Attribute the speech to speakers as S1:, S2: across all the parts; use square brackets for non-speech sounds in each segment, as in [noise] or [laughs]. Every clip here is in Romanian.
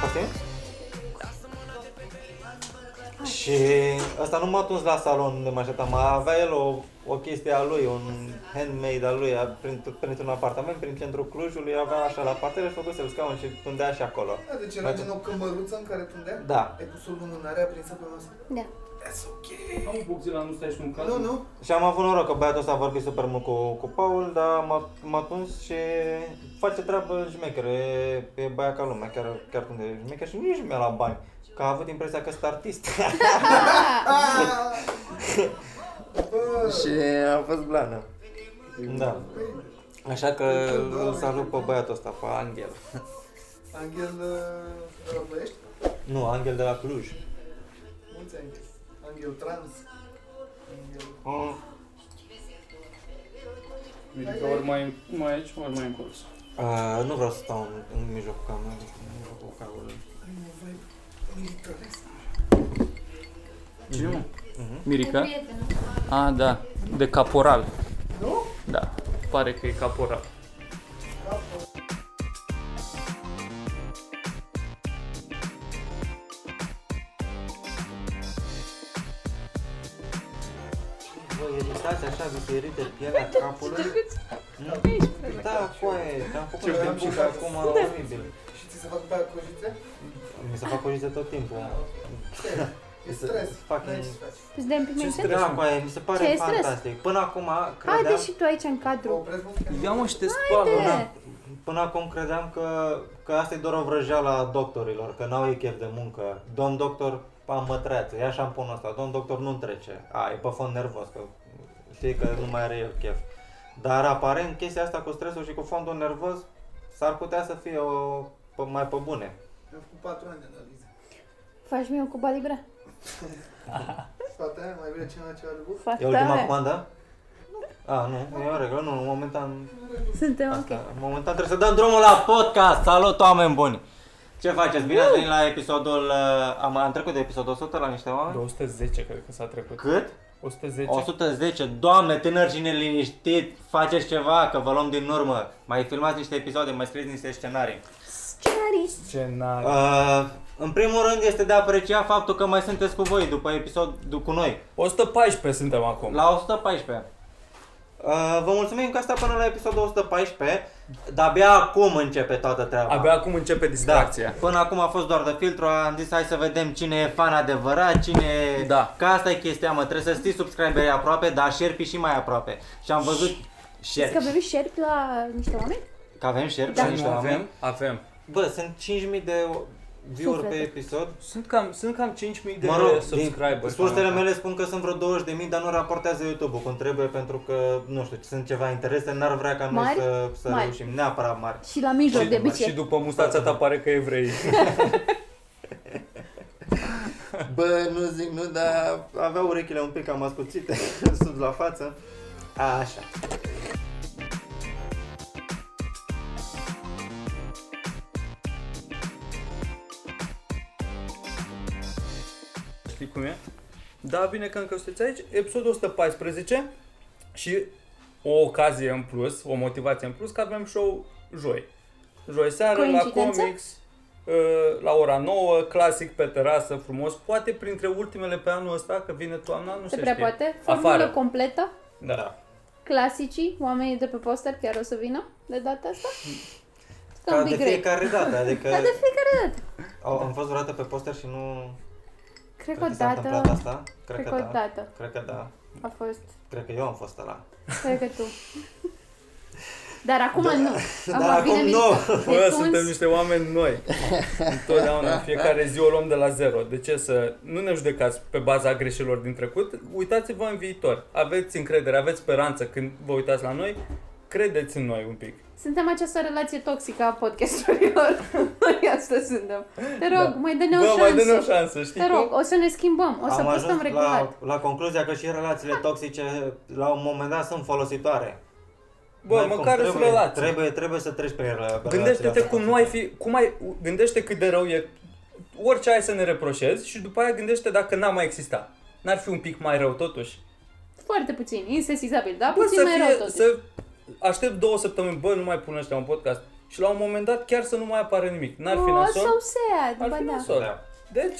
S1: Poftim? Și ăsta nu m-a dus la salon de mă așteptam, mai avea el o, o chestie a lui, un handmade al lui, a- print- printr-un apartament, prin centrul Clujului, avea așa la partere și făcuse scaun și tundea și acolo.
S2: A, deci era
S1: Face-
S2: din o cămăruță în care tundea?
S1: Da.
S2: Ai pus o lumânare aprinsă pe masă?
S3: Da.
S2: That's ok.
S4: Am Boxila, nu stai și tu în casă?
S2: Nu, nu.
S1: Și am avut noroc că băiatul ăsta a vorbit super mult cu, cu Paul, dar m-a, m-a tuns și face treabă șmecheră, e, e băiat ca lumea, chiar, chiar cum e șmecher și nici nu mi-a luat bani, că a avut impresia că sunt artist.
S2: Ah! Bă,
S1: și a fost blană. Da. Așa că îl salut pe băiatul ăsta, pe Angel.
S2: Anghel uh, de la Ploiești?
S1: Nu, Angel de la Cluj.
S2: Mulți Anghel. Anghel trans. Anghel...
S1: Mm,
S4: Adică ori mai, mai aici, ori mai încolo.
S1: Uh, nu vreau să stau în, în mijlocul camerei, în mijlocul camerei.
S2: Ai un vibe militarist.
S4: Cine, mă?
S1: Mhm.
S4: Mirica?
S3: Prietenă.
S4: A, da. De caporal.
S2: Nu?
S4: Da. Pare că e caporal.
S1: Voi editați așa viserite pielea capului? Mm? Da, coaie, am făcut
S2: Ce
S1: un
S2: am
S1: timp
S2: și fac. [laughs]
S1: acum oribil.
S2: Păi, da, Și ți se fac pe aia cojițe?
S1: Mi se fac orize tot timpul.
S2: Ce? E
S1: Da. Este
S2: stres.
S1: fucking-
S2: N-ai ce să faci.
S3: Îți dăm pimentă?
S1: Da, coaie, mi se pare
S3: Ce stres?
S1: fantastic. Până acum
S3: Haide
S1: credeam...
S3: și tu aici în
S2: Mă
S3: cadru.
S2: opresc mult?
S4: Ia mă și te spală.
S1: Până, până acum credeam că, că asta e doar o vrăjeală a doctorilor, că n-au ei chef de muncă. Domn doctor, am mătreață, ia șamponul ăsta, domn doctor nu-mi trece. A, e pe fond nervos, că știi că nu mai are el chef. Dar aparent chestia asta cu stresul și cu fondul nervos s-ar putea să fie o, pe, mai pe bune.
S2: Am făcut 4 ani de analize.
S3: Faci mie cu balibra?
S2: Fata aia, mai vrea cineva ceva de buf?
S3: Fac
S1: E ultima
S3: tare.
S1: comandă? A, nu, e o regulă, nu, momentan
S3: Suntem
S1: Asta,
S3: ok.
S1: în momentan trebuie să dăm drumul la podcast. Salut, oameni buni! Ce faceți? Bine ați venit la episodul... uh, Am, am trecut de episodul 100 la niște oameni?
S4: 210 cred că s-a trecut.
S1: Cât?
S4: 110.
S1: 110. Doamne, tânăr și neliniștit, faceți ceva, că vă luăm din urmă. Mai filmați niște episoade, mai scrieți niște scenarii.
S3: Scenarii.
S4: Scenarii.
S1: Uh, în primul rând este de apreciat faptul că mai sunteți cu voi după episod du- cu noi.
S4: 114 suntem acum.
S1: La 114. Uh, vă mulțumim că asta până la episodul 114, dar abia acum începe toată treaba.
S4: Abia acum începe
S1: Da,
S4: distracția.
S1: până acum a fost doar de filtru, am zis hai să vedem cine e fan adevărat, cine e...
S4: Da.
S1: Că asta e chestia, mă, trebuie să știi subscriberii aproape, dar șerpii și mai aproape. Și am văzut...
S3: Știți că
S1: Șerpi.
S3: avem șerpi la niște oameni?
S1: Că avem șerpi
S3: Da.
S1: la niște
S4: Nu
S1: oameni?
S4: avem? Avem.
S1: Bă, sunt 5.000 de view-uri pe
S3: Suflete.
S1: episod.
S4: Sunt cam, sunt cam 5.000 de
S1: mă rog,
S4: subscriberi.
S1: din sursele mele spun că sunt vreo 20.000, dar nu raportează YouTube-ul cum trebuie pentru că, nu știu, sunt ceva interese, n-ar vrea ca noi
S3: Mari?
S1: să, să
S3: Mari.
S1: reușim, neapărat mari.
S3: Și la mijloc de
S4: Păi, Și
S3: obicei.
S4: după mustața ta pare că evrei.
S1: Bă, nu zic nu, dar avea urechile un pic cam ascuțite, [laughs] sus la față. Așa.
S4: Știi cum e? Da, bine că încă sunteți aici. Episodul 114 și o ocazie în plus, o motivație în plus, că avem show joi. Joi seară la
S3: Coincidență?
S4: Comics, uh, la ora 9, clasic pe terasă, frumos. Poate printre ultimele pe anul ăsta, că vine toamna, nu
S3: Se
S4: se
S3: prea
S4: știe.
S3: poate. Formulă
S4: Afară.
S3: completă.
S4: Da.
S3: Clasicii, oamenii de pe poster chiar o să vină de data asta. Stă
S1: Ca
S3: un
S1: de
S3: pic greu.
S1: fiecare dată, adică
S3: Dar de fiecare dată.
S1: au, am fost vreodată pe poster și nu
S3: Cred
S1: cred
S3: că o
S1: că s-a întâmplat
S3: dată,
S1: asta. Cred
S3: cred
S1: că
S3: că o
S1: da.
S3: dată
S1: Cred că da.
S3: a fost.
S1: Cred că eu am fost ăla.
S3: Cred că
S1: [laughs]
S3: tu. Dar acum nu.
S1: Dar acum
S3: vine
S1: nu.
S4: Bă,
S3: Mirica. Te tunzi.
S4: Păi, suntem niște oameni noi. Întotdeauna, în fiecare zi o luăm de la zero. De ce să nu ne judecați pe baza greșelilor din trecut? Uitați-vă în viitor. Aveți încredere, aveți speranță când vă uitați la noi. Credeți în noi un pic.
S3: Suntem această relație toxică a podcasturilor. [laughs] Noi asta suntem. Te rog,
S4: Da.
S3: mai dă-ne o
S4: Bă, mai
S3: șansă.
S4: dă o șansă, știi?
S3: Te rog, o să ne schimbăm, o să
S1: am
S3: postăm
S1: ajuns
S3: regulat.
S1: la, la concluzia că și relațiile toxice la un moment dat sunt folositoare.
S4: Bă,
S1: N-ai cum,
S4: măcar sunt
S1: trebuie,
S4: relații.
S1: Trebuie, trebuie să treci pe ele.
S4: Gândește-te cum nu ai fi, cum ai, gândește cât de rău e orice ai să ne reproșezi și după aia gândește dacă n-a mai exista. N-ar fi un pic mai rău totuși?
S3: Foarte puțin, insesizabil, dar
S4: Bă,
S3: puțin
S4: să
S3: mai rău
S4: fie,
S3: totuși.
S4: să aștept două săptămâni, bă, nu mai pun ăștia un podcast. și la un moment dat chiar să nu mai apară nimic. N-ar fi
S3: oh,
S4: nasol,
S3: so sad.
S4: ar
S3: Ba
S4: fi
S3: da.
S4: nasol. Deci,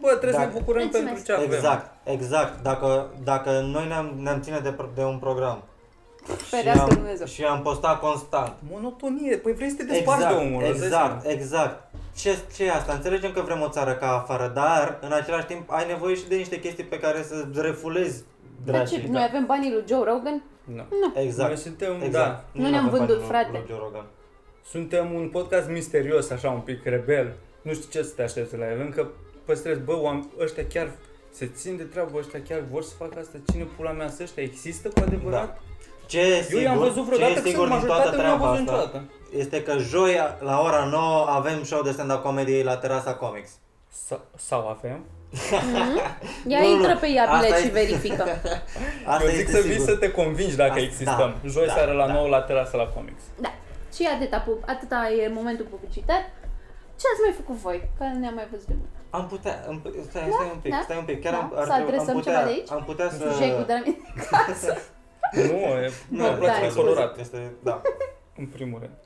S4: bă, trebuie să
S1: Da.
S4: ne bucurăm
S3: Mulțumesc.
S4: pentru ce avem.
S1: Exact, exact. Dacă, dacă noi ne-am, ne-am ține de, pro- de un program și
S3: Ferească
S1: am,
S3: Dumnezeu.
S1: și am postat constant.
S4: Monotonie. Păi vrei să te desparți
S1: Exact,
S4: de omul. îți dai seama.
S1: exact, exact. Ce, ce e asta? Înțelegem că vrem o țară ca afară, dar în același timp ai nevoie și de niște chestii pe care să refulezi
S3: Dar ce,
S1: dracii.
S3: noi avem banii lui Joe Rogan?
S4: Da. Noi
S1: Exact,
S4: suntem, da,
S1: exact.
S3: Nu ne-am
S1: avem
S3: vândut,
S1: bani
S3: frate.
S1: lui Joe Rogan.
S4: Suntem un podcast misterios, așa, un pic rebel. Nu știu ce să te aștepți de la el, încă păstrez, bă, oam, ăștia chiar se țin de treabă, ăștia chiar vor să facă asta, cine pula mea să ăștia există cu adevărat?
S1: Da. Ce e
S4: Eu
S1: sigur,
S4: i-am văzut vreodată
S1: ce e
S4: că
S1: sigur
S4: sunt
S1: din toată
S4: majoritatea, nu i-am
S1: treaba
S4: văzut
S1: asta
S4: niciodată.
S1: este că joi la ora 9 avem show de stand-up comedy la Terasa Comics.
S4: Sa- Sau avem?
S3: Ia
S1: Nu, nu,
S3: intră pe ea
S1: asta
S3: bilet
S1: e-
S3: și verifică.
S1: Asta
S4: Eu zic
S1: este
S4: să vii
S1: sigur.
S4: să te convingi dacă
S1: Asta-
S4: existăm.
S1: da,
S4: Joi
S1: da,
S4: seara la
S1: da.
S4: 9 la terasa la comics.
S3: Da. Și atâta, pub- atâta e momentul publicitar. Ce ați mai făcut voi? Că nu ne-am mai văzut de mult.
S1: Am putea, am, pu- stai, stai un pic,
S3: da,
S1: stai un pic, chiar
S3: da.
S1: am, ar
S3: Să
S1: trebui-
S3: adresăm
S1: am putea,
S3: ceva de aici?
S1: Am putea să...
S3: Jecul de la mine.
S4: Nu, e
S1: Nu,
S4: o
S3: da,
S4: plăcere
S1: este-
S4: colorată,
S1: Este, da.
S4: în primul rând.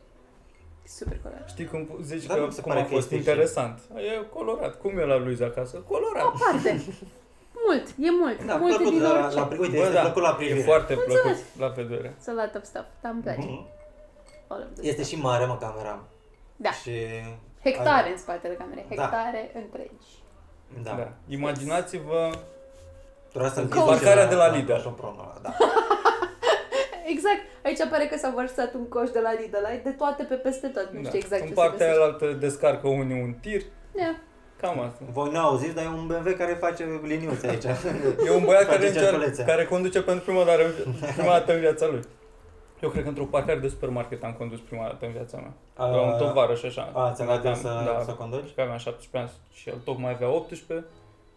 S3: Super colorat.
S4: Știi cum zici
S1: Dar
S4: că
S1: Da, nu se
S4: cum
S1: pare
S4: a
S1: că
S4: fost
S1: este și-
S4: interesant? E colorat. Cum e la Luiza acasă? Colorat.
S3: Parte. Mult, e mult.
S1: Da,
S3: Multe
S1: plăcut
S3: din
S1: la,
S3: orice.
S1: la, pri- uite, este plăcut la privire.
S4: da. E foarte plăcut
S3: Mulțumesc.
S4: la vedere.
S3: Să la top stuff, da, îmi place.
S1: Mhm.
S3: All of this
S1: Este
S3: stuff.
S1: și mare, mă, camera.
S3: Da.
S1: Și...
S3: Hectare
S1: Ai-
S3: în spatele camerei,
S1: Da.
S3: hectare întregi.
S1: Da. da.
S4: Imaginați-vă
S1: Trebuia să
S3: Coach.
S4: Parcarea de la Lidl.
S1: Da.
S3: Exact, aici pare că s-a vărsat un coș de la Lidl, ai de toate pe peste tot, nu
S4: da,
S3: știu exact
S4: în
S3: ce
S4: partea
S3: se
S4: aia altă descarcă unii un tir,
S3: găsește.
S4: cam asta.
S1: Voi nu auziți, dar e un BMW care face liniuțe aici.
S4: [laughs] E
S1: [laughs]
S4: un băiat
S1: Face
S4: care, încearcă,
S1: cerculețe.
S4: care conduce pentru prima dată, prima dată în viața lui. Eu cred că într-o parcare de supermarket am condus prima dată în viața mea.
S1: A,
S4: La Da, un tovarăș așa.
S1: A, ți-a dat
S4: Aveam-
S1: greu să,
S4: da,
S1: să conduci?
S4: că aveam 17 ani și el tocmai avea 18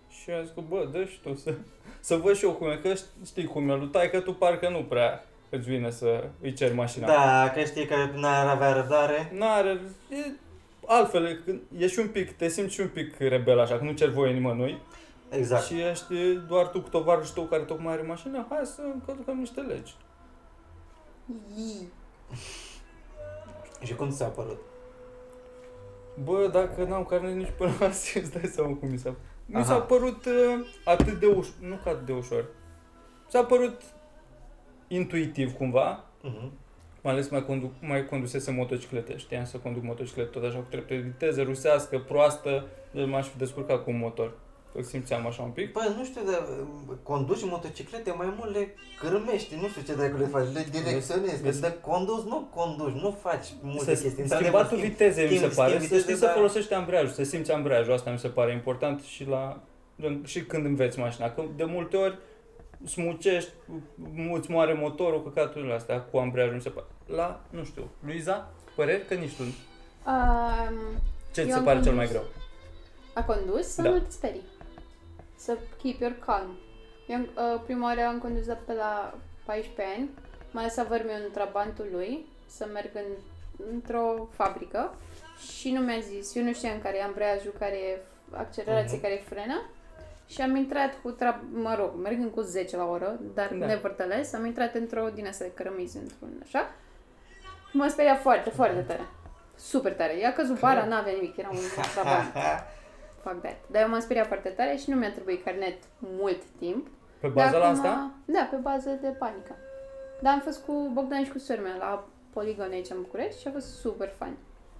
S4: și eu am zis că, bă, dă și tu să, să văd și eu cum e, că știi cum e lui taică, tu parcă nu prea îți vine să îi ceri mașina.
S1: Da, că știi că n-ar avea răbdare.
S4: N-are, e, altfel, e când ești un pic, te simți și un pic rebel așa, că nu cer voie nimănui
S1: Exact.
S4: și ești doar tu cu tovarășul tău care tocmai are mașină, hai să încălcăm niște legi.
S3: Ii.
S1: Și cum ți s-a părut?
S4: Bă, dacă n-am carnet nici până [laughs] azi, îți dai seama cum mi s-a Mi
S1: Aha.
S4: s-a părut uh, atât de ușor, nu că atât de ușor, Mi s-a părut intuitiv cumva,
S1: Mhm.
S4: mai ales mai, condu- mai condusese motociclete, știam să conduc motociclete tot așa cu trepte de viteză, rusească, proastă, deci m-aș fi descurcat cu un motor. Îl simțeam așa un pic.
S1: Bă, Păi, nu știu, dar m, conduci motociclete, mai mult le cârmești, nu știu ce dracu le faci, le direcționezi, că
S4: Vezi?
S1: de condus, nu conduci, nu faci multe
S4: Să
S1: chestii.
S4: schimbatul
S1: Într-adevăr,
S4: vitezei mi se
S1: schimbi-
S4: pare,
S1: schimbi
S4: să știi
S1: viteze,
S4: să
S1: dar-
S4: folosești ambreiajul, să simți ambreiajul, asta mi se pare important și la gen, și când înveți mașina, că de multe ori smucești, m- îți moare motorul, căcaturile astea cu ambreiajul mi se pare. La, nu știu, Luiza, păreri că nici tu. nu.
S3: Um,
S4: Ce
S3: Eu
S4: ți se
S3: am
S4: pare cel mai
S3: condus.
S4: greu?
S3: a condus să
S4: Da.
S3: nu te sperii. Să keep your calm. Eu uh, prima oară am condus de pe la 14 ani, m-a lăsat vărmiu în trabantul lui să merg în, într-o fabrică și nu mi-a zis, eu nu știam care e ambreiajul, care e accelerație,
S1: Mhm.
S3: care e frână și am intrat cu, tra- mă rog, mergând cu 10 la oră, dar
S4: Da.
S3: da. nevertheless, am intrat într-o din asta de cărămizi, într-un așa, m-a speriat foarte, foarte tare. Super tare. I-a căzut bara, n-avea nimic, era un trabant. Fuck that. Dar eu m-am speriat foarte tare și nu mi-a trebuit carnet mult timp.
S4: Pe baza
S3: Dar
S4: la
S3: acum-
S4: asta?
S3: Da, pe bază de panică. Dar am fost cu Bogdan și cu sora mea la poligon aici în București și a fost super fain.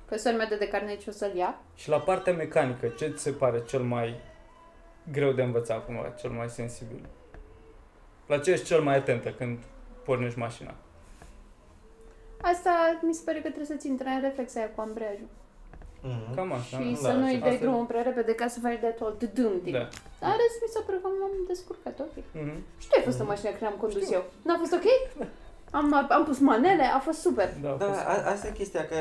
S3: Că sora mea dă de carnet și o să-l ia.
S4: Și la partea mecanică, ce ți se pare cel mai greu de învățat cumva, cel mai sensibil? La ce ești cel mai atentă când pornești mașina?
S3: Asta mi se pare că trebuie să-ți intre în reflex aia cu ambreiajul.
S1: Mhm.
S4: Cam așa.
S3: și
S4: da,
S3: să nu-i
S4: și
S3: dai
S4: asta-
S3: drumul prea repede ca să faci de tot dândi.
S4: Da.
S3: Dar în rest mi s-a părut că m-am descurcat, ok.
S4: Mhm.
S3: Și tu ai fost în mașină când am condus eu. N-a fost ok? Am, am pus manele, a fost super.
S4: Da, a
S1: Da,
S4: fost-
S1: a- asta e chestia, că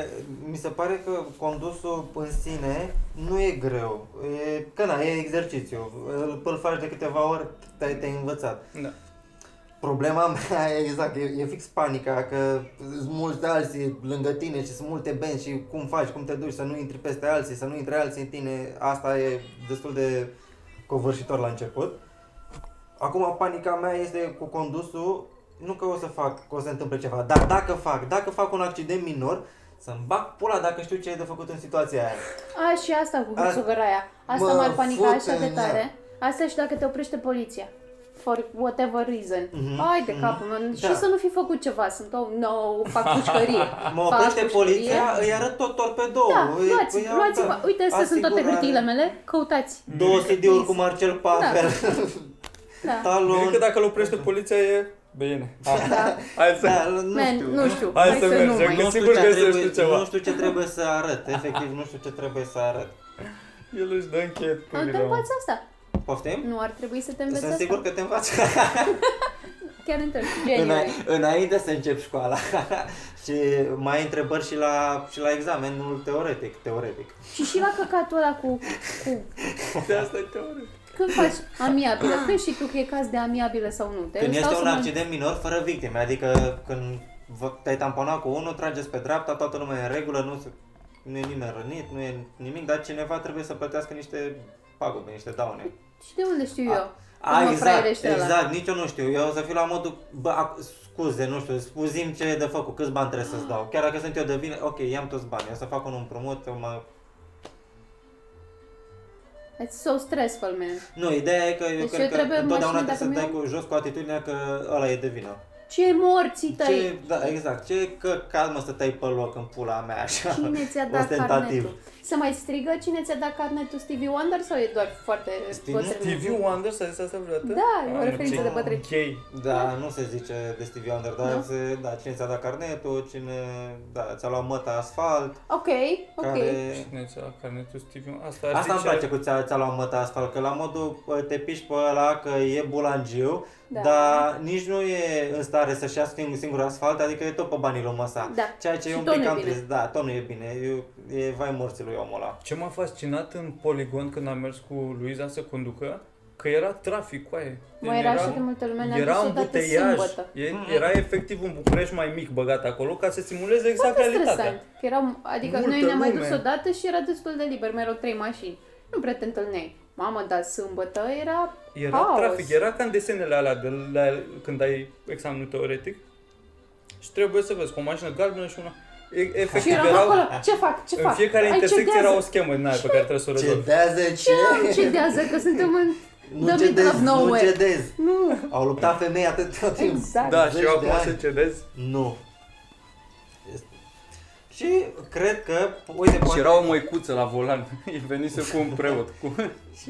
S1: mi se pare că condusul în sine nu e greu. E, că na, e exercițiu. Îl, îl faci de câteva ori, te-ai, te-ai învățat.
S4: da.
S1: Problema [laughs] mea e exact, e, e fix panica, că sunt mulți alții lângă tine și sunt multe benzi și cum faci, cum te duci, să nu intri peste alții, să nu intre alții în tine. Asta e destul de covârșitor la început. Acum panica mea este cu condusul, nu că o să fac, că o să se întâmple ceva, dar dacă fac, dacă fac un accident minor, Să-mi bag pula dacă știu ce e de făcut în situația aia.
S3: A, și asta cu hârțugăra aia. Asta
S5: Mă,
S3: m-ar panica așa
S5: fute-mi
S3: de
S5: în
S3: tare. Asta și dacă te oprește poliția. For whatever reason.
S1: Mhm,
S3: Hai de
S1: mhm.
S3: capul meu. Și
S1: Da.
S3: să nu fi făcut ceva. Sunt om nou, fac pușcărie.
S1: [laughs]
S4: Da.
S1: Mă
S3: fac
S1: oprește
S3: pușcărie.
S1: poliția, Oh, îi arăt tot torpedoul.
S3: Da,
S1: îi-
S3: luați,
S1: îi iau,
S3: luați
S1: da.
S3: Uite, astea sunt toate
S1: Asigurare.
S3: hârtiile mele. Căutați.
S1: Două CD-uri cu Marcel Pavel,
S3: Da.
S1: talon.
S4: Cred că dacă îl oprește poliția e bine. Ah,
S1: Da,
S4: Hai să...
S1: da, nu
S3: Man,
S1: știu.
S3: nu știu.
S4: Hai
S3: Hai,
S4: să
S3: să, nu
S4: mergem.
S3: mai.
S4: Că
S1: Nu știu,
S4: sigur
S1: ce
S4: că știu
S1: trebuie,
S4: ceva.
S1: nu știu ce trebuie să arăt, efectiv nu știu ce trebuie să arăt.
S4: El își dă încheiet cu
S3: Nu te învață asta.
S1: Poftim?
S3: Nu ar trebui să te înveți
S1: Sunt
S3: asta.
S1: sigur că te învață.
S3: Chiar întâi.
S1: Îna-
S3: Anyway.
S1: înainte să încep școala [laughs] și mai ai întrebări și la, și la examenul teoretic, teoretic.
S3: Și și la căcatul ăla cu, cu
S4: De asta e teorie.
S3: Când faci amiabilă, când și tu că e caz de amiabilă sau nu? Te
S1: Când
S3: stau
S1: este
S3: să
S1: un
S3: mă-
S1: accident minor fără victime, adică când vă- te-ai tamponat cu unul, trageți pe dreapta, toată lumea e în regulă, nu, se, nu e nimeni rănit, nu e nimic, dar cineva trebuie să plătească niște pagube, niște daune.
S3: Și de unde știu
S1: A-
S3: eu?
S1: A,
S3: mă
S1: exact,
S3: fraierește ăla.
S1: exact, nici eu nu știu. Eu o să fiu la modul, bă, ac- scuze, nu știu, spuzim ce e de făcut, câți bani trebuie să-ți dau. Chiar dacă sunt eu de vină, ok, i-am toți banii, o să fac un împrumut, o mă...
S3: It's so stressful, man.
S1: Nu, ideea e că eu
S3: Deci eu
S1: cred că
S3: trebuie
S1: întotdeauna
S3: mașină
S1: trebuie să
S3: dacă
S1: dai
S3: mi-o-
S1: cu jos cu atitudinea că ăla e de vină.
S3: Ce morții tăi!
S4: [laughs]
S1: Ce, da, exact, ce că calmă să tai pe loc în pula mea așa.
S3: Cine ți-a dat
S1: Ostentativ.
S3: carnetul? Se mai strigă cine ți-a dat carnetul Stevie Wonder sau e doar foarte
S1: Stevie-
S3: bătrân?
S4: TV Wonder s-a zis asta vreodată?
S3: Da, e o
S4: Mamă,
S3: referință
S4: ce
S3: de bătrâni.
S4: Gay.
S1: Da, nu se zice de Stevie Wonder, dar
S3: Nu?
S1: se, da, cine ți-a dat carnetul, cine da, ți-a luat măta asfalt,
S3: Ok, ok.
S1: care...
S4: Cine ți-a carnetul Stevie? Asta, ar
S1: Asta îmi
S4: zice-
S1: place cu ți-a, ți-a luat măta asfalt, că la modul bă, te piși pe ăla că e bulangiu,
S3: Da.
S1: dar nici nu e în stare să-și ia sing- singur asfalt, adică e tot pe banii lui Măsa.
S3: Da.
S1: Ceea ce
S3: Și
S1: e un
S3: tot
S1: pic
S3: nu e
S1: cam
S3: bine.
S1: trist, da, tot nu e bine, e, e vai morții lui omul ăla.
S4: Ce m-a fascinat în poligon când am mers cu Luiza să conducă, că era trafic cu aia.
S3: Mai era și de multă lume, ne-a
S4: Era
S3: dus
S4: un
S3: odată
S4: buteiaj,
S3: sâmbătă.
S4: E- era efectiv un București mai mic băgat acolo ca să simuleze exact
S3: Foarte
S4: realitatea.
S3: stresant. Că erau, adică
S4: Multă
S3: noi ne-am mai
S4: lume.
S3: dus odată și era destul de liber, mai erau trei mașini. Nu prea te întâlneai. Mamă, dar sâmbătă era
S4: Era
S3: Haos.
S4: trafic, era ca în desenele alea de la, când ai examenul teoretic și trebuie să vezi cu o mașină galbenă și una... E, efectiv,
S3: Și eram
S4: erau,
S3: acolo, ce fac, ce
S4: în
S3: fac?
S4: fiecare
S3: Ai
S4: intersecție
S3: cedează.
S4: era o schemă din aia pe care trebuie să o rezolvi.
S5: Cedează
S3: Ce
S5: ce?
S3: am cedează, că suntem în the
S1: Nu
S3: middle
S1: cedez,
S3: of
S1: nu
S3: nowhere.
S1: cedez.
S3: Nu,
S1: Au luptat femei atâta timp.
S3: exact.
S4: Da, și
S5: Zeci
S4: eu
S5: de
S4: acum
S5: ani.
S4: să cedez.
S1: Nu. Este- Și cred că, uite,
S4: Și
S1: poate...
S4: era o măicuță la volan. [laughs] E venise cu un preot. Cu...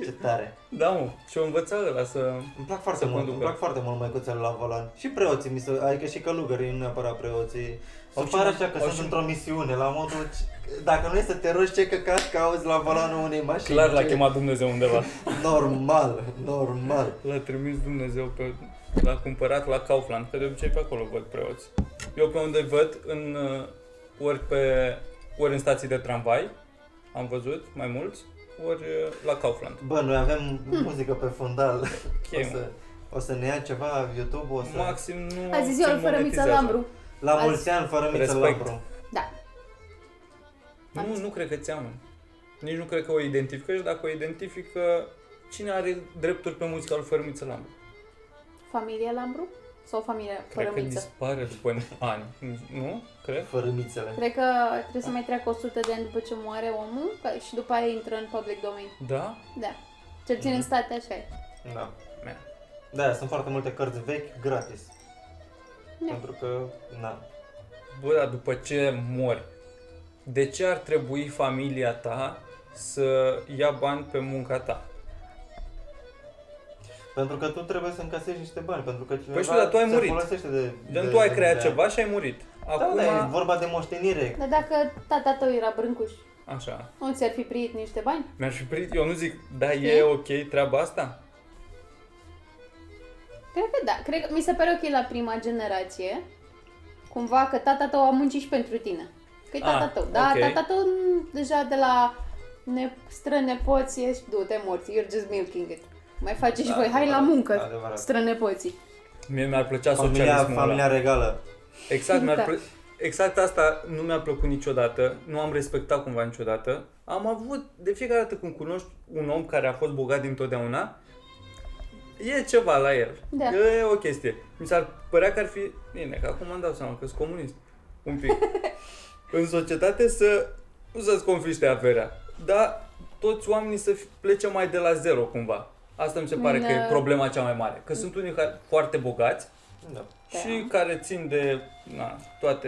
S1: Ce tare.
S4: Da, mă. Și o învăța ăla să...
S1: Îmi plac foarte
S4: Să
S1: mult,
S4: conducă.
S1: îmi plac foarte mult măicuțele la volan. Și preoții mi se, adică și călugării, nu neapărat preoții. Se
S4: Au și
S1: pare
S4: mai-
S1: așa că
S4: au
S1: sunt
S4: și-
S1: într-o misiune, la modul, ce- dacă nu e să te rogi ce căcat că auzi la volanul unei mașini.
S4: Clar l-a
S1: ce-
S4: chemat Dumnezeu undeva.
S1: Normal, normal.
S4: L-a trimis Dumnezeu pe... L-a cumpărat la Kaufland, că de obicei pe acolo văd preoți. Eu pe unde văd, în, uh, ori, pe, ori în stații de tramvai, am văzut mai mulți, ori uh, la Kaufland.
S1: Bă, noi avem
S3: Hmm.
S1: muzică pe fundal. O
S4: Chem.
S1: să, o să ne ia ceva YouTube, o să...
S4: Maxim nu
S3: A zis eu
S4: se
S3: îl fără mița
S4: monetizează.
S3: Lambru.
S1: La
S3: Azi-
S1: mulți ani fără miță
S4: Respect.
S1: Lambru.
S3: Da.
S4: Nu, nu cred că ți-am. Nici nu cred că o identifică și dacă o identifică, cine are drepturi pe muzica lui Fărâmiță Lambru?
S3: Familia Lambru? Sau familia
S4: Cred că
S3: Fărămiță?
S4: dispare după [laughs] ani, nu? Cred?
S1: Fără mițele.
S3: Cred că trebuie să mai treacă 100 de ani după ce moare omul ca- și după aia intră în public domain.
S4: Da?
S3: Da. Cel puțin
S4: Mhm.
S3: în state așa e.
S1: Da.
S4: Mea.
S1: Da, sunt foarte multe cărți vechi gratis.
S3: Da.
S1: Pentru că, na,
S4: Bă, dar după ce mori, de ce ar trebui familia ta să ia bani pe munca ta?
S1: Pentru că tu trebuie să încasezi niște bani, pentru că cineva
S4: știu, dar Păi tu ai
S1: se
S4: murit.
S1: folosește de...
S4: Gen,
S1: de-
S4: tu ai
S1: de-
S4: creat
S1: de-
S4: ceva și ai murit.
S1: Da,
S4: Acum,
S1: da, e vorba de moștenire.
S3: Dar dacă tata tău era brâncuș,
S4: așa,
S3: nu ți-ar fi priit niște bani?
S4: mi-aș fi prit, eu nu zic, da, e
S3: Știi?
S4: ok treaba asta?
S3: Cred că da. Cred că mi se pare ok la prima generație. Cumva că tata tău a muncit și pentru tine. Că e
S4: Ah,
S3: tata tău. Da,
S4: ok.
S3: tata tău mm, deja de la ne, strănepoți ești, du-te morți, you're just milking it. Mai faceți și
S1: Da,
S3: voi, hai la
S1: adevărat,
S3: muncă,
S1: adevărat.
S3: strănepoții.
S4: Mie mi-ar plăcea
S1: Familia,
S4: socialismul ăla.
S1: familia regală.
S4: Exact, mi-ar
S3: Da.
S4: plă- exact asta nu mi-a plăcut niciodată, nu am respectat cumva niciodată. Am avut, de fiecare dată când cunoști un om care a fost bogat dintotdeauna, e ceva la el.
S3: Da.
S4: E o
S3: [laughs]
S4: chestie. Mi s-ar părea că ar fi, bine, că acum îmi dau seama că sunt comunist. Un pic. în societate să nu să-ți confiște averea, dar toți oamenii să fi- plece mai de la zero cumva. Asta mi se pare că e
S3: Da.
S4: problema cea mai mare. Că sunt unii care foarte bogați
S1: Da.
S4: și care țin de na, toate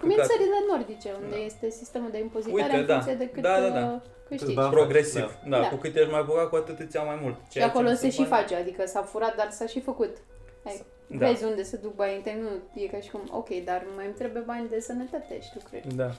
S3: Cum e în
S4: căcate.
S3: țările nordice, unde
S4: Da.
S3: este sistemul de impozitare
S4: Uite,
S3: în
S4: da.
S3: funcție de cât
S4: Da, da,
S3: uh,
S4: da.
S3: câștigi.
S1: bani
S4: progresiv. Da.
S3: Da.
S4: cu cât ești mai bogat, cu atât îți ia mai mult.
S3: Și
S4: Ceea ce
S3: acolo
S4: mi
S3: se și
S4: pare-
S3: face, adică s-a furat, dar s-a și făcut. Ai,
S4: Da.
S3: Vezi unde se duc banii tăi, nu e ca și cum, ok, dar mai îmi trebuie bani de sănătate și lucruri.
S4: Da.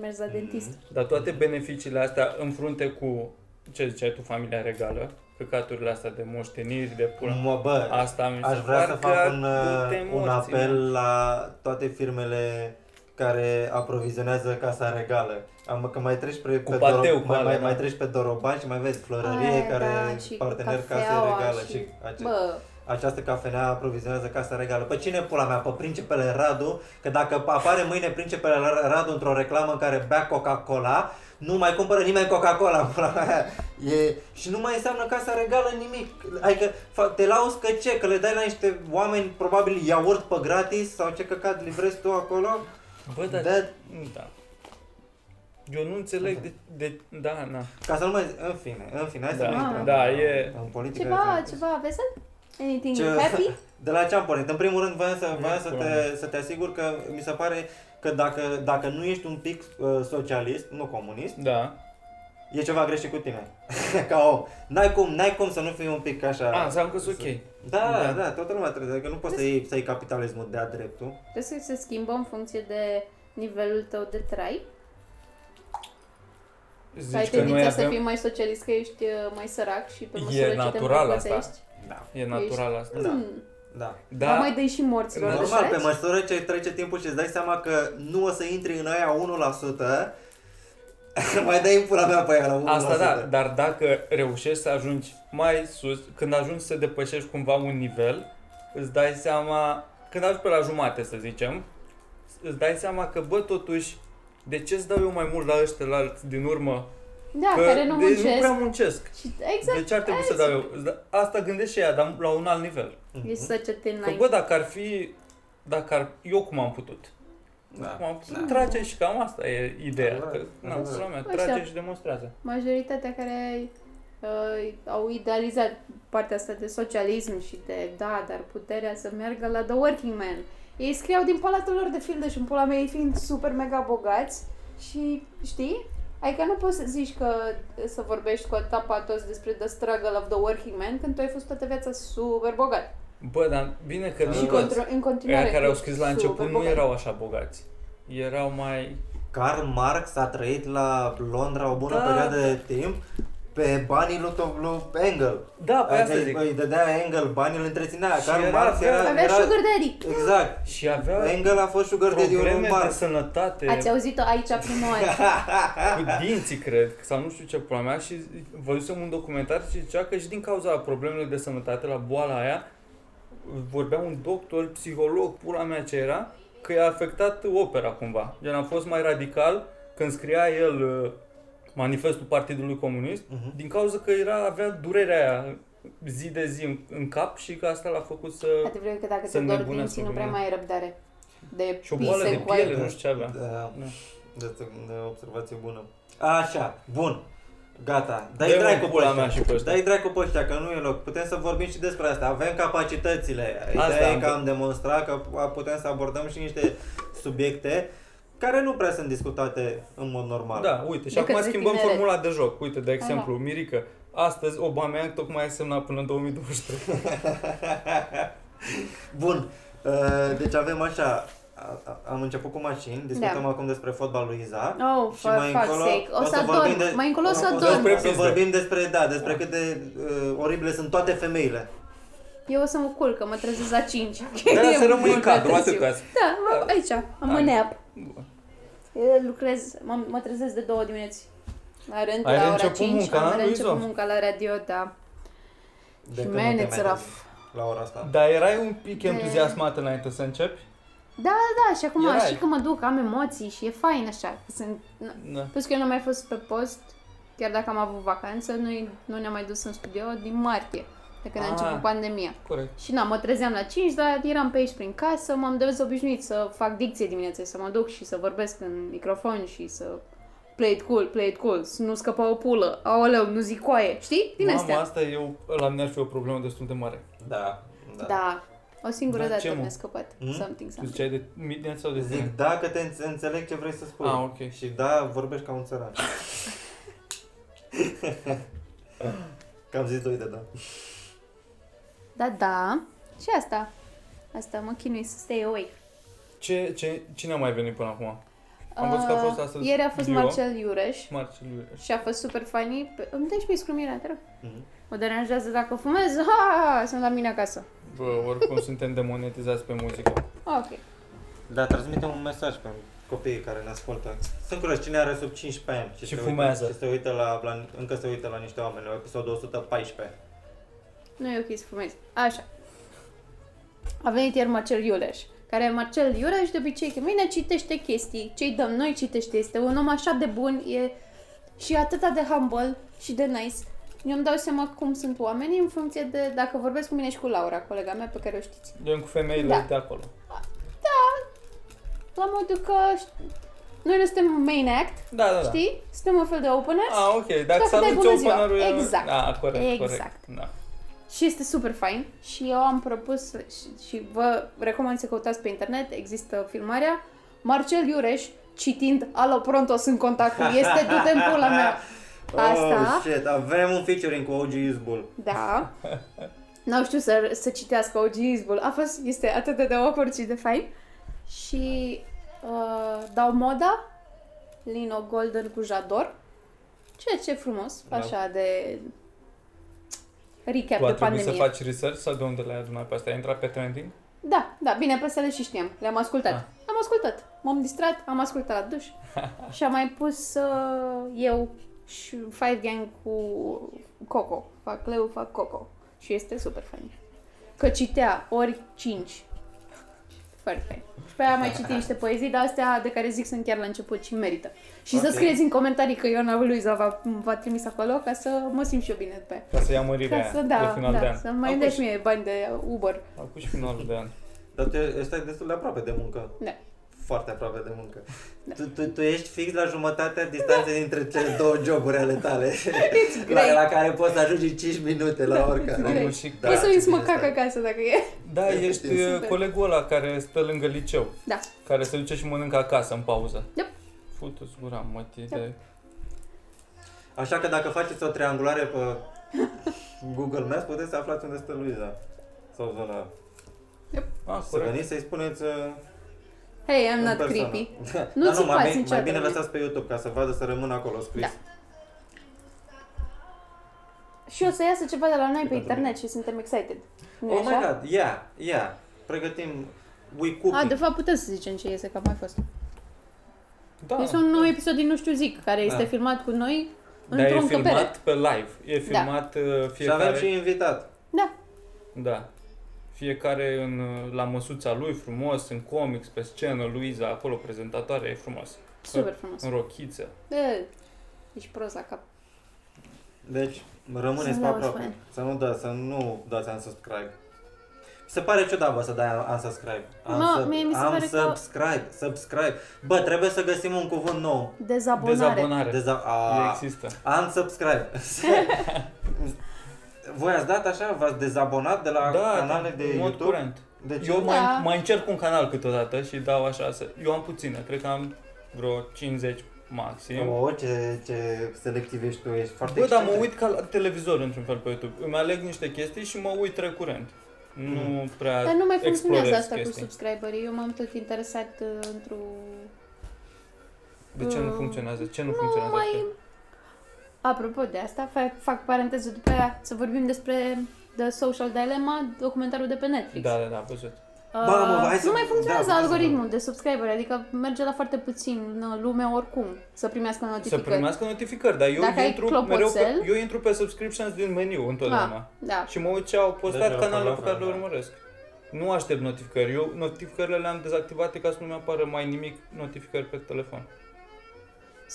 S3: Mergi
S4: Mhm.
S3: la dentist.
S4: Dar toate beneficiile astea în frunte cu, ce ziceai tu, familia regală, căcaturile astea de moșteniri, de pula.
S1: Mă, bă,
S4: Asta mi se
S1: Mm. Aș vrea să
S4: pare că
S1: fac un, uh,
S4: du-te
S1: un
S4: morții,
S1: apel la toate firmele care aprovizionează Casa Regală. Am, că mai treci pe,
S4: Cu
S1: pe
S4: pateu,
S1: Doro-
S4: cu
S1: mai,
S4: alea,
S1: mai,
S4: da.
S1: mai treci pe Doroban și mai vezi florărie
S3: Aia,
S1: care
S3: da,
S1: e
S3: și
S1: partener Casa
S3: cafeaua
S1: Regală
S3: și-
S1: și, ace-
S3: Bă,
S1: această cafenea aprovizionează Casa Regală. Pe cine pula mea? Pe Principele Radu? Că dacă apare mâine Principele Radu într-o reclamă în care bea Coca-Cola, nu mai cumpără nimeni Coca-Cola, [laughs] pula mea. E... Și nu mai înseamnă Casa Regală nimic. Adică fa- te lauzi că ce? Că le dai la niște oameni probabil iaurt pe gratis sau ce căcat livrezi tu acolo?
S4: Bă, dar...
S1: Da.
S4: da. Eu nu înțeleg de... de da, na.
S1: Ca să nu mai... În fine, în fine, hai să
S4: Da,
S1: nu intrăm
S4: da,
S1: în-
S4: e-
S1: În politică
S3: ceva, ceva vesel? Anything
S1: Ce-
S3: happy?
S1: De la ce am pornit? În primul rând voiam să, voiam să,
S4: Pula
S1: te, să te asigur că mi se pare că dacă, dacă nu ești un pic uh, socialist, nu comunist,
S4: Da.
S1: e ceva greșit cu tine. [laughs] Ca om. N-ai cum, n-ai cum să nu fii un pic așa.
S4: A, înseamnă că sunt ok.
S1: Da,
S4: Ah, Da.
S1: da, da, toată lumea trebuie, că nu poți să iei, să iei capitalismul de-a dreptul.
S3: Trebuie să se schimbă în funcție de nivelul tău de trai. Să ai
S4: Zici că noi
S3: tendința să fii
S4: avem...
S3: mai socialist, că ești uh, mai sărac și pe
S4: E
S3: măsură ce te
S4: natural asta.
S3: îmbogățești.
S1: Da,
S4: E natural asta.
S1: Da.
S3: Mm.
S1: da.
S3: Da. Dar mai
S4: Da,
S3: dai și morților de
S1: Normal, pe
S3: săraci.
S1: măsură ce trece timpul și îți dai seama că nu o să intri în aia 1%, [laughs] mai dai în pula mea pe aia la 1%.
S4: asta da, dar dacă reușești să ajungi mai sus, când ajungi să depășești cumva un nivel, îți dai seama, când ajungi pe la jumate să zicem, îți dai seama că bă totuși, de ce îți dau eu mai mult la ăștia la alți din urmă?
S3: Da,
S4: că
S3: care nu
S4: de- nu
S3: muncesc.
S4: prea muncesc.
S3: Și, exact.
S4: Deci ar trebui să
S3: aia
S4: dau eu. da- Asta gândește ea, dar la un alt nivel.
S1: Mm-hmm. Mhm.
S3: E such a thin
S4: Că
S3: line.
S4: bă, dacă ar fi, dacă ar, eu cum am putut?
S1: da.
S4: Cum am putut? Trage și cam asta e ideea.
S1: Da,
S4: Că,
S1: da,
S4: na,
S1: da.
S4: pula mea,
S3: Așa.
S4: trage și demonstrează.
S3: Majoritatea care uh, au idealizat partea asta de socialism și de, da, dar puterea să meargă la the working man. Ei scriau din palatul lor de filde și în pula mea ei fiind super mega bogați și știi? Adică nu poți să zici că să vorbești cu atâta patos despre the struggle of the working man când tu ai fost toată viața super bogat.
S4: Bă, dar bine că
S1: Și
S4: nu
S3: Și
S4: toți
S3: contru- în continuare
S4: Da, Aia care au
S3: tu
S4: scris la
S3: super
S4: început nu
S3: bogat.
S4: erau așa bogați. Erau mai...
S1: Karl Marx a trăit la Londra o bună
S4: Da.
S1: perioadă de timp pe banii lui, Tom- lui Engel.
S4: Da, pe asta
S1: Adică
S4: zic.
S1: îi- Îi dădea Engel banii, îl întreținea.
S4: Și
S1: Karl
S4: era-
S1: Marx era...
S3: Avea
S1: era
S3: sugar daddy.
S1: Exact.
S4: Și aveau
S1: Engel a fost sugar daddy lui
S4: probleme de
S1: Marx.
S4: sănătate
S3: Ați auzit-o aici prima oară.
S4: cu dinții, cred, sau nu știu ce pula mea și văzusem un documentar și zicea că și din cauza problemelor de sănătate la boala aia vorbea un doctor, psiholog, pula mea ce era, că i-a afectat opera cumva. Gen a fost mai radical când scria el uh, manifestul Partidului Comunist,
S1: Mhm.
S4: din cauza că era, avea durerea aia zi de zi în, în cap și că asta l-a făcut să...
S3: Adevărul e că dacă
S4: Să
S3: te dor
S4: nebunească
S3: dinții nu prea
S4: lumea.
S3: mai ai răbdare. De
S4: Și o
S3: pise
S4: boală de
S3: cu
S4: piele,
S3: aer.
S4: nu știu ce avea.
S1: Da.
S4: Da.
S1: De, de observație bună. Așa, bun. Gata. Dai
S4: Dă-i
S1: dracu
S4: mă,
S1: pe
S4: pula
S1: ăștia.
S4: mea și pe ăștia.
S1: Dai dracu pe ăștia, că nu e loc. Putem să vorbim și despre asta. Avem capacitățile. Ideea
S4: Asta
S1: e
S4: am-
S1: că am demonstrat că putem să abordăm și niște subiecte care nu prea sunt discutate în mod normal.
S4: Da, uite, și
S3: De
S4: acum
S3: către
S4: schimbăm
S3: tineret.
S4: formula de joc. Uite, de exemplu,
S3: Aha.
S4: Mirica, astăzi Aubameyang tocmai a semnat până în 2023.
S1: Bun. Uh, Deci avem așa. A- a- Am început cu mașini, discutăm
S3: Da.
S1: acum despre fotbal lui Iza.
S3: Oh,
S1: Și
S3: for
S1: mai
S3: fuck's
S1: încolo
S3: sake. O să
S1: vorbim
S3: adorm.
S1: de-
S3: Mai încolo o să
S1: o
S3: adorm.
S1: O să
S4: Despre
S1: vorbim despre, da, despre cât de uh, oribile sunt toate femeile.
S3: Eu o să mă culc, că mă trezesc la 5.
S4: Dar
S3: E
S4: Da, să rămâi în
S3: mult prea
S4: cadru, atât
S3: târziu.
S4: ca să-
S3: Da, mă- aici, am
S4: Hai.
S3: un nap. Eu lucrez, mă, mă trezesc de două dimineți. La rând,
S4: Ai
S3: la ora
S4: reînceput
S3: 5,
S4: munca,
S3: am
S4: Luizo?
S3: reînceput munca la radio, da.
S1: De când
S3: Și
S1: nu te
S3: man,
S1: mai
S3: it's rough.
S1: trezi La ora asta.
S4: Dar erai un pic entuziasmat înainte să începi?
S3: Da, și acum
S4: Erai.
S3: și că mă duc, am emoții și e fain așa. că Sunt,
S4: Da.
S3: plus că eu n-am mai fost pe post, chiar dacă am avut vacanță, noi nu ne-am mai dus în studio din martie. de când a
S4: Ah.
S3: început pandemia.
S4: Corect.
S3: Și na, mă trezeam la 5, dar eram pe aici prin casă, m-am dezobișnuit să fac dicție dimineața, să mă duc și să vorbesc în microfon și să play it cool, play it cool, să nu scăpa o pulă, aoleu, nu zic coaie, știi? Din
S4: Mama,
S3: astea.
S4: asta e o, la mine ar fi o problemă destul de mare.
S1: Da, da.
S3: Da, o singură
S4: Dar ce,
S3: dată
S4: mă?
S3: mi-a scăpat.
S1: Hmm?
S3: Something,
S4: Tu
S3: something.
S4: ziceai de mine sau de tine?
S1: Zic da că te înț- înțeleg ce vrei să spui.
S4: Ah, ok.
S1: Și da, vorbești ca un [laughs] țăran. că am zis doi de da.
S3: Da, da. Și asta. Asta mă chinui să stay away.
S4: Ce, ce, cine a mai venit până acum? Am văzut că a fost astăzi
S3: Uh, Ieri a fost
S4: Dio.
S3: Marcel Iureș
S4: Marcel Iureș.
S3: și a fost super funny. Pe- Îmi dai și mie scrumirea, te rog.
S1: Mhm.
S3: Mă deranjează dacă fumez. Ha, sunt la mine acasă.
S4: Bă, oricum [laughs] suntem demonetizați pe muzică.
S3: Ok.
S1: Dar Da, transmite un mesaj pe copiii care ne ascultă. Sunt curios cine are sub 15 ani
S4: Și
S1: se
S4: fumează.
S1: Uită, și se uită la, la, încă se uită la niște oameni, la episodul 114.
S3: Nu e ok să fumezi. Așa. A venit ieri Marcel Iureș, care Marcel Iureș de obicei că mine citește chestii, ce-i dăm noi citește, este un om așa de bun, e și atâta de humble și de nice. Eu îmi dau seama cum sunt oamenii în funcție de dacă vorbesc cu mine și cu Laura, colega mea pe care o știți.
S4: Eu cu femeile
S3: Da.
S4: de acolo.
S3: La modul că ș- noi nu suntem main act,
S4: Da, da, da.
S3: știi? Suntem un fel de openers
S4: Ah, ok.
S3: Dacă
S4: Dacă s-a
S3: dai
S4: dus
S3: bună ziua.
S4: openerul e-
S3: Exact.
S4: Ah, corect,
S3: Exact.
S4: corect. Da.
S3: Și este super fain și eu am propus și, și vă recomand să căutați pe internet, există filmarea. Marcel Iureș citind Alo Pronto sunt contactul, este du în pula mea. Asta.
S1: [laughs] Oh, shit, avem un featuring cu OG Isbul.
S3: Da. N-au știut să, să citească ogizbul. A fost, este atât de awkward și de fain. Și uh, dau moda Lino Golden cu Jador. Ceea ce e frumos,
S1: Da.
S3: așa de recap
S4: Tu
S3: de
S4: a trebuit
S3: pandemie.
S4: să faci research sau de unde le-ai adunat pe astea? Ai intrat pe trending?
S3: Da, da, bine, pe astea le și știam. Le-am ascultat.
S4: Ah.
S3: Am ascultat. M-am distrat, am ascultat la
S4: [laughs]
S3: duș. și am mai pus uh, eu și Five Gang cu Coco. Fac Leu, fac Coco. Și este super fain. Că citea ori 5. Foarte fain. Și pe aia mai citit
S4: [laughs]
S3: niște poezii, dar astea de care zic sunt chiar la început și merită. Și să
S1: Ok.
S3: scrieți în comentarii că Iona Luiza v-a, v-a trimis acolo ca să mă simt și eu bine după aia.
S4: Ca să ia mărirea
S3: Ca
S4: aia
S3: să,
S4: de
S3: da,
S4: final de
S3: da,
S4: an.
S3: să mai
S4: Au
S3: îmi dai și
S4: pus-
S3: mie bani de Uber.
S4: Au pus și finalul de an.
S1: Dar tu stai destul de aproape de muncă.
S3: Da.
S1: Foarte aproape de muncă. Tu, tu, tu ești fix la jumătatea
S3: Da.
S1: distanței dintre cele două joburi ale
S3: [laughs]
S1: tale. la,
S4: Da,
S3: great.
S1: la care poți să ajungi 5 minute la oricare.
S3: great.
S4: Omul și-
S1: Da,
S3: Da, Poți să
S1: ce
S3: uiți
S1: bine
S3: măcac
S1: stai.
S3: acasă dacă e.
S4: Da, ești uh,
S3: Super.
S4: colegul ăla care stă lângă liceu,
S3: Da.
S4: care se duce și mănâncă acasă în pauză.
S3: Yep.
S4: Futu-ți gura, mă, de...
S1: Așa că dacă faceți o triangulare pe Google Maps, puteți să aflați unde stă Luiza. Sau zona.
S4: Ah,
S1: Să
S4: corect.
S1: veniți să-i spuneți uh,
S3: Hey, I'm
S1: în
S3: not
S1: persoană. [laughs]
S3: creepy.
S1: Dar
S3: țipați
S1: mai, bine- mai
S3: niciodată
S1: bine
S3: la mine.
S1: lăsați pe YouTube ca să vadă să rămână acolo scris.
S3: Da. Și o să iasă ceva de la noi pe
S1: Pentru
S3: internet și suntem excited. Nu-i
S1: Oh my
S3: așa?
S1: god, yeah, yeah. Pregătim We Cooking.
S3: A, de fapt putem să zicem ce iese, că a mai fost.
S4: Da.
S1: Ah,
S3: Este un nou episod din Nu știu zic, care este
S1: Da.
S3: filmat cu noi
S4: Dar e
S3: într-o încăpere.
S1: Ah.
S4: filmat pe live. E filmat uh,
S1: Și avem
S4: fiecare...
S1: și invitat.
S3: Da,
S4: Da. Fiecare în, uh, la măsuța lui, frumos, în comics, pe scenă, Luiza, acolo, prezentatoare, e frumos.
S3: super frumos.
S1: Ah.
S4: În rochiță.
S3: E, Ești prost la cap.
S1: Deci,
S3: Să
S1: rămâneți
S3: nu
S1: pe
S3: auzi,
S1: aproape.
S3: man.
S1: Să nu, da, să nu dați unsubscribe. Se pare ciudat, bă, să dai unsubscribe.
S3: Mă,
S1: Unsub-
S3: mie mi se pare că-
S1: unsubscribe, subscribe. Bă, trebuie să găsim un cuvânt nou.
S3: Dezabonare.
S4: Dezabonare.
S1: Deza-
S4: Nu
S1: a,
S4: există.
S1: unsubscribe. [laughs] Voi ați dat așa, v-ați dezabonat de la canale de
S4: Da, în mod
S1: YouTube? Deci
S4: curent.
S1: De ce?
S4: Eu
S3: Da.
S4: mai, mai încerc un canal câteodată și dau așa să... Eu am puține, cred că am vreo 50 maxim.
S1: O, ce, ce selectiv ești tu, ești foarte
S4: Bă, dar mă uit
S1: excentric.
S4: ca la televizor într-un fel pe YouTube. Îmi aleg niște chestii și mă uit recurent.
S1: Hmm.
S4: Nu prea
S3: Dar nu mai funcționează
S4: explorez
S3: asta cu
S4: chestii.
S3: subscriberii. Eu m-am tot interesat uh, într-o...
S4: De ce nu
S3: Mm.
S4: funcționează? Ce nu,
S3: Nu
S4: funcționează?
S3: mai... Apropo de asta, fac, fac paranteză după aia să vorbim despre The Social Dilemma, documentarul de pe Netflix.
S4: Da, da, da, am văzut.
S3: Uh,
S1: Ba, mă, hai să-
S3: nu mai funcționează
S1: da, hai să
S3: algoritmul
S1: vorbim.
S3: de subscriberi, adică merge la foarte puțin în lume oricum să primească
S4: Să
S3: notificări.
S4: primească notificări, dar eu
S3: Dacă ai
S4: intru mereu pe,
S3: clopoțel-
S4: eu intru pe subscriptions din meniu întotdeauna.
S3: da, da.
S4: Și mă uit ce au postat
S1: Deja,
S4: canalele
S1: acolo,
S4: pe care le
S1: da.
S4: urmăresc. Nu aștept notificări. Eu notificările le-am dezactivate ca să nu mi apară mai nimic notificări pe telefon.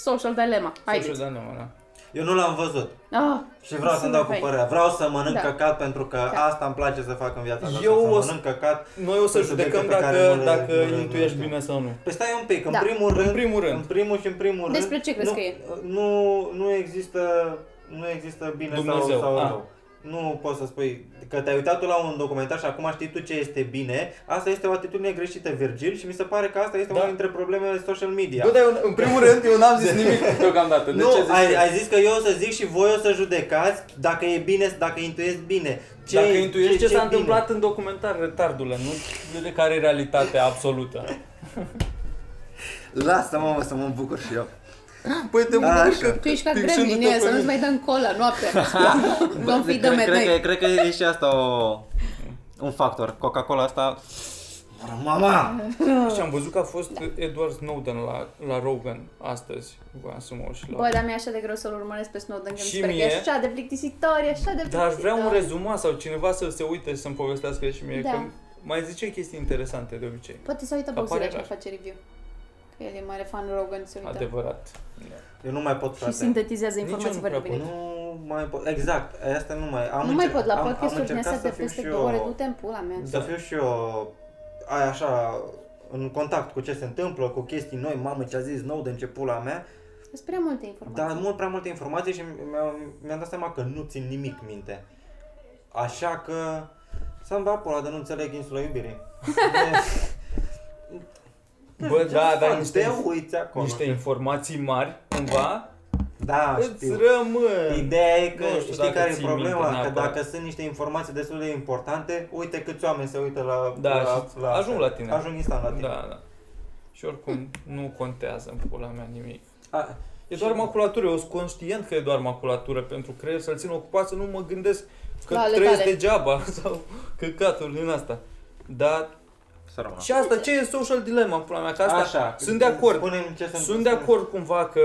S3: Social Dilemma,
S4: Social
S3: haideți.
S4: Dilemma, da.
S1: Eu nu l-am văzut
S3: Ah,
S1: și vreau
S3: Sunt
S1: să-mi dau cu
S3: fake.
S1: părerea. Vreau să mănânc
S3: Da.
S1: căcat pentru că
S3: Da.
S1: asta îmi place să fac în viața mea.
S4: Eu
S1: să
S4: o să-
S1: mănânc căcat.
S4: Noi o să
S1: Sunt subiecte
S4: judecăm
S1: pe care
S4: dacă,
S1: nu le-
S4: dacă
S1: nu le- nu le
S4: intuiești
S1: știu.
S4: bine sau nu.
S1: Păi stai un pic, în
S3: Da.
S1: primul rând,
S4: În primul rând.
S1: în primul și în primul
S3: Despre
S1: rând,
S3: ce crezi
S1: nu,
S3: că e?
S1: Nu, nu există, nu există bine
S4: Dumnezeu,
S1: sau, sau
S4: a.
S1: rău. Nu poți să spui că te-ai uitat tu la un documentar și acum știi tu ce este bine. Asta este o atitudine greșită, Virgil, și mi se pare că asta este
S4: Da.
S1: una dintre problemele social media.
S5: Bă, dar eu, în primul rând, eu n-am zis nimic
S4: [laughs]
S5: deocamdată. De
S1: nu,
S5: ce zici
S1: ai,
S5: tu?
S1: ai zis că eu o să zic și voi o să judecați dacă e bine, dacă intuiesc bine.
S4: Ce, dacă intuiești ce,
S1: e
S4: s-a
S1: bine.
S4: întâmplat în documentar, retardule, nu de care e realitatea absolută.
S3: Ah.
S1: Lasă-mă mă, să mă bucur și eu.
S5: Păi te mă
S1: Așa.
S5: că
S3: Tu ești ca
S5: pixându-te
S3: gremlin,
S5: pe
S3: să nu-ți
S5: mine.
S3: mai dăm cola
S1: [laughs]
S3: noaptea. Vom fi de
S1: cred, cred,
S3: medai.
S1: că, cred că e și asta o, un factor. Coca-Cola asta... Mama!
S4: Și am văzut că a fost Edward Snowden la, la Rogan astăzi. Voiam să mă uit și la...
S3: Bă, dar mi-e așa de greu să-l urmăresc pe Snowden, că mi
S4: Și
S3: se pare că
S4: mie.
S3: e așa de plictisitor, e așa de plictisitor.
S4: Dar aș vrea un rezumat sau cineva să se uite și să-mi povestească și mie,
S3: Da.
S4: că mai zice chestii interesante de obicei.
S3: Poate să uită
S4: Apare
S3: Băuțile
S4: așa.
S3: și face review. Că el e mare fan Rogan, se uită.
S4: Adevărat. da.
S1: Eu nu mai pot,
S3: Și
S1: frate.
S3: sintetizează
S4: Nici eu
S3: informații
S4: nu
S3: foarte
S4: prea
S3: bine.
S4: pot.
S1: Nu mai pot, exact, asta nu mai am
S3: Nu mai
S1: încer-
S3: pot, la
S1: am- am
S3: podcasturi din
S1: încercat
S3: astea de
S1: să fiu
S3: peste
S1: și
S3: două ore,
S1: eu-
S3: du-te în pula mea.
S4: Da,
S1: Să fiu și eu ai așa în contact cu ce se întâmplă, cu chestii noi, mamă ce a zis nou de ce pula mea,
S3: Sunt prea multe
S4: Da,
S1: dar
S3: informații.
S1: mult prea multe informații și mi-am, mi-am dat seama că nu țin nimic minte. Așa că să-mi bag pula de nu înțeleg insula iubirii.
S4: [laughs] Bă, da,
S1: Ce [laughs]
S4: dar
S1: faci?
S4: niște,
S1: Te uiți acolo.
S4: niște informații mari, cumva,
S1: Da,
S4: îți
S1: știu.
S4: rămân.
S1: Ideea e că
S4: Nu știu
S1: știi
S4: dacă
S1: care e
S4: ții
S1: problema?
S4: minte
S1: că
S4: neapărat.
S1: dacă sunt niște informații destul de importante, uite câți oameni se uită la...
S4: Da,
S1: la,
S4: și
S1: la
S4: ajung la tine.
S1: Ajung instant la tine.
S4: Da, da. Și oricum nu contează în pula mea nimic.
S1: A,
S4: E doar maculatură, eu sunt conștient că e doar maculatură pentru creier să-l țin ocupat, să nu mă gândesc că
S3: La Da, ale
S4: trăiesc
S3: tale.
S4: degeaba [laughs] sau căcatul din asta. Dar
S1: Sărăma.
S4: și asta, ce e social dilemma, pula mea, că asta
S1: Așa,
S4: sunt de acord.
S1: Spunem ce sunt,
S4: Sunt de acord cumva că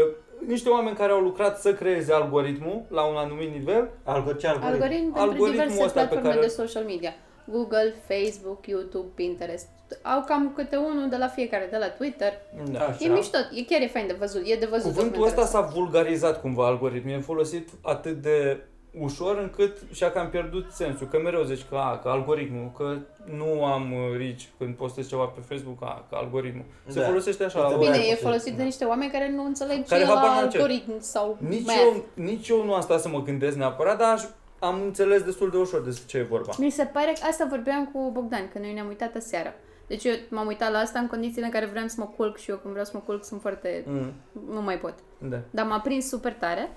S4: niște oameni care au lucrat să creeze algoritmul la un anumit nivel,
S1: Algo, ce algoritm?
S3: Algoritm pentru
S4: Algoritmul
S3: diverse
S4: ăsta pe
S3: platforme
S4: care-
S3: de social media. Google, Facebook, YouTube, Pinterest. Au cam câte unul de la fiecare, de la Twitter.
S4: da.
S1: Așa.
S3: E mișto, e chiar e fain de văzut, e de văzut
S4: cuvântul
S3: documentarul
S4: ăsta s-a vulgarizat cumva algoritmul, e folosit atât de ușor încât și-a cam pierdut sensul, că mereu zici că, a, că algoritmul, că nu am uh, reach când postez ceva pe Facebook, a, că algoritmul. Se
S1: Da.
S4: folosește așa
S1: Uite,
S4: la
S1: bă,
S4: ora.
S3: Bine,
S1: Algoritmul,
S3: e
S1: să
S3: folosit
S1: zicem,
S3: de
S1: da.
S3: niște oameni care nu înțeleg ce
S4: Care
S3: e
S4: habar
S3: la
S4: n-au înțeles.
S3: algoritm sau
S4: Nici
S3: math.
S4: eu, nici eu nu asta să mă gândesc neapărat, dar aș- am înțeles destul de ușor despre ce e vorba.
S3: Mi se pare că asta vorbeam cu Bogdan, că noi ne-am uitat aseară. Deci eu m-am uitat la asta în condițiile în care vreau să mă culc și eu când vreau să mă culc sunt foarte...
S4: Mm,
S3: nu mai pot.
S4: da.
S3: Dar m-a prins super tare.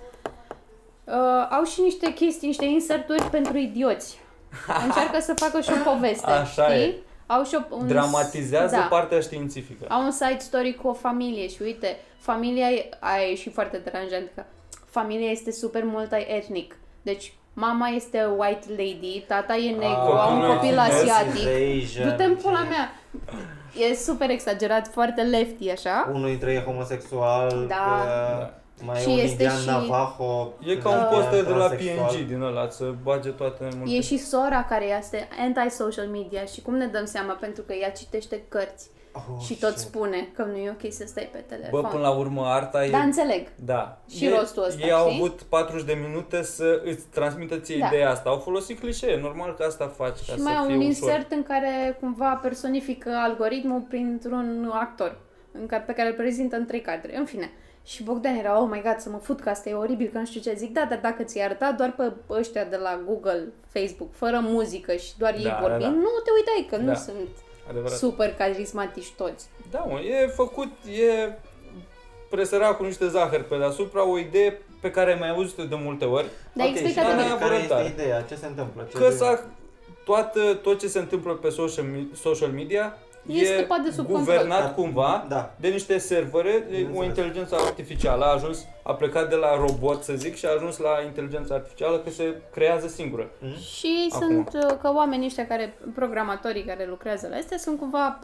S3: Uh, au și niște chestii, niște inserturi pentru
S4: [laughs]
S3: idioți. Încearcă să facă și o poveste,
S4: Așa
S3: știi?
S4: e.
S3: Au și o, un...
S4: Dramatizează
S3: da.
S4: partea științifică.
S3: Au un side story cu o familie și uite, familia e, a ieșit foarte deranjant că familia este super multi-etnic. Deci mama este white lady, tata e negru, au un
S4: Ah, copilul
S3: copil
S4: e chinez,
S3: asiatic. Du-te în pula mea! E super exagerat, foarte lefty așa.
S1: Unul dintre ei e homosexual,
S3: Ah. Da.
S1: uh, mai
S3: Și
S1: e un
S3: este
S1: indian
S3: și-
S1: navajo.
S4: E ca un
S1: lesbian,
S4: poster de la
S1: transexual.
S4: PNG din ăla, să bage toate multe.
S3: E și sora care este anti-social media și cum ne dăm seama pentru că ea citește cărți
S1: Oh,
S3: și tot
S1: shit.
S3: spune că nu e ok să stai pe telefon.
S4: Bă, până la urmă, arta e...
S3: Dar înțeleg.
S4: Da.
S3: Și
S4: Ei-
S3: rostul ăsta,
S4: Ei au
S3: știi?
S4: avut 40 de minute să îți transmită ție
S3: Da.
S4: ideea asta. Au folosit clișee, normal că asta faci ca
S3: Și
S4: să
S3: mai au
S4: fie
S3: un
S4: ușor.
S3: insert în care cumva personifică algoritmul printr-un actor în care, pe care îl prezintă în trei cadre. În fine. Și Bogdan era, oh my god, să mă fut că asta e oribil, că nu știu ce zic. Da, dar dacă ți-ai arătat doar pe ăștia de la Google, Facebook, fără muzică și doar ei
S4: Da, da,
S3: vorbind,
S4: da.
S3: nu te uitai că
S4: Da.
S3: nu sunt
S4: Adevărat.
S3: super carismatici toți.
S4: Da, mă, e făcut, e presărat cu niște zahăr pe deasupra, o idee pe care ai mai auzit-o de multe ori,
S3: Dar
S1: Ok, și
S3: explică
S4: de
S1: care-
S4: mine.
S1: Care
S4: Abordare.
S1: este ideea? Ce se întâmplă? Ce
S4: că s-a, toată, tot ce se întâmplă pe social, mi- social media
S3: E scăpat de sub
S4: guvernat
S1: Da.
S4: cumva
S1: Da.
S4: de niște servere, de o
S1: Bineînțeles.
S4: inteligență artificială a ajuns, a plecat de la robot, să zic, și a ajuns la inteligența artificială că se creează singură.
S3: Și
S4: Acum.
S3: sunt uh, că oamenii ăștia care, programatorii care lucrează la astea, sunt cumva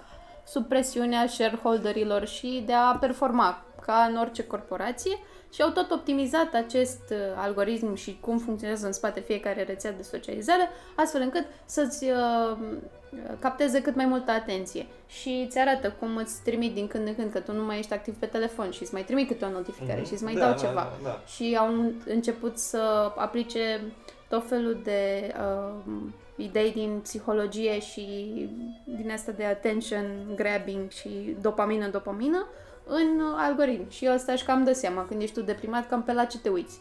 S3: sub presiunea shareholderilor și de a performa ca în orice corporație Și au tot optimizat acest uh, algoritm și cum funcționează în spate fiecare rețea de socializare, astfel încât să-ți uh, capteze cât mai multă atenție și îți arată cum îți trimit din când în când că tu nu mai ești activ pe telefon și îți mai trimit câte o notificare
S1: Mhm.
S3: și îți mai
S1: Da,
S3: dau
S1: da,
S3: ceva
S1: Da, da.
S3: și au început să aplice tot felul de uh, idei din psihologie și din asta de attention grabbing și dopamină, dopamină în uh, algoritm. Și asta își cam dă seama când ești tu deprimat, cam pe la ce te uiți.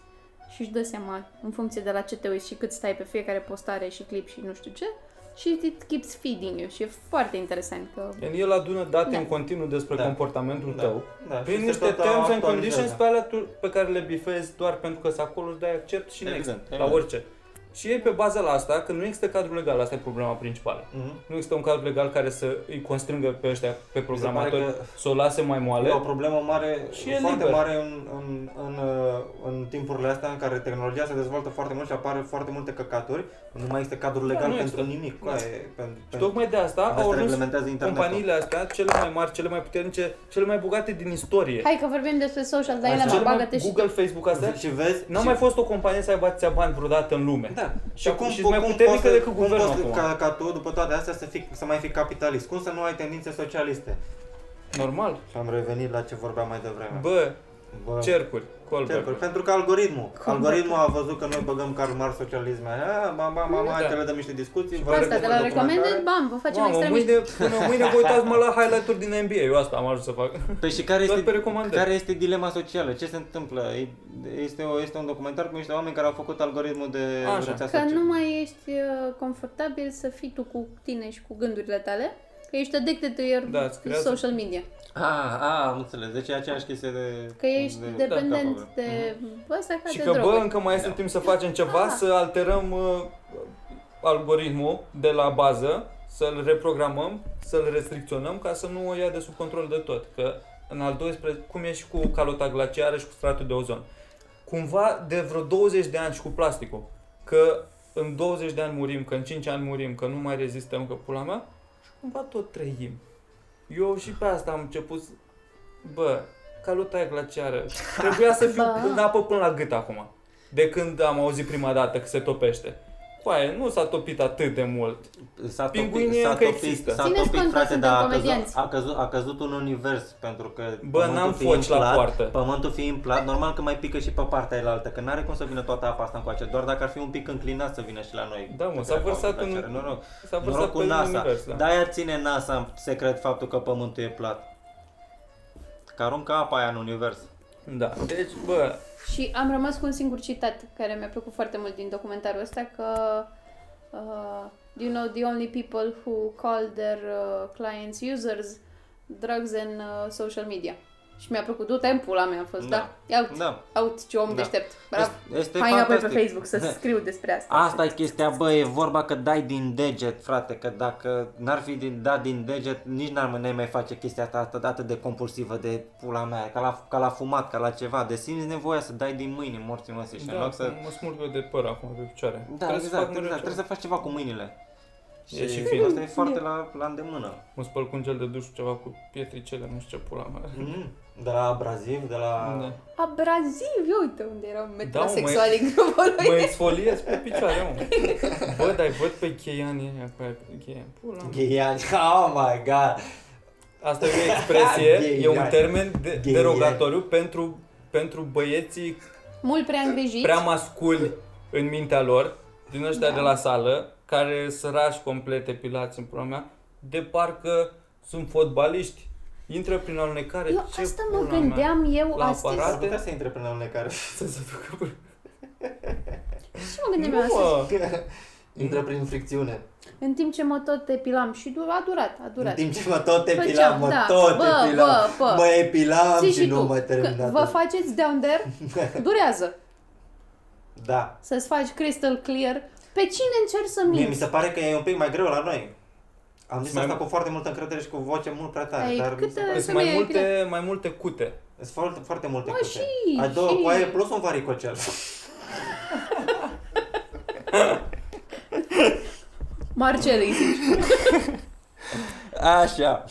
S3: Și își dă seama în funcție de la ce te uiți și cât stai pe fiecare postare și clip și nu știu ce. Și it keeps feeding you și e foarte interesant că...
S4: Gen, El adună date
S3: Da.
S4: în continuu despre
S1: Da.
S4: comportamentul
S1: Da.
S4: tău
S1: da.
S4: prin
S1: și se
S4: niște
S1: tot
S4: terms and
S1: actualizează.
S4: conditions pe alea tu, pe care le bifezi doar pentru că sunt acolo, îți dai accept și next,
S5: Exact,
S4: la
S5: exact.
S4: orice. Și ei pe baza la asta, că nu există cadru legal, asta e problema principală.
S1: Mhm.
S4: Nu există un cadru legal care să îi constrângă pe ăștia, pe
S1: Mi se pare
S4: programatori,
S1: că-
S4: să o lase mai moale.
S1: E o problemă mare,
S4: Și e
S1: foarte
S4: liber.
S1: mare în, în, în, uh, în timpurile astea în care tehnologia se dezvoltă foarte mult și apare foarte multe căcaturi. Nu mai este cadru legal
S4: nu
S1: pentru
S4: există.
S1: nimic.
S4: Da.
S1: Da. E, pentru,
S4: Și tocmai de asta au
S1: asta
S4: ajuns
S1: reglementează internetul.
S4: companiile astea, cele mai mari, cele mai puternice, cele mai bogate din istorie.
S3: Hai că vorbim despre social, dar
S1: Hai
S3: ele
S1: să-
S3: mă
S4: Cele mai
S3: bagă-te și
S4: Google, Facebook, astea.
S1: Și vezi?
S4: N-a
S1: și-
S4: mai fost o companie să aibă atâția bani vreodată în lume.
S1: Da.
S4: Și acum și
S1: po-
S4: mai puternică
S1: să-
S4: decât
S1: cum
S4: guvernul
S1: poți
S4: acum.
S1: ca, ca tu, după toate astea, să, fii, să mai fii capitalist? Cum să nu ai tendințe socialiste?
S4: Normal.
S1: Și am revenit la ce vorbeam mai devreme.
S4: Bă,
S1: Bă,
S4: cercuri,
S1: Cercuri.
S4: colbert.
S1: Pentru că algoritmul.
S3: Cum?
S1: Algoritmul a văzut că noi băgăm Karl Marx socialisme. A, ba, ba, ba, ba, hai
S4: Da.
S1: că le dăm niște discuții. vă
S3: Asta, de la recomanded, bam, vă facem
S4: Mamă,
S3: extrem
S4: mâine, până mâine vă uitați mă la highlight-uri din NBA, eu asta am ajuns să fac.
S1: Păi și care
S4: Doar pe
S1: este,
S4: recomandări.
S1: care este dilema socială? Ce se întâmplă? E- Este, o, este un documentar cu niște oameni care au făcut algoritmul de
S4: Așa.
S1: rețea
S3: Că
S1: socială.
S3: nu mai ești uh, confortabil să fii tu cu tine și cu gândurile tale, că ești addicted to your
S4: Da, îți creează-
S3: social media.
S1: A, a, am înțeles. Deci e aceeași chestie de...
S3: Că ești
S1: de-
S3: dependent
S1: da,
S3: de, bă, asta ca
S4: Și
S3: de
S4: că, bă,
S3: droguri.
S4: încă mai este timp să facem ceva,
S3: Da.
S4: să alterăm uh, algoritmul de la bază, să-l reprogramăm, să-l restricționăm ca să nu o ia de sub control de tot. Că în al 12, cum e și cu calota glaciară și cu stratul de ozon. Cumva de vreo 20 de ani și cu plasticul. Că în 20 de ani murim, că în 5 ani murim, că nu mai rezistăm, că pula mea, și cumva tot trăim. Eu și pe asta am început, să- bă, calota aia glaciară, trebuia să fiu
S3: Bă.
S4: în apă până la gât acum. De când am auzit prima dată că se topește. Coaie, nu s-a topit atât de mult.
S1: S-a
S4: Pinguinii
S1: topit, s-a
S4: încă
S1: topit,
S4: există.
S1: s-a
S3: Țineți
S1: topit,
S3: cont că
S1: frate,
S3: suntem
S1: dar a căzut,
S3: comedianți.
S1: a, căzut, a căzut un univers, pentru că
S4: Bă,
S1: pământul
S4: n-am
S1: fiind
S4: foci la
S1: plat,
S4: poartă.
S1: Pământul fiind plat, normal că mai pică și pe partea elaltă, că n-are cum să vină toată apa asta încoace, doar dacă ar fi un pic înclinat să vină și la noi.
S4: Da, mă,
S1: Pe
S4: s-a
S1: treaba
S4: vărsat
S1: asta,
S4: în-
S1: ce are Noroc,
S4: S-a
S1: noroc
S4: vărsat
S1: cu
S4: pe
S1: NASA.
S4: univers, da.
S1: De-aia ține NASA în secret faptul că pământul e plat. Că aruncă apa aia în univers.
S4: da. Deci, bă,
S3: Și am rămas cu un singur citat care mi-a plăcut foarte mult din documentarul ăsta, că uh, you know the only people who call their uh, clients users drugs and uh, social media. Și mi-a plăcut, du-te în pula mea a fost,
S1: Da.
S3: da. Ia uite,
S1: Da.
S3: Aut, ce om
S1: Da.
S3: deștept. Bravo.
S1: Este- este
S3: Hai înapoi pe
S1: fantastic.
S3: Facebook să
S1: [laughs]
S3: scriu despre asta.
S1: Asta e chestia, bă, e vorba că dai din deget, frate, că dacă n-ar fi din, dat din deget, nici n-ar n-ai mai face chestia asta atât, atât de compulsivă de pula mea, ca la, ca la fumat, ca la ceva, de simți nevoia să dai din mâini morții măsii și în
S4: da,
S1: loc să...
S4: mă smulg eu de păr acum pe picioare.
S1: Da,
S4: Trebuie să
S1: exact,
S4: fac
S1: exact,
S4: mereu
S1: trebuie
S4: ceva.
S1: să faci ceva cu mâinile.
S4: E și
S1: și
S4: fin.
S1: asta e foarte la, la îndemână.
S4: Mă spăl cu un gel de duș, ceva cu pietricele, nu știu ce pula mea.
S1: Mm. De la abraziv, de la...
S4: Da.
S3: Abraziv, eu uite unde erau
S4: mă,
S3: metrosexuali în grupul lui.
S4: Mă exfoliez pe picioare, mă. Bă, dar văd pe cheianii ăia, pe aia, pe cheiani. Pula mea.
S1: Gheiani, [laughs] oh my god!
S4: Asta e o expresie, e un
S1: Gheiani.
S4: termen de,
S1: Gheiani.
S4: derogatoriu pentru, pentru băieții
S3: Mult prea îngrijiți.
S4: prea masculi în mintea lor, din ăștia
S3: Da.
S4: de la sală, care sărași complet epilați în pula mea, de parcă sunt fotbaliști. Intră prin alunecare.
S3: Eu
S4: ce
S3: asta mă
S4: pula mea?
S3: gândeam eu
S4: La
S3: astăzi.
S4: aparat?
S1: Ar putea să intre până la unecare.
S4: Să se ducă până-
S3: Și mă gândeam eu
S4: Nu,
S3: astăzi.
S4: mă.
S1: Intră prin fricțiune.
S3: În timp ce mă tot epilam și du- a durat, a
S1: În
S3: durat.
S1: timp ce mă tot epilam,
S3: Făceam,
S1: mă
S3: da.
S1: tot
S3: Bă,
S1: epilam.
S3: bă, bă.
S1: Mă epilam
S3: Ții
S1: și, nu mă
S3: că
S1: terminat.
S3: vă faceți
S4: [laughs]
S3: down there, durează.
S1: Da.
S3: Să-ți faci crystal clear. Pe cine încerci să
S1: Mie mi
S3: minți?
S1: se pare că e un pic mai greu la noi. Am zis
S4: Mai
S1: asta
S4: mult.
S1: cu foarte multă încredere și cu voce mult prea tare,
S3: Ai,
S1: dar mi se
S3: câte-
S1: pare-
S4: Sunt
S3: femeie
S4: mai
S3: e
S4: multe, mai multe cute.
S1: sunt foarte, foarte multe
S3: Mă,
S1: cute.
S3: și-
S1: A doua
S3: și-
S1: coaie plus un varicocel.
S3: Marcel îi zici.
S5: Așa.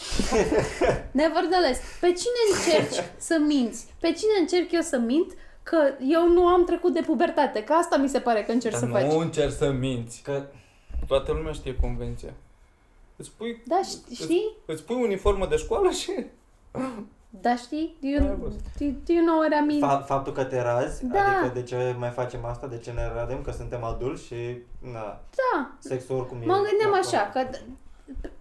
S3: Nevertheless, pe cine încerci să minți? Pe cine încerc eu să mint? că eu nu am trecut de pubertate, că asta mi se pare că încerci
S4: Dar
S3: să
S4: nu
S3: faci.
S4: încerci să minți.
S1: Că
S5: Toată lumea știe convenția.
S4: Îți pui,
S3: Da, ș- știi?
S4: îți pui uniformă de școală și...
S3: Da, știi? Do
S4: Ai
S3: you,
S4: văzut.
S3: do, do you know what I mean?
S1: fa- faptul că te razi,
S3: Da.
S1: adică de ce mai facem asta, de ce ne radem, că suntem adulți și na,
S3: Da.
S1: sexul oricum e...
S3: Mă gândeam
S1: oricum.
S3: așa, că d-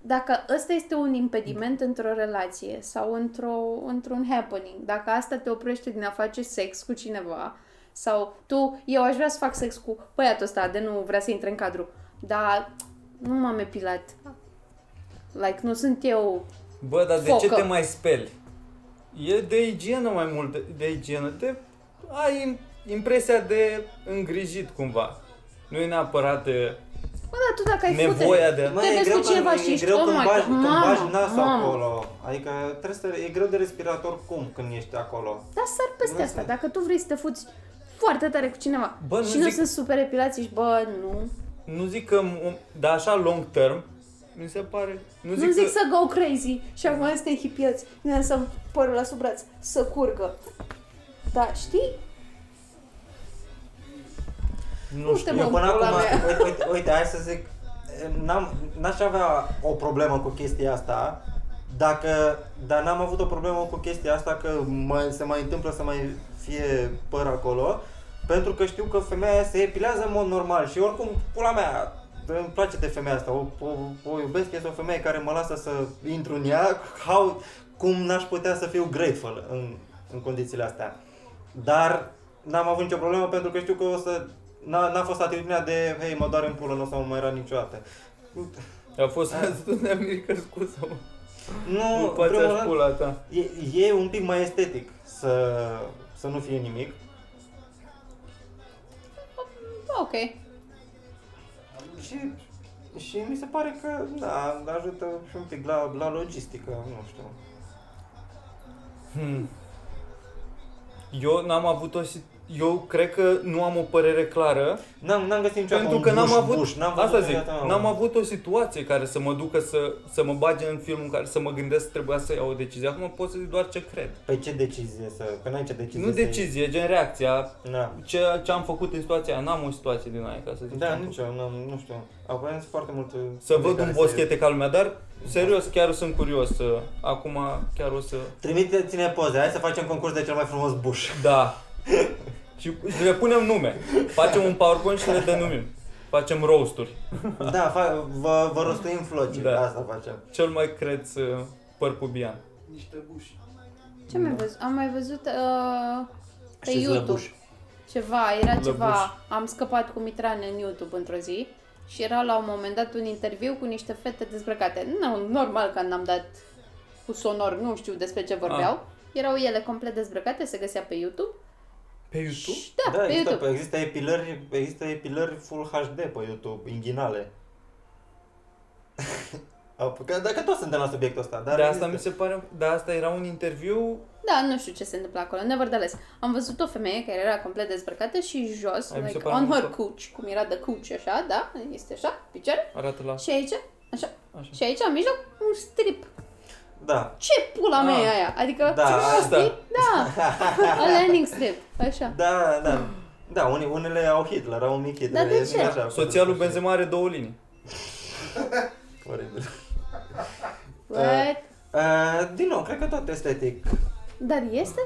S3: dacă ăsta este un impediment într-o relație sau într-o, într-un happening, dacă asta te oprește din a face sex cu cineva sau tu, eu aș vrea să fac sex cu băiatul ăsta, de nu vrea să intre în cadru, dar nu m-am epilat. Like, nu sunt eu
S4: Bă, dar de ce
S3: Focă.
S4: te mai speli? E de igienă mai mult, de, de igienă. Te, ai impresia de îngrijit cumva. Nu e neapărat eh,
S3: Bă, dar tu dacă ai
S4: nevoia
S3: fute...
S4: de...
S1: Mă,
S3: Te
S1: e
S3: vezi
S1: greu,
S3: cu cineva
S1: când,
S3: și
S1: e
S3: ești,
S1: greu
S3: "Oh
S1: când,
S3: my
S1: bagi,
S3: God,
S1: când
S3: mamă,
S1: bagi nasul
S3: mamă."
S1: acolo. Adică trebuie să, e greu de respirat oricum când ești acolo.
S3: Dar sar peste
S1: Nu
S3: asta.
S1: știu.
S3: Dacă tu vrei să te fuți foarte tare cu cineva
S4: Bă, nu
S3: și nu
S4: zic-
S3: sunt super epilați și bă, nu.
S4: Nu zic că... m- Dar așa long term, mi se pare... Nu zic,
S3: nu zic
S4: că...
S3: să go crazy și acum suntem hipioți, ne lăsăm părul la sub braț, să curgă. Da, știi?
S4: Nu știu.
S3: Uite,
S1: Eu
S3: mă,
S1: până acum,
S3: pula mea.
S1: uite, uite, uite, hai să zic, n-am, n-aș avea o problemă cu chestia asta, dacă, dar n-am avut o problemă cu chestia asta că mai, se mai întâmplă să mai fie păr acolo, pentru că știu că femeia aia se epilează în mod normal și oricum, pula mea, îmi place de femeia asta, o, o, o iubesc, este o femeie care mă lasă să intru în ea, how, cum n-aș putea să fiu grateful în, în condițiile astea. Dar n-am avut nicio problemă pentru că știu că o să... N-a, n-a fost atitudinea de, hei, mă doare în pulă, nu o să mă mai era niciodată.
S4: A [laughs] fost destul de mică, scuză-mă.
S1: Nu,
S4: Nu
S1: în
S4: poate
S1: primul
S4: aș
S1: rând,
S4: pula ta.
S1: e, e, un pic mai estetic să, să nu fie nimic.
S3: Ok.
S1: Și, și mi se pare că, da, ajută și un pic la, la logistică, nu știu.
S4: Hmm. Eu n-am avut o... si- Eu cred că nu am o părere clară.
S1: N-am, n-am găsit niciodată
S4: Pentru
S1: un
S4: că n-am
S1: buș,
S4: avut-
S1: buș, n-am
S4: Asta
S1: văzut
S4: zic,
S1: niciodată,
S4: n-am avut o situație care să mă ducă să, să mă bage în filmul în care să mă gândesc trebuia să iau o decizie. Acum pot să zic doar ce cred.
S1: Pe Păi ce decizie să... Că n-ai ce decizie
S4: nu
S1: să iei.
S4: decizie, gen reacția.
S1: Da.
S4: Ce, ce am făcut în situația aia. N-am o situație din aia, ca să zic. ce
S1: Da,
S4: am
S1: nicio, n-am, nu știu. Aparent sunt foarte multe...
S4: Deci Să
S1: de
S4: văd
S1: care
S4: un
S1: se-
S4: boschete ca lumea, dar serios, chiar sunt curios. să- Acum chiar o să...
S1: Trimite-ține poze, hai să facem concurs de cel mai frumos buș. [laughs]
S4: Da. și, și le punem nume. Facem un PowerPoint și le denumim. Facem roasturi.
S1: Da, fa- vă, vă rostuim floci,
S4: Da.
S1: da. asta facem.
S4: Cel mai creț uh, păr pubian.
S2: Niște buși.
S3: Ce mai văzut? Am mai văzut uh, pe
S1: Și
S3: YouTube
S1: slăbuș.
S3: ceva, era
S4: Lăbuș.
S3: ceva, am scăpat cu Mitran în YouTube într-o zi și era la un moment dat un interviu cu niște fete dezbrăcate. Nu, normal că n-am dat cu sonor, nu știu despre ce vorbeau.
S4: Ah.
S3: Erau ele complet dezbrăcate, se găsea pe YouTube.
S4: Pe YouTube?
S3: Și
S1: Da,
S3: Da, pe
S1: există,
S3: YouTube.
S1: pe există, epilări, există epilări full HD pe YouTube, inghinale. [laughs] Că, dacă toți suntem la subiectul ăsta, dar
S4: Dar de Da, asta mi
S1: există.
S4: se pare, de asta era un interviu,
S3: Da, nu știu ce se întâmplă acolo, nevertheless. Am văzut o femeie care era complet dezbrăcată și jos,
S4: Ai, mi se
S3: like,
S4: pare
S3: on her
S4: mișto.
S3: couch, cum era de couch, așa, da, este așa, picioare,
S4: arată la
S3: și aici, așa,
S4: Ah. așa.
S3: și aici, în mijloc, un strip.
S1: Da.
S3: Ce pula
S4: Ah.
S3: mea e aia? Adică,
S1: Da,
S4: asta.
S3: știi?
S1: [laughs]
S3: Da, a landing strip, așa.
S1: Da, da. Da, unii, unele au Hitler, au un mic Hitler.
S3: Dar de
S1: e
S3: ce?
S1: Așa,
S4: Soția lui Benzema are două linii.
S1: Oribil.
S3: What?
S1: Uh, din nou, cred că tot estetic.
S3: Dar este?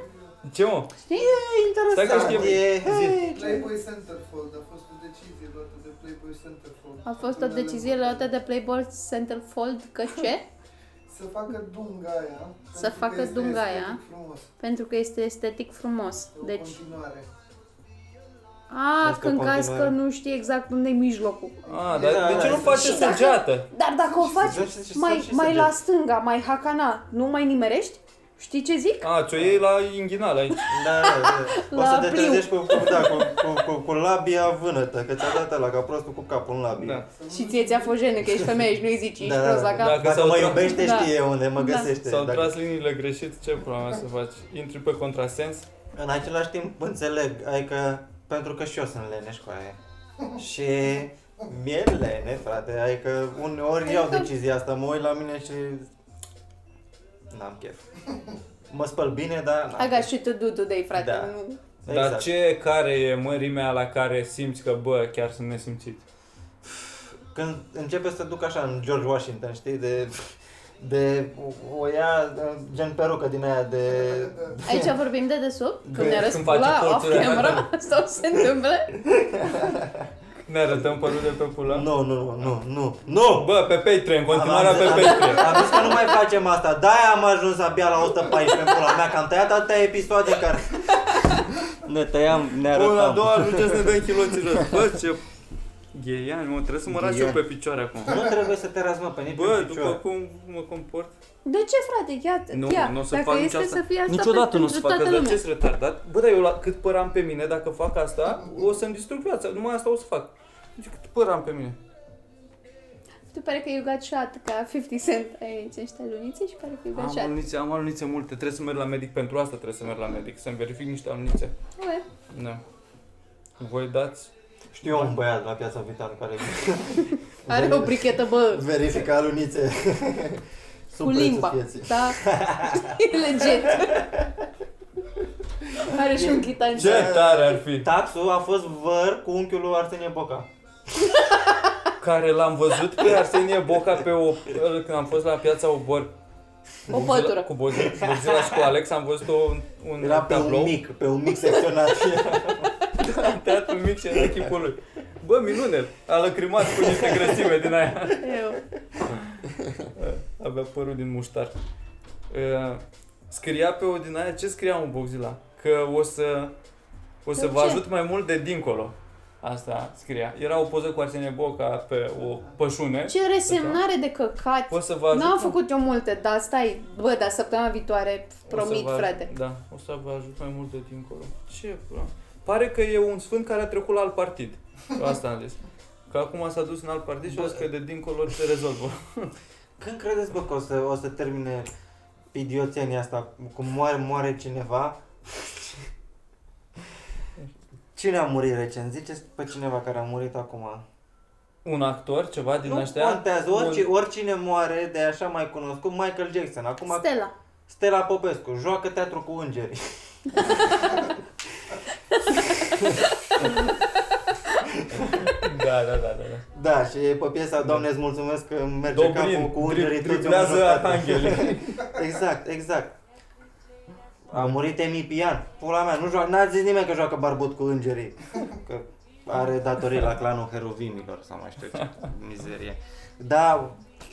S4: Ce mă?
S3: Știi?
S1: E interesant.
S4: Stai că știu.
S1: e,
S4: Zi.
S1: hei, ce-
S2: Playboy Centerfold, a fost o decizie luată de Playboy Centerfold.
S3: A fost o decizie luată de Playboy Centerfold că
S1: [laughs]
S3: ce?
S2: Să facă dunga aia.
S3: Să
S2: pentru că
S3: facă
S2: este
S3: dunga aia.
S2: estetic Frumos.
S3: Pentru că este estetic frumos.
S2: Deci...
S3: Deci,
S2: continuare.
S3: a,
S1: Vezi că
S3: că în caz că
S1: continuare.
S3: nu știi exact unde e mijlocul.
S4: A,
S1: Da,
S4: dar de
S1: da,
S4: ce nu
S1: da.
S4: face
S3: Și dacă-
S4: săgeată?
S3: Dar dacă o faci
S1: Da, și- și-
S3: mai,
S1: și-
S3: mai
S1: și-
S3: la stânga, mai hakana, nu mai nimerești? Știi ce zic?
S4: A, ți-o iei la inghinal aici.
S1: Da, da, da. O
S3: La
S1: să te
S3: pliu.
S1: trezești cu, cu, da, cu, cu, cu, cu labia vânătă, că ți-a dat ăla ca prostul cu capul în labie.
S4: Da.
S3: Și ție ți-a fost jenă că ești femeie și nu-i zici, ești
S1: Da, da,
S3: prost la
S1: da.
S3: cap.
S4: Dacă
S1: Dacă,
S4: s-au
S1: mă
S4: tras-
S1: iubește,
S3: Da.
S1: știe unde, mă
S3: Da.
S1: găsește.
S4: S-au
S1: Deci, Dacă-
S4: tras liniile greșit, ce problema să faci? Intri pe contrasens?
S1: În același timp înțeleg, adică pentru că și eu sunt leneș cu aia. Și mi-e lene, frate, adică
S3: Păi
S1: uneori iau decizia asta, mă uit la mine și n-am chef. Mă spăl bine, dar n-am
S3: Aga
S1: chef.
S3: și tu do today, frate.
S1: Da.
S3: Nu.
S4: Dar
S1: Exact.
S4: ce, care e mărimea la care simți că, bă, chiar sunt nesimțit?
S1: Când începe să duc așa în George Washington, știi, de... De o, o ia gen perucă din aia de...
S4: [laughs]
S3: Aici vorbim de desubt,
S1: Bă,
S3: când ne
S4: când
S3: răspula
S4: face
S3: off
S4: colțul,
S3: camera, [laughs] asta o să se întâmple.
S4: Ne arătăm părul de pe pula?
S1: Nu, nu, nu, nu, nu!
S4: Bă, pe Patreon, continuarea
S1: Am-
S4: pe
S1: am-
S4: Patreon.
S1: Am zis că nu mai facem asta, de-aia am ajuns abia la 114 în pula mea, că am tăiat atâtea episoade
S4: [laughs]
S1: care... Ne tăiam, ne
S4: Până la două
S1: arătam.
S4: ajungeți să ne dăm chiloții jos. Bă, ce... Gheian, mă, trebuie să mă las eu
S1: Gheian.
S4: pe picioare acum.
S1: Nu trebuie să te razmă pe nici
S4: Bă,
S1: un
S4: după
S1: picior.
S4: cum mă comport?
S3: De ce, frate? Ia,
S4: Nu,
S3: ia,
S4: nu o să
S3: dacă
S4: fac nici
S3: este
S4: asta.
S3: să fie asta
S4: Niciodată nu o
S3: pentru
S4: să fac
S3: toată
S4: asta, dar
S3: lumea.
S4: ce retardat? Bă, dar eu la cât păr am pe mine, dacă fac asta, o să-mi distrug viața. Numai asta o să fac. Deci cât păr am pe mine.
S3: Tu pare că you got shot ca 50 Cent aici, niște lunițe și pare că you got
S4: Am
S3: shot.
S4: alunițe, am alunițe multe. Trebuie să merg la medic pentru asta, trebuie să merg la medic, să-mi verific niște alunițe.
S3: Ué,
S4: Da. Voi dați?
S1: Știu un băiat la piața Vitan care
S3: Are o brichetă, bă,
S1: verifică [laughs] alunițe.
S3: cu limba.
S4: [laughs]
S3: Da? E legit. Are și un chitan.
S4: Ce tare ar fi!
S1: Taxul a fost văr cu unchiul lui Arsenie Boca.
S4: Care l-am văzut pe Arsenie Boca pe o, când am fost la piața Obor.
S3: O pătură.
S4: Cu Bozila, Bozila și cu Alex am văzut o, un, un
S1: Era pe
S4: tablou.
S1: un mic, pe un mic
S4: [laughs]
S1: secționat.
S4: Teatru mic și [laughs] era chipul lui. Bă, minune! A lăcrimat cu niște grăsime din aia.
S3: Eu.
S4: Avea părul din muștar. Uh, Scria pe o din aia, ce scria un Bozila? Că o să, o să
S3: Pe
S4: vă
S3: ce?
S4: ajut mai mult de dincolo. Asta scria. Era o poză cu Arsenie Boca pe o pășune.
S3: Ce resemnare de căcat.
S4: O să vă ajut.
S3: N-am făcut eu multe, dar stai, bă, dar săptămâna viitoare, promit, frate.
S4: Da, o să vă ajut mai mult de dincolo. Ce pula? Pare că e un sfânt care a trecut la alt partid. Eu Asta am zis. Că acum s-a dus în alt partid și o să că de dincolo se rezolvă.
S1: Când credeți, bă, că o să, o să termine idioțenia asta, cum moare, moare [laughs] cineva? Cine a murit recent? Ziceți pe cineva care a murit acum.
S4: Un actor, ceva din
S1: nu
S4: ăștia?
S1: contează, orice,
S4: Un-
S1: oricine moare de așa mai cunoscut, Michael Jackson. Acum
S3: Stella.
S1: Stella Popescu, joacă teatru cu îngeri.
S4: Da, da, da, da. da.
S1: Da, și e pe piesa Doamne, îți mulțumesc că merge capul
S4: Dobrin,
S1: cu ungerii
S4: drib-
S1: toți
S4: driblează
S1: angeli. [laughs]
S4: arhanghelii.
S1: Exact, exact. A murit Emi Pian. Pula mea, nu joacă, n-a zis nimeni că joacă barbut cu îngerii. Că are datorii la clanul heruvimilor sau mai știu ce mizerie. Da,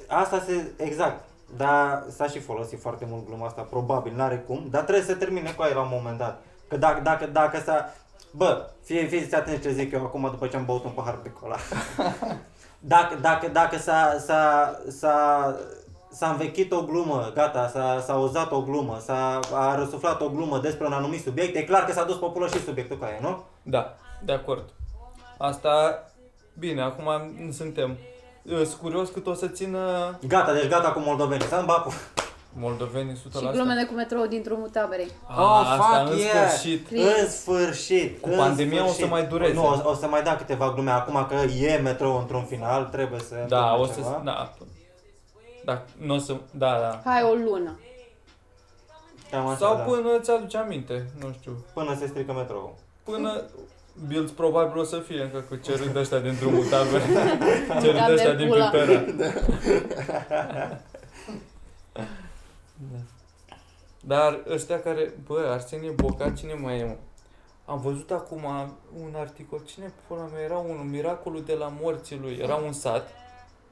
S1: asta se, exact. Dar s-a și folosit foarte mult gluma asta, probabil, n-are cum, dar trebuie să termine cu aia la un moment dat. Că dacă, dacă, dacă s-a... Bă, fie, fiți atenți ce zic eu acum după ce am băut un pahar de cola. dacă, dacă, dacă s-a, s-a, s-a, s-a învechit o glumă, gata, s-a, s-a uzat o glumă, s-a a răsuflat o glumă despre un anumit subiect, e clar că s-a dus pe pulă și subiectul cu aia, nu?
S4: Da, de acord. Asta, bine, acum nu suntem. Sunt curios cât o să țină
S1: Gata, deci gata cu moldovenii, să bapu.
S4: moldovenii 100%.
S3: Și glumele cu metrou din drumul taberei.
S4: Ah, asta,
S1: Oh,
S4: în
S1: fuck yeah!
S4: sfârșit.
S3: Cringe.
S1: În sfârșit,
S4: Cu
S1: în
S4: pandemia o să
S1: sfârșit.
S4: mai dureze.
S1: Nu, o, o să mai da câteva glume acum că e metrou într-un final, trebuie să
S4: Da,
S1: întâmple
S4: o să...
S1: ceva.
S4: Da, da, nu o să... Da, da.
S3: Hai o lună.
S1: Cam așa,
S4: Sau
S1: da.
S4: până îți aduce aminte, nu știu.
S1: până se strică metrou.
S4: Până Bills probabil o să fie încă cu ce râd ăștia din drumul taber. ce râd
S3: Taber
S4: ăștia din
S3: pula.
S4: pipera. Dar ăștia care, bă, Arsenie Boca, cine mai e, mă? Am văzut acum un articol, cine pula mea, era unul, Miracolul de la morții lui, era un sat,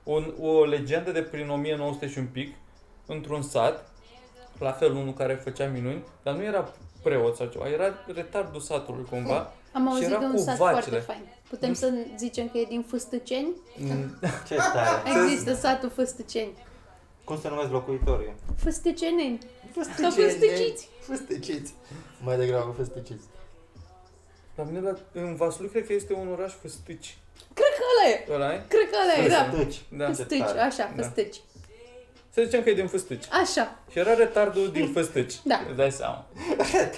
S4: un, o legendă de prin 1900 și un pic, într-un sat, la fel unul care făcea minuni, dar nu era preot sau ceva, era retardul satului cumva.
S3: Am
S4: Și
S3: auzit de
S4: era
S3: un
S4: cu
S3: sat foarte
S4: vacile.
S3: fain. Putem să zicem că e din Fâstăceni?
S4: Mm,
S1: Ce tare.
S3: Există satul Fâstăceni.
S1: Cum se numesc locuitorii?
S3: Fâstăceneni. Sau
S2: Fustăceni,
S3: fâstăciți.
S2: Fustăciți. Mai degrabă fustăciți.
S4: La mine, la, în Vaslui, cred că este un oraș fâstici.
S3: Ăla e.
S4: Ăla e?
S3: Cred că ăla e, da.
S1: Stâci.
S4: Da.
S3: Fâstăci,
S1: tare.
S3: așa,
S4: Da.
S3: fâstăci.
S4: Să zicem că e din fâstici.
S3: Așa. [laughs]
S4: Și era retardul din fâstici.
S3: Da.
S4: Îți dai seama.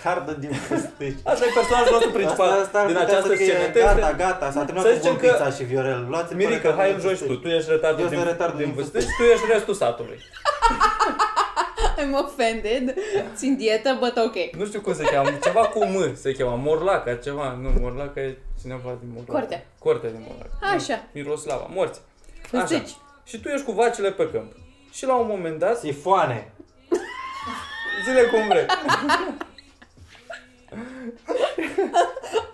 S1: Tardă din stâci.
S4: Asta e personajul nostru principal
S1: Asta- asta ar
S4: din
S1: putea
S4: această
S1: să fie
S4: scenă.
S1: Gata, gata, s-a terminat
S4: Să
S1: cu
S4: zicem că-
S1: Vulpița și Viorel. Luați
S4: Mirica, hai îl joci tu. Tu ești
S1: Eu
S4: retardul
S1: sunt
S4: din,
S1: retardul
S4: din
S1: din
S4: vâstă și tu ești restul satului.
S3: I'm offended.
S4: Da.
S3: Țin dietă, but ok.
S4: Nu știu cum se cheamă, ceva cu M se cheamă, Morlaca, ceva, nu, Morlaca e cineva din Morlaca.
S3: Cortea.
S4: Cortea din Morlaca.
S3: Așa.
S4: Miroslava, morți.
S3: Așa.
S4: Așa.
S3: Deci,
S4: Și tu ești cu vacile pe câmp. Și la un moment dat,
S1: Sifoane.
S4: zile cum vrei.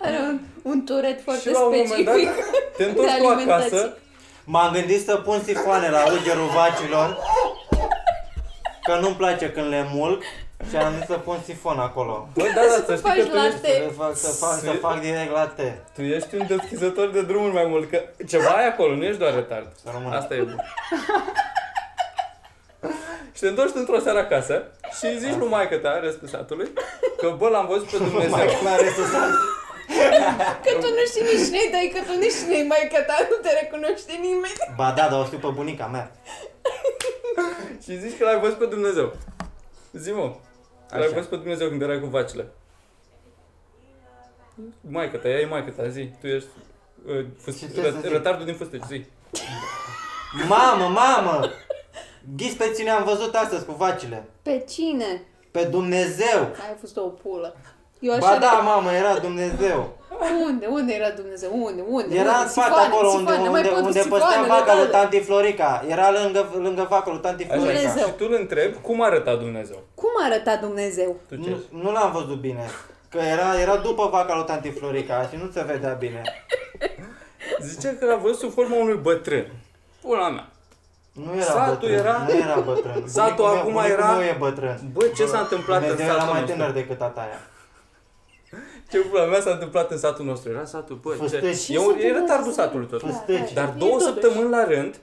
S3: are un, un turet
S4: și
S3: foarte
S4: la un moment dat,
S3: specific.
S4: te întorci
S3: de
S4: tu
S3: alimentație.
S4: acasă,
S1: M-am gândit să pun sifoane la ugerul vacilor. Că nu-mi place când le mulc. Și am zis să pun sifon acolo.
S4: bă, da, da, să
S3: Să
S4: știi că
S3: faci
S4: tu ești,
S1: Să
S3: latte.
S1: le fac, să fac, să fac direct la te.
S4: tu ești un deschizător de drumuri mai mult, că ceva ai acolo, nu ești doar retard.
S1: Să rămână.
S4: Asta e bun. și te întorci într-o seară acasă și zici lui maică ta, restul satului, că bă, l-am văzut
S1: [laughs]
S4: pe Dumnezeu.
S1: [laughs] Mai clar este să
S3: Că tu nu știi nici [laughs] ne dai, că tu nici ne mai că ta nu te recunoaște nimeni.
S1: Ba da, dar o știu pe bunica mea.
S4: Și zici că l-ai văzut pe Dumnezeu. Zi-mă, l-ai
S1: Așa.
S4: văzut pe Dumnezeu când erai cu vacile. Maica ta, ea e maica ta, zi, tu ești uh, fust,
S1: Ce- ce
S4: ră-
S1: să zic?
S4: retardul din fusteci, zi.
S1: Mamă, mamă! Ghiți pe cine am văzut astăzi cu vacile.
S3: Pe cine?
S1: Pe Dumnezeu!
S3: Ai fost o pulă. Eu
S1: Ba
S3: așa...
S1: da, mamă, era Dumnezeu.
S3: Unde? Unde era Dumnezeu? Unde? Unde?
S1: Era
S3: unde?
S1: în spate acolo unde, unde, unde păstea vaca lui
S3: ta.
S1: Tanti Florica. Era lângă, lângă vaca lui Tanti
S4: Așa,
S1: Florica.
S3: Dumnezeu.
S4: și tu îl întrebi cum arăta Dumnezeu.
S3: Cum arăta Dumnezeu?
S4: Tu ce
S1: Nu,
S4: ești?
S1: nu l-am văzut bine. Că era, era după vaca lui Tanti Florica și nu se vedea bine.
S4: Zice că l-a văzut sub forma unui bătrân. Pula mea.
S1: Nu era
S4: Satul
S1: bătrân.
S4: era-
S1: Nu era bătrân.
S4: [laughs] Satul
S1: Bunicul meu-
S4: acum
S1: bunicul
S4: era-
S1: meu e bătrân.
S4: Bă, ce s-a întâmplat în
S1: Dumnezeu era
S4: satul
S1: mai
S4: nostru?
S1: tânăr decât tata aia.
S4: Ce pula mea s-a întâmplat în satul nostru? Era satul, bă,
S1: Fusteci.
S4: ce? E, un- e retardul satului tot.
S1: Fusteci.
S4: Dar
S3: E
S4: două
S3: totuși.
S4: săptămâni la rând,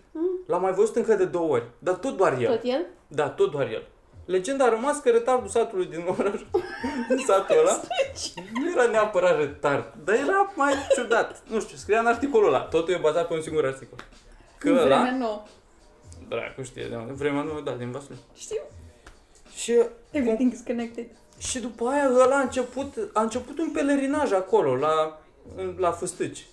S4: l-am mai văzut încă de două ori. Dar tot doar el.
S3: Mm. Tot el?
S4: Da, tot doar el. Legenda a rămas că retardul satului din
S3: [laughs]
S4: oraș, din satul ăla,
S3: Deci-
S4: nu era neapărat retard, dar era mai ciudat. Nu știu, scria în articolul ăla. Totul e bazat pe un singur articol. Că
S3: În
S4: ăla,
S3: vremea nouă.
S4: dracu știe, de unde. Vremea nu, da, din Vaslui.
S3: Știu?
S4: Și,
S3: Everything is connected.
S4: și după aia ăla a început, a început un pelerinaj acolo, la, în- la fustâci.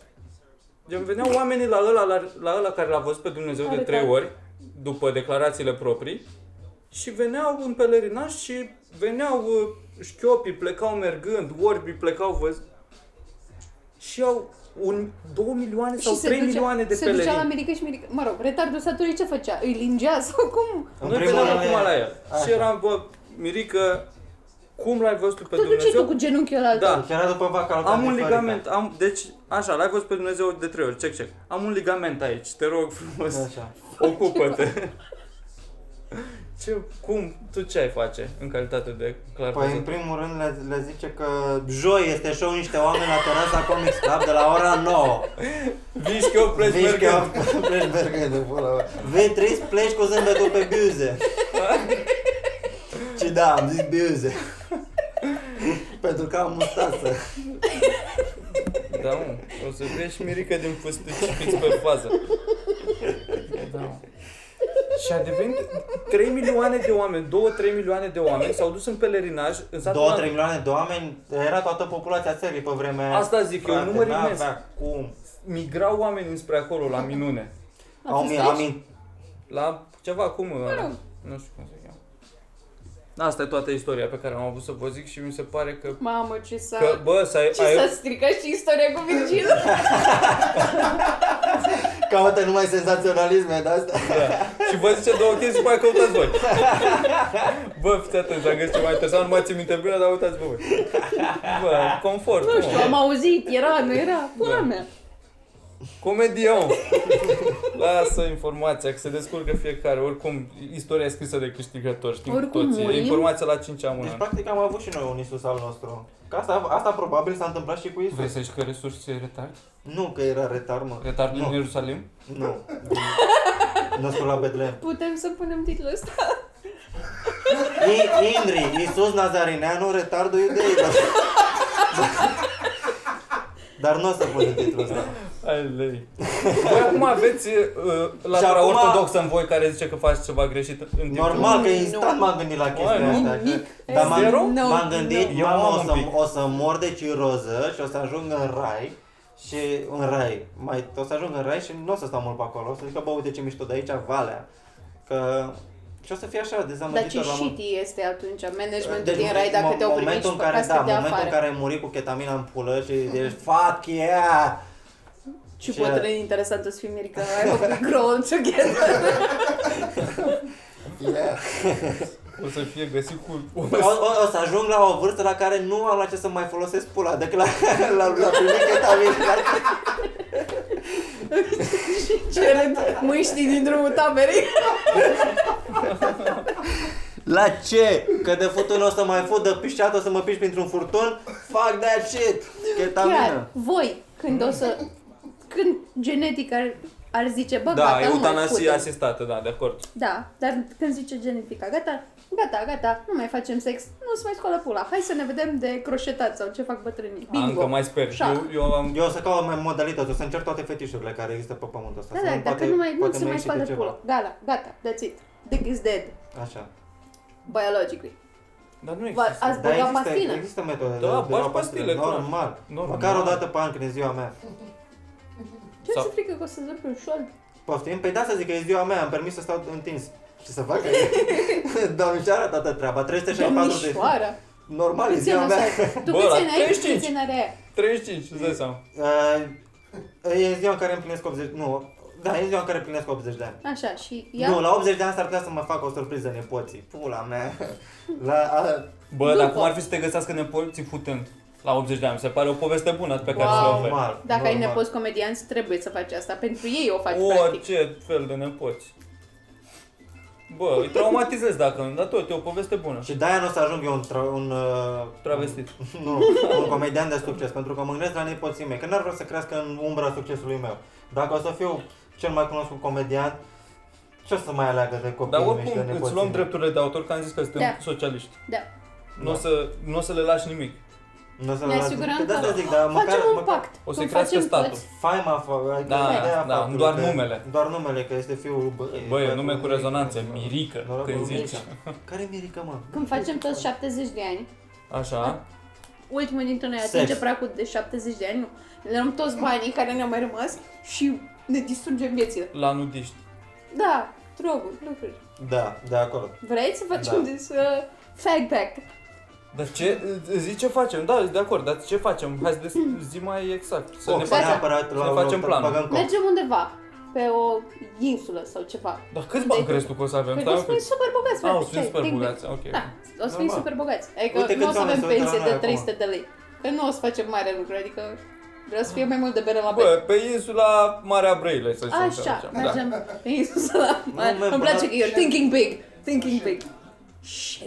S4: Gen, veneau oamenii la ăla, la, la ăla care l-a văzut pe Dumnezeu de
S3: Are
S4: trei
S3: tare.
S4: ori, după declarațiile proprii, și veneau în pelerinaj și veneau uh, șchiopii, plecau mergând, orbii plecau văz... Și au un, două milioane sau
S3: se
S4: trei
S3: ducea-
S4: milioane de
S3: Se
S4: pelerini.
S3: ducea la medică și medică. Mă rog, retardul satului ce făcea? Îi lingea sau cum?
S1: În
S4: Noi
S1: primul
S4: veneam
S1: rând,
S4: acum la el și
S1: Așa.
S4: eram, bă, Mirică, cum l-ai văzut tu pe
S3: Tu duceai
S4: Dumnezeu?
S3: tu cu genunchiul ăla al
S4: Da.
S3: tău.
S1: Deci era după vaca
S4: Am
S1: lui Tanti
S4: un
S1: Florica.
S4: ligament, am, deci, așa, l-ai văzut pe Dumnezeu de trei ori, check, check. Am un ligament aici, te rog frumos,
S1: Așa.
S4: ocupă-te. Ce, cum, tu ce ai face în calitate de clar
S1: Păi în
S4: văzut?
S1: primul rând le, le zice că joi este show niște oameni la terasa Comics Club de la ora 9.
S4: Vii și eu pleci
S1: Vezi că
S4: mergând.
S1: [laughs] pleci mergând de pula mea. Vei trist, pleci cu zâmbetul pe biuze. Și da, am zis biuze. [laughs] Pentru că am mustață.
S4: Da, mă, o să crești Mirica din fustăci fix pe fază.
S5: Da. Și a devenit...
S4: 3 milioane de oameni, 2-3 milioane de oameni s-au dus în pelerinaj în satul
S1: Două,
S4: ăla.
S1: trei milioane de oameni, era toată populația țării pe vremea aia.
S4: Asta zic, e un număr
S1: n-avea
S4: imens.
S1: cum.
S4: Migrau oamenii spre acolo, la minune.
S3: La
S1: Au,
S3: fusteci?
S1: am, am,
S4: La ceva, cum?
S3: rog.
S4: Nu știu cum se cheamă. Asta e toată istoria pe care am avut să vă zic și mi se pare că...
S3: Mamă, ce s-a...
S4: Că, bă, s-a,
S3: Ce
S4: ai,
S3: s-a stricat și istoria cu
S4: [laughs]
S3: Virgil?
S1: caută numai senzaționalisme de astea.
S4: da. Și vă zice două chestii și mai căutați
S3: [laughs]
S4: voi. Bă, fiți atenți, am găsit ceva interesant, nu mai țin minte bine, dar uitați-vă voi. Bă, confort,
S3: Nu știu, am auzit, era, nu era, pula
S4: Da.
S3: mea.
S4: Comedion! Lasă informația, că se descurcă fiecare. Oricum, istoria e scrisă de câștigător, știm
S3: Oricum
S4: toți. E
S3: murim.
S4: Informația la 5 am
S1: Deci,
S4: una.
S1: practic, am avut și noi un Isus al nostru. Că asta, asta probabil s-a întâmplat și cu Isus.
S5: Vrei să zici că resurse e retard?
S1: Nu că era retard, mă.
S5: Retard din
S1: Nu.
S5: Ierusalim?
S1: Nu. Născut la Betlehem.
S3: Putem să punem titlul ăsta?
S1: I- Indri, Iisus Nazarineanu, retardul iudeilor. Dar nu o să punem titlul ăsta.
S4: Ai lei. Voi acum aveți uh, latura
S1: acum-
S4: ortodoxă în voi care zice că faci ceva greșit în timpul
S1: Normal că
S3: Nu.
S1: instant m-am gândit la chestia
S4: Bă, nu,
S1: asta. că-
S3: nimic.
S1: Dar
S4: Zero?
S1: m-am,
S3: No,
S1: m-am
S3: no.
S1: gândit,
S4: Eu
S1: mamă,
S4: am
S1: o
S4: un
S1: să,
S4: pic.
S1: o să mor de ciroză și o să ajung în rai. Și în rai, mai, o să ajung în rai și nu o să stau mult pe acolo. O să zic că, bă, uite ce mișto de aici, Valea. Că Și o să fie așa,
S3: Dar ce
S1: dezamăgitor la mo-
S3: shitty este atunci managementul
S1: Deci,
S3: din Rai dacă
S1: mo-
S3: te au primit
S1: momentul
S3: și
S1: în care,
S3: păcat
S1: da,
S3: da, de
S1: momentul în
S3: afară.
S1: care ai murit cu ketamina în pulă și ești fuck yeah!
S3: Și
S1: Ce-
S3: bătrân interesant o să fii Mirica, I hope we grow old [laughs] together.
S6: Yeah.
S4: O să fie găsit cu...
S1: O, o, o, să ajung la o vârstă la care nu am la ce să mai folosesc pula decât la, [laughs] la, la primit ketamina.
S3: și cere mâștii din drumul taberei.
S1: La ce? Că de fut nu o să mai fut, de pișat o să mă piși printr-un furtun? Fuck that shit! Ketamină!
S3: Chiar, voi, când o să... Când genetic ar, ar zice, bă,
S4: Da,
S3: gata, nu mai
S4: eutanasie
S3: putem.
S4: asistată, da, de acord.
S3: Da, dar când zice genetica, gata, gata, gata, nu mai facem sex, nu se mai scoală pula. Hai să ne vedem de croșetat sau ce fac bătrânii. Bingo.
S4: Încă mai sper.
S3: Șah.
S4: Eu, eu am...
S1: Eu o să caut mai modalități, o să încerc toate fetișurile care există pe pământul ăsta.
S3: Da,
S1: să
S3: da,
S1: nu-
S3: dacă nu mai, nu
S1: poate
S3: se mai
S1: ieși
S3: scoală
S1: câte ceva.
S3: pula. Gata, gata, that's it. Dick is dead,
S1: Așa.
S3: biologically.
S4: Dar nu
S3: Va,
S4: există.
S3: ați
S1: Dar
S3: băgat
S1: există,
S3: pastină.
S1: există metode
S4: Da,
S1: de, de
S4: bagi
S1: luat pastile,
S4: pastile, clar.
S1: normal.
S4: Normal.
S1: Măcar o dată pe an când e ziua mea.
S3: Ce
S4: Sau-
S3: ți frică că o să zăpi un șold?
S1: Poftim? Păi da, să zic că e ziua mea, am permis să stau întins. Ce să fac? [laughs] Domnișoara, toată treaba, 364 de...
S3: Domnișoara.
S1: Normal, e
S3: Câți ani
S1: ziua
S3: o să
S1: mea.
S3: ai? Tu
S4: Bă,
S3: câți
S4: la
S3: ani ai?
S4: 35.
S3: Câți ani are aia?
S4: 35, îți dai seama.
S1: Uh, E ziua în care împlinesc 80... Nu, da, e ziua în care împlinesc 80 de ani.
S3: Așa, și
S1: Ia?
S3: ea...
S1: Nu, la 80 de ani s-ar putea să mă fac o surpriză nepoții. Pula mea. La, a,
S4: Bă, dar
S3: După.
S4: cum ar fi să te găsească nepoții putând? La 80 de ani, mi se pare o poveste bună pe care
S3: Wow.
S4: să o oferi.
S1: normal.
S3: Dacă ai
S1: normal.
S3: nepoți comedianți, trebuie să faci asta. Pentru ei o faci, practic.
S4: Orice fel de nepoți. Bă, îi traumatizez dacă nu, dar tot, e o poveste bună.
S1: Și de-aia nu o să ajung eu un, tra- un, uh,
S4: Travestit.
S1: nu, un comedian de succes, pentru că mă gândesc la nepoții mei, că n-ar vrea să crească în umbra succesului meu. Dacă o să fiu cel mai cunoscut comedian, ce o să mai aleagă de copii
S4: Dar
S1: și de
S4: oricum
S1: nepoții
S4: îți luăm
S1: mei?
S4: drepturile de autor, că am zis că suntem
S3: Da.
S4: socialiști.
S3: Da.
S4: Nu o să, nu o să le lași nimic.
S1: Nu o să
S3: Ne
S1: las-
S3: asigurăm
S1: de asta
S3: că
S1: zic, dar măcar,
S3: facem un
S1: măcar
S3: pact.
S4: O să-i
S3: Îmi
S4: crească
S3: facem
S4: statul.
S3: toți.
S1: faima, fa- adică
S4: Da,
S1: ideea
S4: da,
S1: faptului
S4: doar
S1: că-
S4: numele.
S1: Doar numele, că este fiul... Bă,
S4: Bă, e
S1: băiatul
S4: nume cu
S1: Mirica,
S4: rezonanță,
S1: mă.
S4: Mirică,
S1: Norocul
S4: când
S1: lui
S4: zici.
S1: Mirica. Care Mirica, mă?
S3: Când facem toți 70 de ani,
S4: Așa.
S3: Da. ultimul dintre noi
S1: Sex.
S3: atinge pragul de 70 de ani, nu. Ne luăm toți banii care ne-au mai rămas și ne distrugem viețile.
S4: La nudiști.
S3: Da, droguri, lucruri.
S1: Da, de acord.
S3: Vrei să facem
S1: Da.
S3: da. this uh, fag pact?
S4: Dar ce, zi ce facem, da, sunt de acord, dar ce facem? Hai să des- zi mai exact. Să
S1: Oh,
S4: ne
S1: să
S4: facem.
S1: neapărat
S4: să
S1: la
S4: ne
S1: un
S4: facem
S1: loc,
S4: planul.
S1: băgăm cop.
S3: Mergem undeva, pe o insulă sau ceva.
S4: Dar câți bani crezi tu că o să avem?
S3: Deci, Păi
S4: Stai
S3: o
S4: un
S3: să fim
S4: pic.
S3: super bogați,
S4: Ah,
S3: frate.
S4: o să fim
S3: ce ai?
S4: super
S3: Ding, ding.
S4: bogați, ok.
S3: Da, o să fim
S1: Normal.
S3: super bogați. Adică
S1: Uite
S3: nu o
S1: câți
S3: să
S1: oameni se
S3: avem
S1: uită la
S3: pensie
S1: noi
S3: de
S1: acum.
S3: 300 de lei. Că nu o să facem mare lucru, adică vreau să fie mai mult de bere la bere.
S4: Bă, pe insula Marea Brăile, să da. zicem.
S3: Așa, mergem pe insula.
S1: Nu, merg până
S3: Îmi place că e
S2: la-
S3: thinking big, thinking
S2: Așa.
S3: big.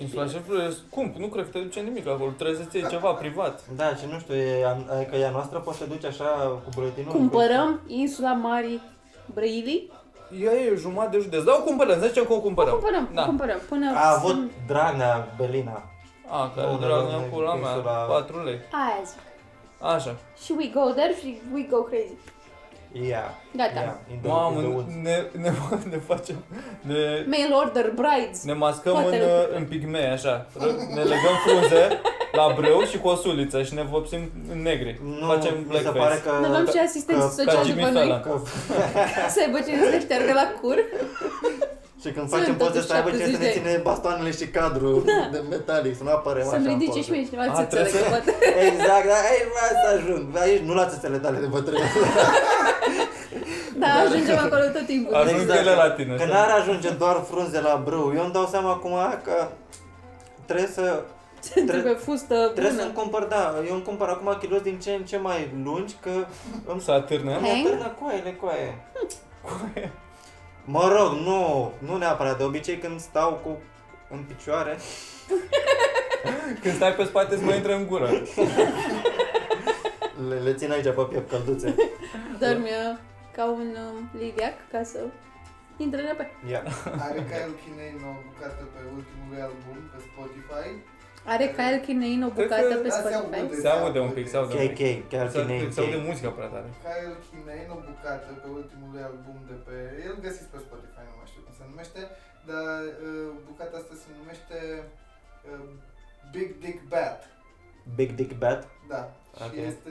S4: Insula șefului e scump, nu cred că te duce nimic acolo, trebuie să-ți iei ceva privat.
S1: Da, și nu știu, e, an- adică e a noastră, poți să te duci așa cu buletinul.
S3: Cumpărăm insula Marii Brăilii.
S4: Ea e jumătate de județ, dar o cumpărăm, să zicem că o cumpărăm.
S3: Cumpărăm,
S4: da.
S3: cumpărăm. Până
S1: A avut Dragnea Belina.
S4: A, care
S1: Nu, ne
S4: dragă,
S1: luăm
S4: pula mea,
S1: insula-
S4: 4 lei.
S3: Aia zic.
S4: Așa.
S3: Și we go there și we go crazy.
S1: Ia.
S3: Gata.
S1: ia, in the-
S4: Mamă,
S1: in the woods.
S4: ne, ne, [laughs] ne facem, ne,
S3: Mail order brides.
S4: ne mascăm în,
S3: Toate lucrurile.
S4: în pigmei, așa. Ne legăm frunze la brâu și cu o suliță și ne vopsim în negri.
S1: Nu,
S4: facem
S1: mi se
S4: blackface.
S1: pare
S3: Ne
S1: că...
S3: luăm și asistenții
S1: că-
S4: Ca
S3: sociali
S4: Jimmy
S3: după noi
S4: Fallon.
S1: că
S3: să aibă cine să le șteargă la cur.
S1: și când
S3: Sunt
S1: facem poze
S3: totuși
S1: să aibă ce să
S3: 70
S1: ne
S3: de Da.
S1: ține bastoanele și cadrul de metalic, să nu apare așa
S3: Să-mi
S1: în
S3: ridice
S1: poze.
S3: și mie cineva
S4: A,
S3: ți înțeleg
S4: trebuie
S3: că
S4: [laughs]
S3: poate.
S1: Exact, dar aici vreau să ajung. Aici nu la țesele tale de bătrân.
S3: Da, ajungem acolo tot timpul.
S4: Ajung ele la tine,
S1: Exact. Că
S4: știi?
S1: n-ar ajunge doar frunze la brâu. Eu îmi dau seama acum că trebuie să
S3: Trebuie fustă
S1: Trebuie să-mi
S3: bună.
S1: cumpăr, da, eu îmi cumpăr acum chiloți din ce în ce mai lungi, că îmi
S4: Să atârnă.
S1: îmi
S3: Hang?
S1: atârnă coaiele, coaie. Mă rog, nu, nu neapărat, de obicei când stau cu în picioare,
S4: Când stai pe spate îți mai intră în gură.
S1: le, le țin aici pe piept călduțe.
S3: Dorme ca un um, liviac ca să intre în apă.
S1: Ia.
S2: Are Kyle Kinane o bucată pe ultimul lui album pe Spotify.
S3: Are Kyle Kinein o
S4: Cred că-
S3: bucată pe
S2: Da, se
S3: Spotify.
S2: aude.
S4: Se aude un pic, se aude un
S1: KK,
S4: pic.
S1: chiar
S4: Se
S1: cine
S4: aude-
S1: e
S4: Se aude
S1: K.
S4: muzica prea tare.
S2: Kyle Kinane o bucată pe ultimul lui album de pe... El găsiți pe Spotify, nu mai știu cum se numește, dar uh, bucata asta se numește uh, Big Dick Bat.
S1: Big Dick Bat.
S2: Da.
S1: Ok.
S2: Și este...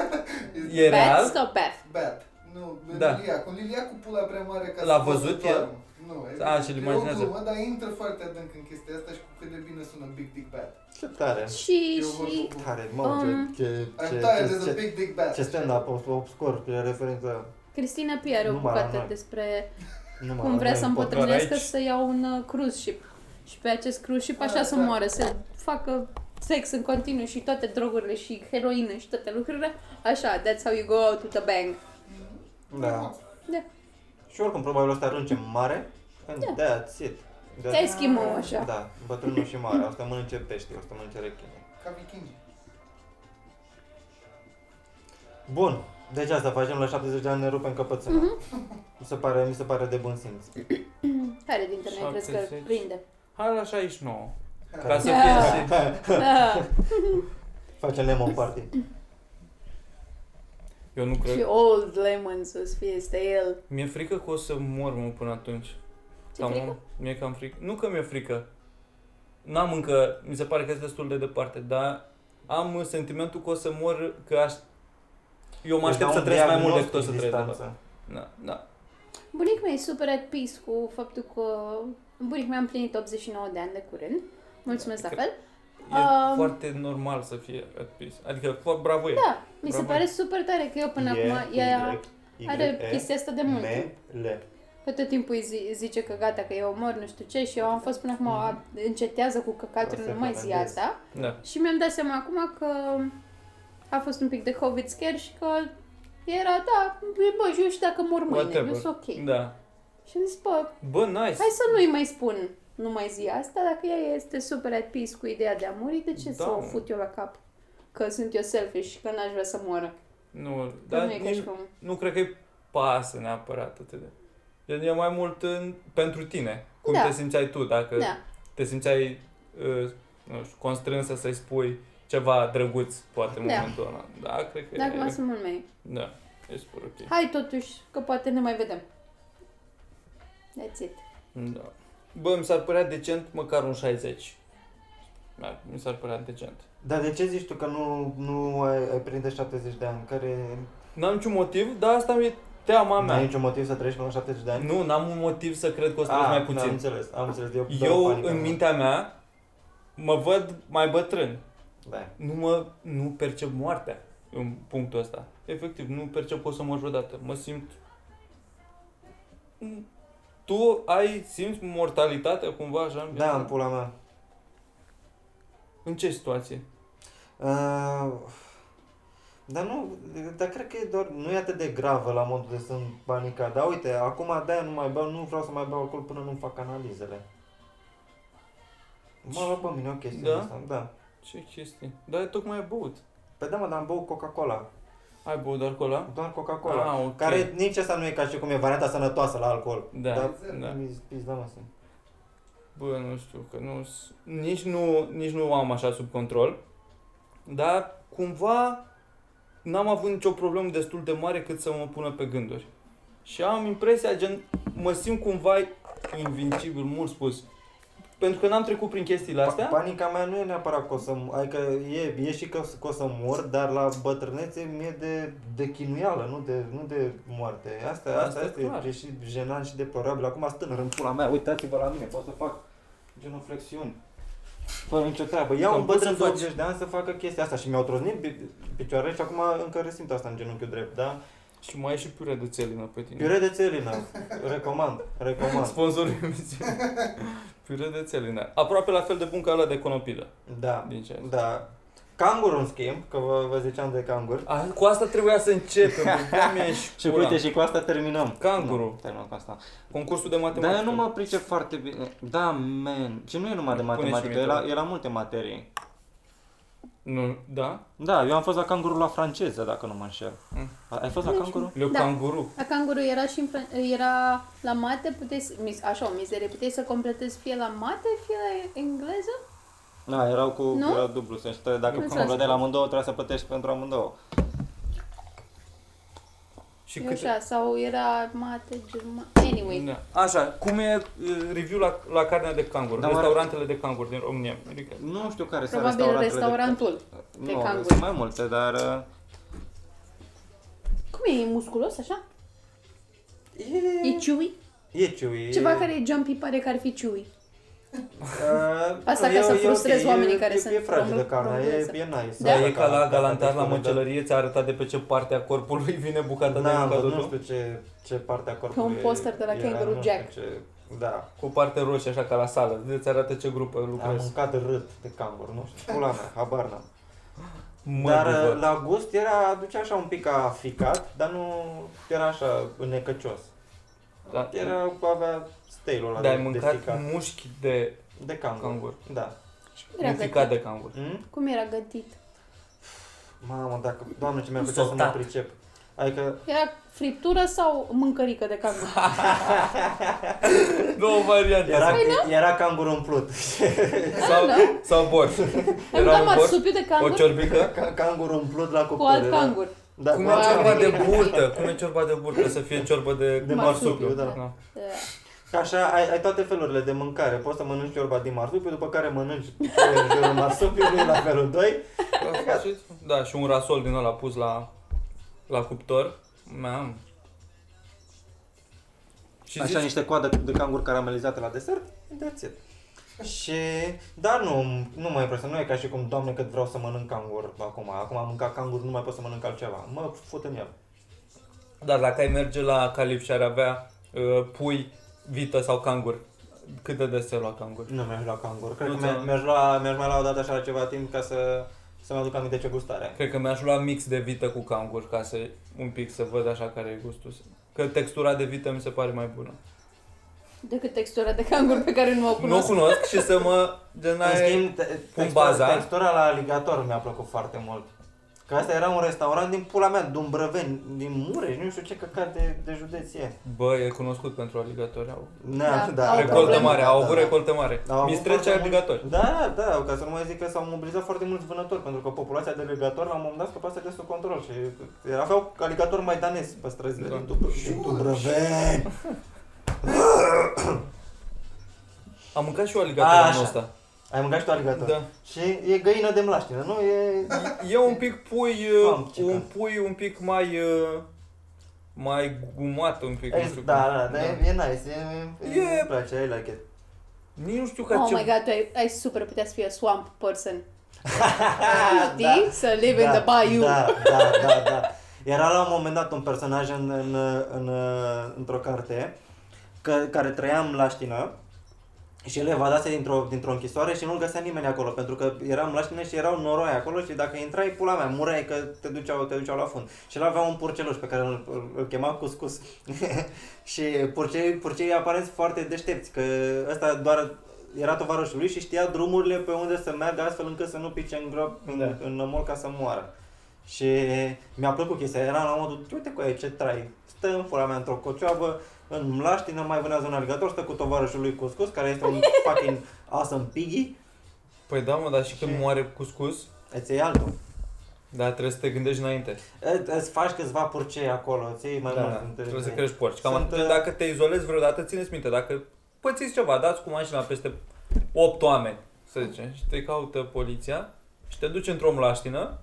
S2: [laughs] este
S4: E real?
S3: Bath sau Bath?
S2: Bat. Nu,
S4: Da.
S2: da. Lilia, cu Lilia cu pula prea mare ca
S4: L-a
S2: să poată
S4: văzut
S2: doarmă.
S4: el?
S2: Nu,
S4: A, și-l imaginează.
S2: E o glumă, dar intră foarte adânc în chestia asta și cu cât de bine sună Big Dick Bad.
S1: Ce tare.
S3: Și,
S2: Eu vă
S3: și...
S1: Tare, mă, ce,
S3: Um,
S1: ce,
S2: I'm
S1: ce,
S2: tired
S1: ce,
S2: as a
S1: ce,
S2: Big Dick Bad.
S1: ce stand-up obs- obscur, ce referință.
S3: Cristina Pia are o
S1: Nu mă
S3: bucată
S1: arăt.
S3: despre
S1: Nu mă-
S3: cum vrea
S1: nu
S3: să
S1: pot.
S4: doar
S3: împătrânească
S4: aici.
S3: să ia un uh, cruise ship. Și pe acest cruise ship așa
S2: Ah,
S3: să
S2: da.
S3: moară, să facă sex în continuu și toate drogurile și heroină și toate lucrurile. Așa, that's how you go out with a bang.
S1: Da.
S3: Da.
S1: Și oricum, probabil o să ajungem mare.
S3: Da.
S1: And that's it. That's-
S3: Te schimbăm așa.
S1: Da, bătrânul și mare. O să mănânce pește, o să mănânce rechine.
S2: Ca vikingi.
S1: Bun. Deci asta facem la 70 de ani ne rupem căpățâna.
S3: Mhm.
S1: Mi se pare, mi se pare de bun simț.
S3: Care dintre noi crezi că
S5: 70?
S1: [laughs]
S3: prinde?
S5: Hai la 69.
S1: Care-
S5: Ca să
S3: Da.
S5: fie și...
S3: Da.
S1: [laughs] Facem lemon party.
S4: Eu nu
S3: și
S4: cred.
S3: old lemon să fie, este el.
S4: Mi-e frică că o să mor, mă, până atunci.
S3: Ce frică?
S4: Mi-e cam frică. Nu că mi-e frică. N-am încă, mi se pare că este destul de departe, dar am sentimentul că o să mor, că aș... Eu mă aștept
S1: Deci,
S4: să
S1: da, un
S4: trăiesc mai mult decât o să
S1: diagnostic
S4: trăiesc. de fapt.
S1: distanță.
S4: Da, da.
S3: Bunic meu e super at peace cu faptul că bunic meu a împlinit 89 de ani de curând. Mulțumesc la
S4: Cred-
S3: fel.
S4: E
S3: Um,
S4: foarte normal să fie at peace. Adică, fo- bravo e.
S3: Da, mi se
S4: Bravo.
S3: pare super tare că eu până
S1: E,
S3: acum ea
S1: Y,
S3: are
S1: E,
S3: chestia asta de
S1: M,
S3: mult.
S1: L.
S3: Că tot timpul îi zi- zice că gata, că eu mor, nu știu ce, și eu am fost până acum,
S4: Mm.
S3: a, încetează cu
S1: Asta
S3: căcaturile,
S1: e
S3: nu mai zi
S1: holandez.
S3: asta.
S4: Da.
S3: Și mi-am dat seama acum că a fost un pic de COVID scare și că era, da, e, bă, eu și dacă mor mâine, eu
S4: Whatever.
S3: sunt ok.
S4: Da.
S3: Și am zis, bă,
S4: Bă, nice.
S3: Hai să nu-i mai spun nu mai zi asta, dacă ea este super at peace cu ideea de a muri, de ce
S4: Da,
S3: să o
S4: mă.
S3: fut eu la cap? Că sunt eu selfish și că n-aș vrea să moară.
S4: Nu,
S3: Da,
S4: dar
S3: nu e ca și
S4: nici,
S3: cum.
S4: nu cred că-i pasă neapărat atât de... Gen, E mai mult în, pentru tine, cum
S3: Da.
S4: te simțeai tu, dacă
S3: Da,
S4: te simțeai uh, nu știu, constrânsă să-i spui ceva drăguț, poate, în
S3: Da.
S4: momentul ăla. Da, cred că
S3: dar
S4: e,
S3: acum sunt mult mai.
S4: Da, e super ok.
S3: Hai totuși, că poate ne mai vedem. That's it.
S4: Da. Bă, mi s-ar părea decent măcar un 60. Da, mi s-ar părea decent.
S1: Dar de ce zici tu că nu, nu ai, ai prinde 70 de ani? Care
S4: N-am niciun motiv, dar asta mi-e teama
S1: nu ai
S4: mea.
S1: niciun motiv să trăiești până la 70 de ani?
S4: Nu, n-am un motiv să cred că o să
S1: Ah,
S4: trăiesc mai
S1: da, Am
S4: puțin.
S1: înțeles, am înțeles. Eu, doar
S4: Eu,
S1: panică,
S4: în
S1: mă.
S4: mintea mea, mă văd mai bătrân.
S1: Da.
S4: Nu mă, nu percep moartea în punctul ăsta. Efectiv, nu percep că o să mor vreodată. Mă simt... Tu ai, simți mortalitatea cumva așa? în
S1: Da,
S4: viață?
S1: în pula mea.
S4: În ce situație?
S1: Uh, dar nu, dar cred că e doar, nu e atât de gravă la modul de sunt panicat. Dar uite, acum de nu mai beau, nu vreau să mai beau alcool până nu fac analizele. Mă lua pe mine o chestie
S4: Da?
S1: da? asta, da.
S4: Ce chestie? Dar tocmai ai băut.
S1: Păi da, mă, dar am băut Coca-Cola.
S4: Ai băut doar cola?
S1: Doar Coca-Cola.
S4: Ah, ok.
S1: Care nici asta nu e ca și cum e varianta sănătoasă la alcool.
S4: Da,
S1: Dar
S4: da.
S1: mi da, mă, sunt.
S4: Bă, nu știu, că nu, s- nici nu, nici nu o am așa sub control, dar cumva n-am avut nicio problemă destul de mare cât să mă pună pe gânduri. Și am impresia, gen, mă simt cumva invincibil, mult spus, pentru că n-am trecut prin chestiile
S1: Pa-
S4: astea.
S1: Panica mea nu e neapărat că o să... Adică e, e și că, că o să mor, dar la bătrânețe mi-e de, de chinuială, nu de, nu de moarte. Asta, asta,
S4: Asta
S1: asta,
S4: e
S1: asta e,
S4: clar.
S1: e și jenant și deplorabil. Acum sunt tânăr în pula mea, uitați-vă la mine, pot să fac genuflexiuni. Fără nicio treabă. Ia
S4: Că
S1: un
S4: poți
S1: bătrân
S4: să
S1: de
S4: faci-
S1: 80 de ani să facă chestia asta și mi-au troznit pi- picioarele și acum încă resimt asta în genunchiul drept, da?
S4: Și mai e și piure de țelină pe tine.
S1: Piure de țelină, recomand,
S4: [laughs]
S1: recomand.
S4: Sponsorul
S1: [laughs]
S4: emisiunii. piure de țelină. Aproape la fel de bun ca ăla de conopilă.
S1: Da,
S4: Din ce ai zis.
S1: da. Canguru, în schimb, că vă, vă ziceam de cangur.
S4: A, cu asta trebuia să
S1: [laughs]
S4: începem. bă, doamne, și
S1: Și
S4: pula.
S1: uite, și Da, cu asta terminăm.
S4: Canguru.
S1: Nu, terminăm cu asta.
S4: Concursul de matematică.
S1: Dar eu nu mă pricep foarte bine. Da, man. Și nu e numai de
S4: Pune și
S1: matematică,
S4: mie
S1: e la,
S4: tu.
S1: e la multe materii.
S4: Nu, da?
S1: Da, eu am fost la canguru la franceză, dacă nu mă înșel.
S4: Mm.
S1: A- Ai fost la canguru?
S4: Le
S3: Da.
S4: canguru.
S3: La canguru era și în fran- era la mate, puteai să, mis- așa o mizerie, puteai să completezi fie la mate, fie la engleză?
S1: Da, erau cu
S3: Nu?
S1: era dublu, să știi, dacă
S3: Înțeles.
S1: completai la amândouă, trebuia să plătești pentru amândouă.
S4: Și
S3: Eu
S4: câte?
S3: așa, sau era mate, germa... Anyway,
S4: Da. Așa, cum e uh, review la, la carnea de canguru?
S1: Da,
S4: Da,
S1: mă
S4: Restaurantele de canguri din România. Adică,
S1: Nu știu care sunt
S3: probabil
S1: restaurantele.
S3: restaurantul.
S1: De... Nu,
S3: canguri.
S1: sunt mai multe, dar... uh,
S3: Cum e, e musculos așa? chewy?
S1: E ciui.
S3: Ceva care e jumpy pare că ar fi chewy.
S1: Asta Uh,
S3: Asta ca să frustrezi oamenii care
S1: e,
S3: sunt
S1: E fragedă
S3: români-
S1: carnea, e,
S3: românețe.
S1: e nice.
S3: Da.
S4: Da,
S1: Asta
S4: e ca la galantar la
S1: dacă te
S4: măcelărie, ți-a arătat de pe ce parte a corpului [laughs] vine bucata de
S1: Da,
S4: avocado
S1: nu
S4: tu?
S1: știu ce, ce parte a corpului
S3: Pe un poster de la
S1: era,
S3: Kangaroo
S1: nu știu
S3: Jack.
S1: Ce, da,
S4: Cu parte roșie, așa ca la sală. De ți arată ce grup
S1: am
S4: lucrezi.
S1: mâncat râd de cangur, nu știu, pula mea, habar n-am.
S4: Mă,
S1: Dar uh,
S4: bă.
S1: la gust era, aducea așa un pic a ficat, dar nu era așa necăcios.
S4: Da.
S1: Era, avea stelul ăla
S4: Dar
S1: de,
S4: ai
S1: de
S4: mâncat
S1: ficat,
S4: mușchi de
S1: de cangur.
S4: cangur.
S1: Da.
S3: Și cum era
S4: Un ficat
S3: gătit?
S4: de cangur.
S1: Mm?
S3: Cum era gătit?
S1: Mamă, dacă, doamne ce mi-ar
S4: Un
S1: plăcea să mă
S4: soldat.
S1: pricep. Adică,
S3: Era friptură sau mâncărică de cangur?
S4: [laughs] Două variante.
S1: era,
S3: Păi,
S1: era cangur umplut.
S4: Sau, sau bor.
S3: da, Am
S4: Era
S3: dat
S4: un bor,
S3: marsupiu de
S4: o
S3: cangur
S4: ciorbică.
S1: Ca- cangur umplut la cuptor.
S3: cu alt
S1: era.
S3: cangur.
S1: Da,
S4: Cum
S1: cu
S4: e
S1: alt
S3: ciorba
S4: ciorba
S1: cangur.
S4: de
S3: de-
S4: burtă? Cum e ciorba de burtă? Să fie ciorbă de,
S1: De
S3: marsupiu, da.
S4: da.
S3: Da.
S1: Ca Așa, ai, ai toate felurile de mâncare. Poți să mănânci ciorba din marsupiu, după care mănânci [laughs] cele în jurul marsupiului la felul 2.
S4: Da, și un rasol din ăla pus la, la cuptor. Mi-am. Și
S1: Așa,
S4: zici,
S1: niște coadă de cangur caramelizate la desert. That's it. Și, da, nu, nu mă impresionează, nu e ca și cum, doamne, cât vreau să mănânc cangur acum, acum am mâncat cangur, nu mai pot să mănânc altceva, mă fut în el.
S4: dar dacă ai merge la calif și ar avea uh, pui, vită sau cangur, cât de des se lua cangur?
S1: Nu mi-aș lua cangur, cred
S4: Nu
S1: că
S4: ți-am-
S1: mi- mi-aș lua, mi-aș mai lua odată așa ceva timp ca să, să-mi aduc aminte ce gustare.
S4: Cred că mi-aș lua mix de vită cu cangur ca să un pic să văd așa care e gustul. Că textura de vită mi se pare mai bună.
S3: Decât textura de cangur pe care nu o
S4: Nu o
S3: cunosc.
S4: cunosc și să mă gen
S1: În
S4: ai...
S1: schimb, te- textura,
S4: baza.
S1: textura la aligator mi-a plăcut foarte mult. Că asta era un restaurant din pula mea, Dumbrăveni, din Mureș, nu știu ce căcat de, de județ e.
S4: Bă, e cunoscut pentru aligatori. Au
S1: Da,
S3: Da,
S1: da.
S3: au
S1: da,
S4: recoltă
S1: da,
S4: mare,
S1: da,
S4: au
S1: da,
S4: avut
S1: da.
S4: recoltă mare.
S1: Au avut
S4: Mi trece
S1: foarte mulți-
S4: aligatori.
S1: Da, da, ca să nu mai zic că s-au mobilizat foarte mulți vânători, pentru că populația de aligatori la un moment dat scăpase de sub control și aveau aligatori maidanezi pe străzile
S4: Da.
S1: din Dubr- din Dumbrăveni.
S4: Am mâncat și eu
S1: A,
S4: aligator
S1: așa.
S4: anul ăsta.
S1: Ai mâncat și tu aligator?
S4: Da.
S1: Și e găină de mlaștină, nu?
S4: [laughs]
S1: E...
S4: E un pic pui, uh,
S1: Am, ce
S4: un
S1: caz.
S4: pui un pic mai uh, mai gumat un pic, nu
S1: e
S4: știu
S1: da,
S4: cum.
S1: da, da, e, e nice, e,
S4: E-
S1: e... îmi place, I like it.
S4: Nici nu știu ca
S3: Oh
S4: ce...
S3: my god, tu ai, ai super putea să fii a swamp person.
S1: Da.
S3: Știi? Să live in the bayou.
S1: Da, da, da, da. Era la un moment dat un personaj în, în, în, într-o carte că, care trăia în laștină și el evadase dintr-o, dintr-o închisoare și nu-l găsea nimeni acolo, pentru că eram laștină și erau noroi acolo și dacă intrai, pula mea, mureai că te duceau, te duceau la fund. Și el avea un purceluș pe care îl, îl, îl chema Cuscus. [laughs] și purcei, purcei aparent foarte deștepți, că ăsta doar era tovarășul lui și știa drumurile pe unde să meargă astfel încât să nu pice în grob,
S4: Da.
S1: în, în nămol ca să moară. Și mi-a plăcut chestia, era la modul, uite cu aia ce trai, stă în fura mea într-o cocioabă, în mlaștină, mai vânează un aligator, stă cu tovarășul lui Cuscus, care este
S4: [laughs]
S1: un fucking awesome piggy,
S4: Păi da, mă, dar și când
S1: Ce?
S4: moare cuscus,
S1: îți iei altul.
S4: dar trebuie să te gândești înainte.
S1: Î- Îți faci câțiva purcei acolo, îți iei mai
S4: da,
S1: mult.
S4: da,
S1: dintre-
S4: trebuie să crești porci. Cam
S1: Sunt,
S4: atât.
S1: uh,
S4: Dacă te izolezi vreodată, țineți minte, dacă pățiți ceva, dați cu mașina peste 8 oameni, să zicem, și te caută poliția și te duci într-o mlaștină,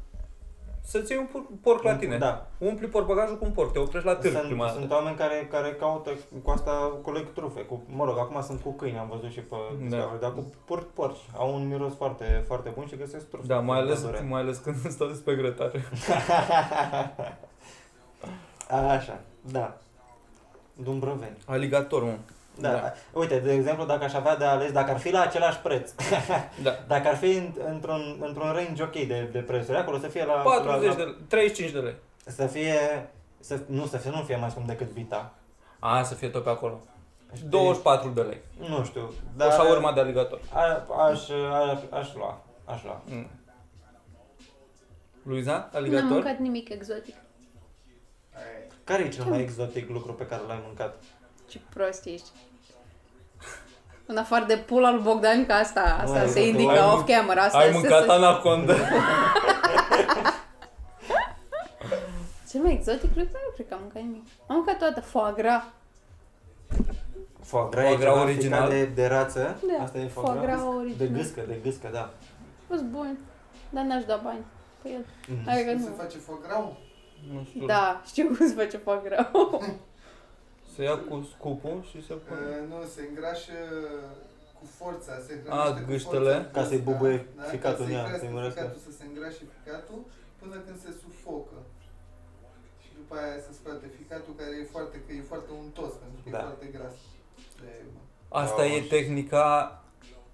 S4: să-ți iei un por- porc la tine.
S1: Da.
S4: Umpli portbagajul cu un porc, te oprești la târg prima
S1: Sunt,
S4: dată.
S1: sunt oameni care, care caută cu asta coleg trufe, cu, mă rog, acum sunt cu câini, am văzut și pe
S4: Da.
S1: Discovery, dar cu por- porci, au un miros foarte, foarte bun și găsesc trufe.
S4: Da, mai ales,
S1: [laughs] Pădure.
S4: mai ales când [laughs] stau despre grătare.
S1: Așa, da. Dumbrăveni.
S4: Aligator, mă.
S1: Da.
S4: Da.
S1: da. Uite, de exemplu, dacă aș avea de ales, dacă ar fi la același preț, [laughs]
S4: Da.
S1: dacă ar fi în- într-un, într-un range ok de, de prețuri, acolo să fie la...
S4: 40
S1: la,
S4: de lei, 35 de lei.
S1: Să fie... Să, nu, să fie, nu fie mai scump decât Vita.
S4: A, să fie tot pe acolo.
S1: Știi?
S4: 24 de lei.
S1: Nu știu.
S4: Deci Da. O urma de aligator.
S1: A, aș, aș, aș lua. Aș lua.
S4: Mm. Luiza,
S3: Nu am
S4: aligator?
S3: mâncat nimic exotic.
S2: Ai,
S1: Care e cel mai exotic lucru pe care l-ai mâncat?
S3: Ce prost ești. În afară de pula lui Bogdan, că asta,
S1: Nu, ai
S3: asta se
S1: mâncat-
S3: indică
S4: ai mânc-
S3: off-camera. Asta
S4: Ai
S3: este
S4: mâncat
S3: să...
S4: anaconda?
S3: Cel mai exotic lucru? Nu cred că am mâncat nimic. Am mâncat toată foie gras.
S1: Foie gras,
S4: Foie
S1: e
S4: gras
S1: ceva
S4: original.
S1: ficat De, de rață.
S3: Da,
S1: Asta e foie,
S3: foie gras
S1: De
S3: original.
S1: gâscă, de gâscă, da.
S3: A fost bun, dar n-aș da bani pe el.
S1: Mm.
S3: Adică
S2: nu se
S3: nu.
S4: Mm.
S2: face foc
S4: [laughs]
S2: grau?
S4: Nu știu.
S3: [laughs] Da, știu cum se face foie gras.
S4: Se ia cu scupul și se pune.
S2: Uh, nu, se îngrașă cu forța, se
S4: A,
S2: hrănește cu
S4: gâștele?
S2: forța.
S1: Ca să-i
S2: Da,
S1: bubuie
S2: da,
S1: ficatul
S2: ca să-i
S1: în ea,
S2: crească
S1: să-i mărească.
S2: ficatul, să se îngrașe ficatul până când se sufocă. Și după aia se scoate ficatul care e foarte, că e foarte untos, pentru că
S1: Da.
S2: e foarte gras. De,
S4: Asta
S1: Da,
S4: e
S1: mă.
S4: tehnica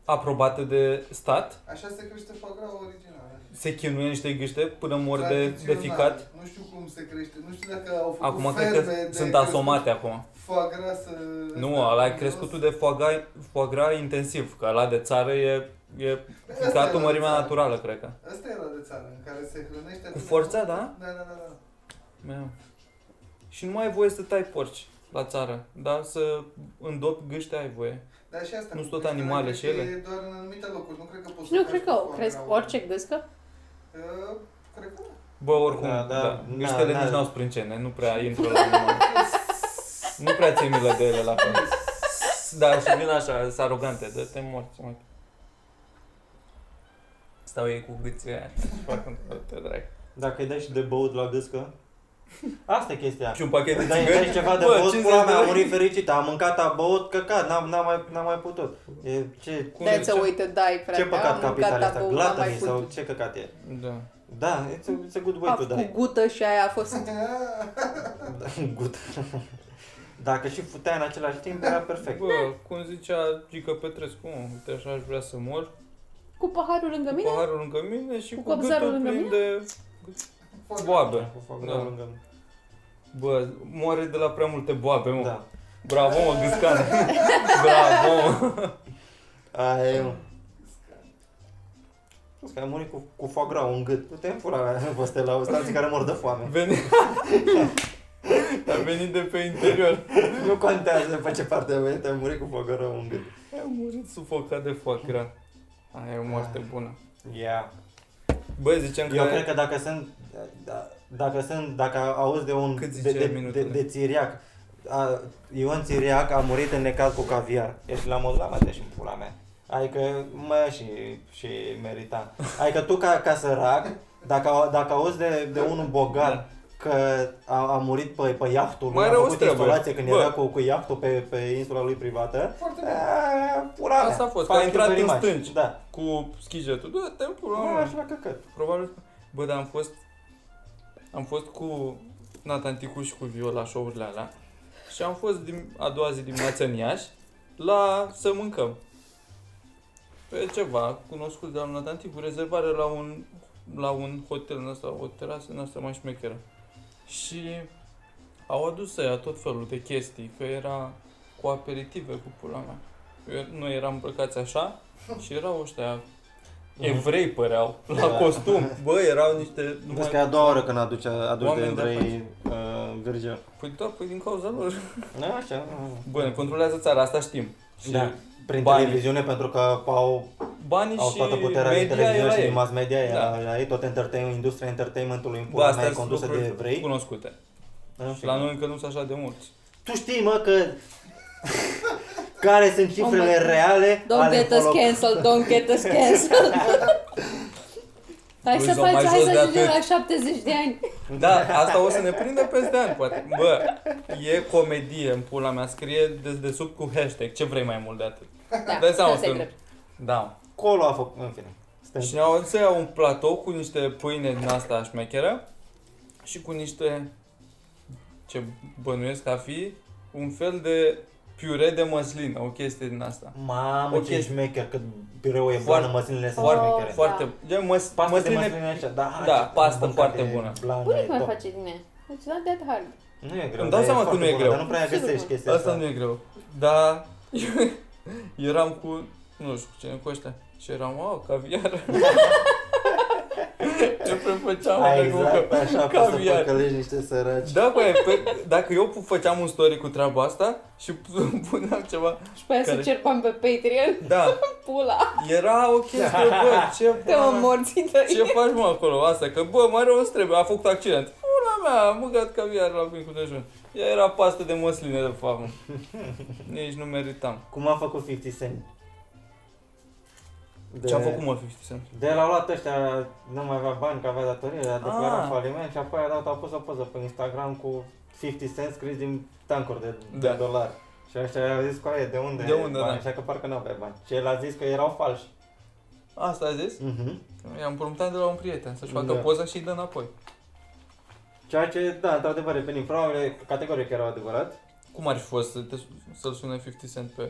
S4: aprobată de stat.
S2: așa se crește foie gras original.
S4: Se chinuie niște gâște până mor de, de ficat.
S2: Nu știu cum se crește, nu știu dacă au făcut
S4: Acum cred
S2: ferme
S4: că
S2: de
S4: sunt asomate acum.
S2: Foie gras să...
S4: Nu, ăla e crescutul de foie gras- foie gras intensiv, că ăla de țară e, e
S2: Asta
S4: ficatul
S2: era
S4: mărimea
S2: de țară.
S4: naturală, cred că.
S2: Asta era de țară, în care se hrănește...
S4: Cu
S2: atât de
S4: forța,
S2: mult.
S4: da?
S2: Da, da, da, da.
S4: Ia. Și nu mai ai voie să tai porci la țară, dar să îndopi gâște ai voie.
S2: Dar și asta
S4: Nu
S2: cu
S4: sunt tot
S2: creșterea,
S4: animale
S2: cred
S4: și
S2: că
S4: ele?
S2: E doar în anumite locuri, nu cred că poți
S3: Și nu
S2: să
S3: cred
S2: faci
S3: că
S2: cu
S3: cresc
S2: foie gras.
S3: orice gâscă.
S2: Uh, Cred că
S4: Bă, oricum,
S1: Da,
S4: da,
S1: da, da,
S4: gâștele
S1: da.
S4: nici n-au sprâncene, nu prea intră la inimă. Nu prea ți milă de ele la fel. Da, și vin așa, sunt arogante, dă te morți, mă. Stau ei cu gâții aia și fac un te drag.
S1: Dacă îi dai și de băut la
S3: [laughs]
S1: gâscă, asta e chestia.
S4: Și un pachet de
S1: [laughs] Dai, dai
S4: țigări?
S1: ceva de
S4: Bă,
S1: băut,
S4: 50
S1: pula
S4: de
S1: mea, a
S4: lei.
S1: murit fericit, a mâncat, a băut, căcat, n-am, n-am, mai, n-am mai putut. E, ce,
S4: Cum e
S3: That's a
S4: ce-
S3: way to die, frate.
S1: ce păcat
S3: Am
S1: capital
S3: mâncat
S1: asta,
S3: tabou, n-am mai
S1: glatăni
S3: putut.
S1: sau ce căcat e?
S4: Da.
S1: Da, it's a, it's a good way
S3: A
S1: to
S3: cu
S1: die.
S3: gută și aia a fost...
S1: Da, [laughs] Good. Dacă și futea în același timp, era perfect.
S4: Bă, cum zicea Gică Petrescu, mă, uite așa aș vrea să mor,
S3: Cu paharul lângă
S4: cu
S3: mine?
S4: paharul lângă mine și
S3: Cu
S4: cu,
S3: copzarul
S4: gâtul
S3: lângă
S4: plin
S3: mine?
S4: de
S2: Foie gras.
S4: boabe.
S1: Cu foc
S4: Da.
S1: da. lângă mine.
S4: Bă, moare de la prea multe boabe, mă.
S1: Da.
S4: Bravo, mă, gâscan.
S3: [laughs]
S4: Bravo, mă.
S1: Aia e, mă. Crezi că ai murit cu, cu foc grau în gât. Du-te în pula mea, peste la stații care mor de foame.
S4: Veni... [laughs] A venit de pe interior.
S1: Nu contează pe ce parte ai venit, ai murit cu foc grau în gât.
S4: A murit sufocat de foc, era. Aia e o moarte bună.
S1: Yeah.
S4: Bă, ziceam că...
S1: Da. Eu cred că dacă sunt, da, dacă sunt, dacă auzi de un,
S4: Cât
S1: de,
S4: ziceai
S1: de, de,
S4: minutele?
S1: de țiriac, a, Ion Țiriac a murit în necaz cu caviar. Ești la modul ăla, deși în pula mea. Adică, mă, și, și merita. Adică tu ca, ca sărac, dacă, au- dacă auzi de, de unul
S4: Da.
S1: bogat că a, a murit pe, pe iahtul lui,
S4: Mai
S1: a
S4: rău
S1: făcut
S4: îți trebuie.
S1: instalație când
S4: Bă.
S1: era cu, cu iahtul pe, pe insula lui privată,
S2: Foarte
S4: Da.
S2: bine.
S1: a, pula mea.
S4: Asta a fost, că a
S1: Fucking
S4: intrat
S1: very
S4: în
S1: much.
S4: stânci.
S1: Da.
S4: Cu schijetul. Da, tempul,
S1: Bă,
S4: mă.
S1: așa căcat.
S4: Probabil... Bă, dar am fost... Am fost cu Nathan Ticu și cu Viola show-urile alea. Și am fost dim- a doua zi dimineața în Iași la să mâncăm. Pe ceva, cunoscut de la un Nathan Ticu, rezervare la un, la un hotel în ăsta, o terasă în asta mai șmecheră. Și au adus ăia tot felul de chestii, că era cu aperitive, cu pula mea. Eu, noi eram îmbrăcați așa și erau ăștia evrei păreau, la
S1: Da.
S4: costum.
S1: [laughs]
S4: Bă, erau niște...
S1: Vezi că e a doua oră când aduce, aduce de
S4: Oameni de
S1: evrei uh, Virgil.
S4: Păi da, păi din cauza lor. [laughs]
S1: Da, așa.
S4: Bă, ne controlează țara, asta știm. Și
S1: Da. Prin
S4: Banii.
S1: televiziune pentru că au,
S4: Banii
S1: au
S4: și
S1: toată puterea din
S4: media
S1: televiziune
S4: era
S1: și
S4: ei.
S1: din mass media,
S4: Da.
S1: era la ei, tot entertainment, industria entertainmentului în
S4: Bă,
S1: pula
S4: astea
S1: mea e
S4: sunt
S1: condusă de
S4: lucruri
S1: evrei.
S4: cunoscute.
S1: În
S4: Și la
S1: fine.
S4: noi încă nu sunt așa de
S1: [laughs]
S4: mulți.
S1: Tu știi, mă, că [laughs] care sunt cifrele
S3: Oh my-
S1: reale
S3: Don't
S1: ale
S3: get us
S1: holoc-
S3: cancelled, don't get us
S4: [laughs]
S3: cancelled. Hai
S4: Băi,
S3: să
S4: sau mai
S3: faci, hai
S4: jos de
S3: să ajungem
S4: atât.
S3: la 70 de ani.
S4: Da, asta o să ne prindă peste ani, poate. Bă, e comedie în pula mea, scrie de, de sub cu hashtag, ce vrei mai mult de atât.
S3: Da,
S4: Dai seama,
S3: asta e
S4: sunt-
S3: drept.
S4: Da.
S1: Colo a făcut, în fine. Stăm.
S4: Și ne-au să iau un platou cu niște pâine din asta șmecheră și cu niște, ce bănuiesc a fi, un fel de piure de măslină, o chestie din asta.
S1: Mamă,
S4: Ok.
S1: ce șmecher, cât birou e
S4: Foarte-
S1: bună, măslinele sunt
S3: foarte-
S1: șmechere.
S4: Foarte, gen măs,
S1: Pastă Da. de
S4: măsline,
S1: măsline așa, da.
S4: Da,
S1: ce
S4: pastă
S1: mâncare
S4: foarte bună.
S1: blană,
S3: Bunic
S4: Da.
S3: mai
S1: top.
S3: face din ea. It's not that hard.
S1: Nu e greu.
S4: Îmi dau
S1: dar
S4: seama că
S1: foarte
S4: nu e
S1: bună,
S4: greu.
S1: Dar nu prea
S3: Sigur.
S1: găsești chestia asta.
S4: Asta nu e greu. Dar [laughs] eram cu, nu știu, cu cine cu ăștia. Și eram, au, caviar. [laughs] Ce prefăceam
S1: A,
S4: de
S1: exact,
S4: cu
S1: așa poți să
S4: caviar.
S1: păcălești niște săraci.
S4: Da, bă, pe, dacă eu făceam un story cu treaba asta și [laughs] puneam ceva,
S3: Și pe aia să
S4: Care-
S3: cer bani pe Patreon,
S4: da,
S3: pula,
S4: era
S1: [laughs]
S4: o chestie, bă, ce
S3: te mă morții
S4: Ce
S3: tăi.
S4: faci mă acolo? Asta că bă, mai rău îți trebuie, a făcut accident. Pula mea, am mâncat caviar la micul dejun. Ea era pastă de măsline de fapt.
S1: [laughs]
S4: mă. Nici nu meritam.
S1: Cum a făcut 50 Cent? De...
S4: Ce-am făcut mă, 50 Cent?
S1: De la luat ăștia, nu mai avea bani, că avea datorie, a declarat
S4: Ah.
S1: faliment și apoi a dat, a pus o poză pe Instagram cu 50 Cent scris din tancuri de, de
S4: Da.
S1: dolari. Și ăștia au zis, coaie, de unde
S4: De unde,
S1: bani?
S4: da.
S1: Așa că parcă nu avea bani. Și el a zis că erau falși.
S4: Asta a zis?
S1: Mhm.
S4: I-am împrumutat de la un prieten să-și facă
S1: Da.
S4: poza și îi dă înapoi.
S1: Ceea ce, da, într-adevăr, revenind fraudele, categoric erau adevărat.
S4: Cum ar fi fost să te, să-l sune 50 Cent pe,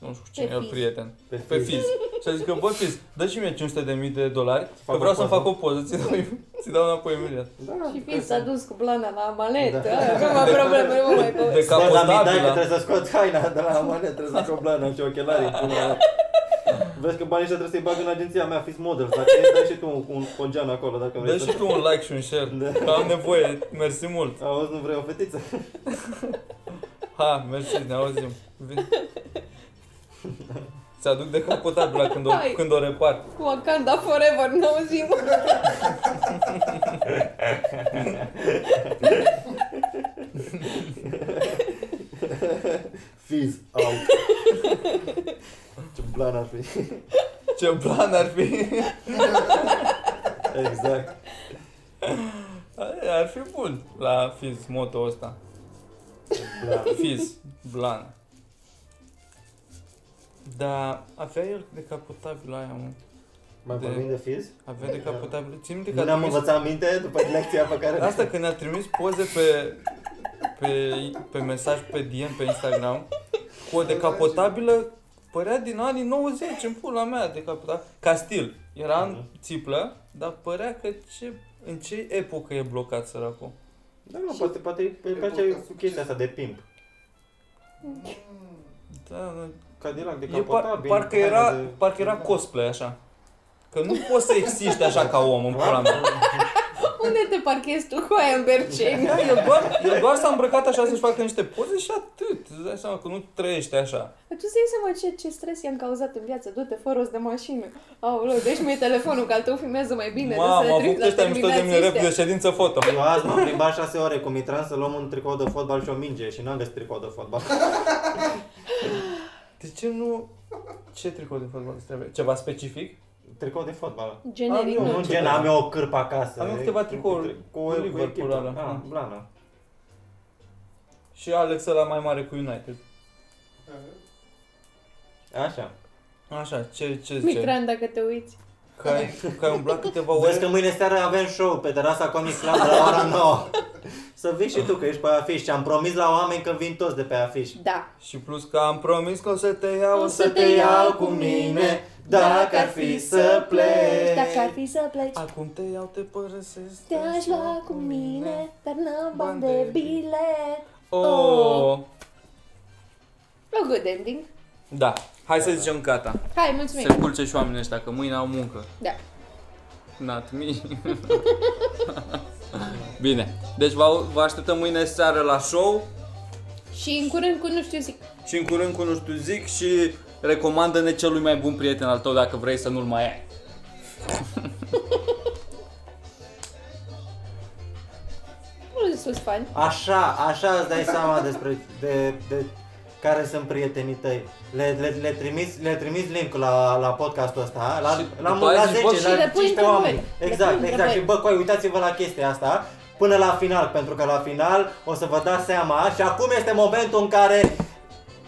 S4: nu știu cine,
S3: Pe
S4: el
S3: Fizz.
S4: prieten,
S1: Pe,
S4: pe
S1: fi-
S4: Fizz. Și a zis că, bă, Fizz, dă și mie 500 de mii de dolari,
S1: fac
S4: că
S1: o
S4: vreau să-mi
S1: poză.
S4: fac o poză, ți dau, ți dau înapoi imediat.
S1: Da,
S3: Și
S1: că-
S3: fiind
S4: Exact.
S3: s-a dus cu blana la maletă,
S1: Da.
S3: da. nu mai probleme, nu mai
S4: De
S3: povesti.
S1: Bă, Da, dar mi dai că
S4: capodabilă.
S1: trebuie să scot haina de la mane, trebuie să scot blana și ochelarii. până la- Vezi că banii ăștia trebuie să-i bag în agenția mea, fiți model, dacă e, dai și tu un, un congean acolo, dacă
S4: Dă
S1: vrei
S4: și
S1: să...
S4: tu un like și un share,
S1: [laughs] Da.
S4: că am nevoie, mersi mult.
S1: Auzi, nu vrei o fetiță?
S4: Ha, mersi, ne auzim. Vin. Ți-aduc de capotabila când o,
S3: Hai.
S4: când o repar.
S3: Cu Wakanda Forever, ne auzim.
S4: [laughs]
S1: Fiz, au. Ce blan ar fi.
S4: Ce plan ar fi?
S1: Exact.
S4: Ar fi bun la Fizz, moto ăsta.
S1: Blan.
S4: Fizz, blan. Da, avea el de capotabil aia, mă.
S1: Mai
S4: De-
S1: vorbim de Fiz?
S4: Avea de capotabil. Țin minte că
S1: Da. Nu
S4: a
S1: ne-am
S4: trimis...
S1: învățat minte după lecția pe care...
S4: Asta că ne-a trimis poze pe, pe, pe mesaj pe DM pe Instagram cu o decapotabilă părea din anii 90 în pula mea decapotabilă. Ca stil. Era în
S1: Mhm.
S4: țiplă, dar părea că ce, în ce epocă e blocat săracul.
S1: Da, nu, poate, poate îi place cu chestia asta de pimp.
S7: Mm.
S4: Da, da,
S1: Cadillac
S4: E par,
S1: decapotabil.
S4: parcă,
S1: haine
S4: era,
S1: de-
S4: parcă era cosplay așa. Că nu poți să existi așa ca om în pula mea.
S3: Unde te parchezi tu cu aia în Berceni?
S4: Da, el doar, el doar s-a îmbrăcat așa să-și facă niște poze și atât. Îți dai seama că nu trăiește așa.
S3: Păi Tu să iei seama ce, ce stres i-am cauzat în viață, du-te fără rost de mașină. Aoleu, deci mi-e telefonul, că al tău filmează mai bine,
S4: Mamă,
S3: dă să
S4: a
S3: le trimit
S4: făcut
S3: la
S4: ăștia mișto de mine
S3: terminații
S4: rep de
S3: ăștia.
S4: ședință foto.
S1: Eu azi m-am plimbat 6 ore cu Mitran să luăm un tricou de fotbal și o minge și n-am găsit tricou de fotbal. [laughs]
S4: De ce nu... Ce tricou de fotbal îți trebuie? Ceva specific?
S1: tricou de fotbal.
S3: Generic,
S4: Ah,
S1: Nu,
S4: Nu,
S1: nu
S4: ce
S1: gen,
S4: da.
S1: am eu o cârpă acasă.
S4: Am eu
S1: E
S4: câteva
S1: un
S4: tricouri
S1: tri-
S4: cu
S1: cu, cu
S4: Liverpool
S1: echipă.
S4: ăla,
S1: Ah,
S4: da.
S1: blana.
S4: Și Alex la mai mare cu United.
S1: Așa.
S4: Așa, ce, ce zice?
S3: Mitran, dacă te uiți.
S4: Că ai, că ai umblat câteva
S1: Vezi că
S4: ore?
S1: mâine seara avem show pe terasa Comics Club de la
S4: [laughs]
S1: ora 9. Să vii și tu că ești pe afiș și am promis la oameni că vin toți de pe afiș.
S3: Da.
S4: Și plus că am promis că o să te iau,
S3: O
S4: o
S1: O
S4: să...
S1: să te iau cu mine dacă ar fi să pleci.
S3: Dacă ar fi să pleci,
S4: Acum te iau, te părăsesc,
S3: te-aș lua cu mine, dar n-am bani de
S4: Bani de
S3: bilet.
S4: Oh.
S3: O good ending.
S4: Da, hai să zicem gata.
S3: Hai,
S4: Se
S3: mulțumim.
S4: culce și oamenii ăștia, că mâine au muncă.
S3: Da.
S4: Not
S3: [laughs]
S4: me. Bine, deci vă, vă așteptăm mâine seară la show
S3: Și în curând cu nu știu zic.
S4: și în curând cu nu știu zic și recomandă-ne celui mai bun prieten al tău dacă vrei să nu-l mai ai.
S3: Nu sunt fani.
S1: Așa, așa îți dai seama despre de, de care sunt prietenii tăi. Le, le, le trimis, le trimis link la, la podcastul ăsta, la,
S4: Și
S1: la,
S4: după
S1: la,
S4: aia
S1: la
S4: zici, bă,
S1: 10,
S3: și
S1: la
S3: le pui
S1: 15
S3: întrebări.
S1: oameni.
S3: Le pui
S1: Exact, exact.
S3: întrebări.
S1: Și bă, coi, uitați-vă la chestia asta până la final, pentru că la final o să vă dați seama și acum este momentul în care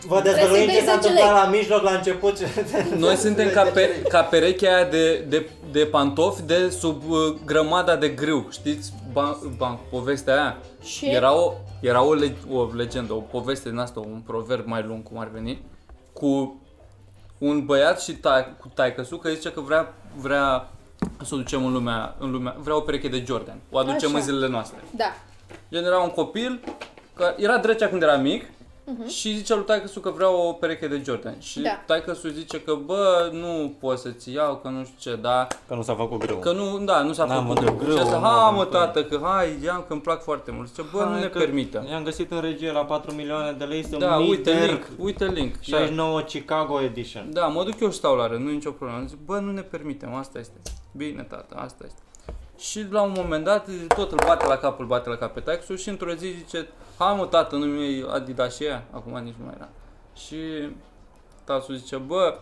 S1: vă
S3: Trebuie
S1: dezvăluim
S3: să-i
S1: ce
S3: dai
S1: s-a
S3: 10
S1: întâmplat
S3: lei.
S1: la mijloc, la început.
S4: [laughs] Noi suntem ca, pe, ca perechea aia de, de, de pantofi de sub uh, grămada de grâu. Știți ban, ban, povestea aia?
S3: Ce?
S4: Era, o, era o, le, o legendă, o poveste din asta, un proverb mai lung cum ar veni, cu un băiat și ta, cu taicăsu că zice că vrea, vrea să o ducem în lumea, în lumea, vrea o pereche de Jordan. O aducem
S3: Așa.
S4: în zilele noastre.
S3: Da.
S4: Gen era un copil, că era drăcea când era mic și zicea lui taică că vrea o pereche de Jordan. Și
S3: Da.
S4: da. taică zice că bă, nu pot să-ți iau, că nu știu ce, da.
S1: Că nu s-a făcut greu.
S4: Că nu, da, nu s-a
S1: N-am
S4: făcut
S1: văzut grâu,
S4: Și asta,
S1: n-am
S4: ha mă
S1: văzut
S4: tată, că hai, ia că îmi plac foarte mult. Zice, bă, nu ne permită.
S1: I-am găsit în regie la 4 milioane de lei, sunt
S4: Da, uite
S1: Mister
S4: link, uite link. Ia.
S1: 69 Chicago Edition.
S4: Da, mă duc eu și stau la rând, nu e nicio problemă. Zic, bă, nu ne permitem, asta este. Bine, tată, asta este. Și la un moment dat tot îl bate la cap, îl bate la cap pe taxul și într-o zi zice, hai mă tată, nu mi-ai Adidas și aia? Acum nici nu mai era. Și taxul zice, bă,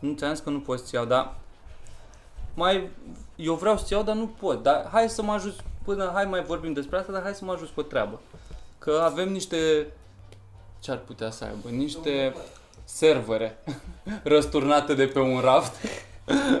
S4: nu ți-am zis că nu poți să iau, da?" dar mai, eu vreau să iau, dar nu pot, dar hai să mă ajut până, hai mai vorbim despre asta, dar hai să mă ajut pe treabă. că avem niște ce ar putea să aibă? Niște servere [laughs] răsturnate de pe un raft [laughs]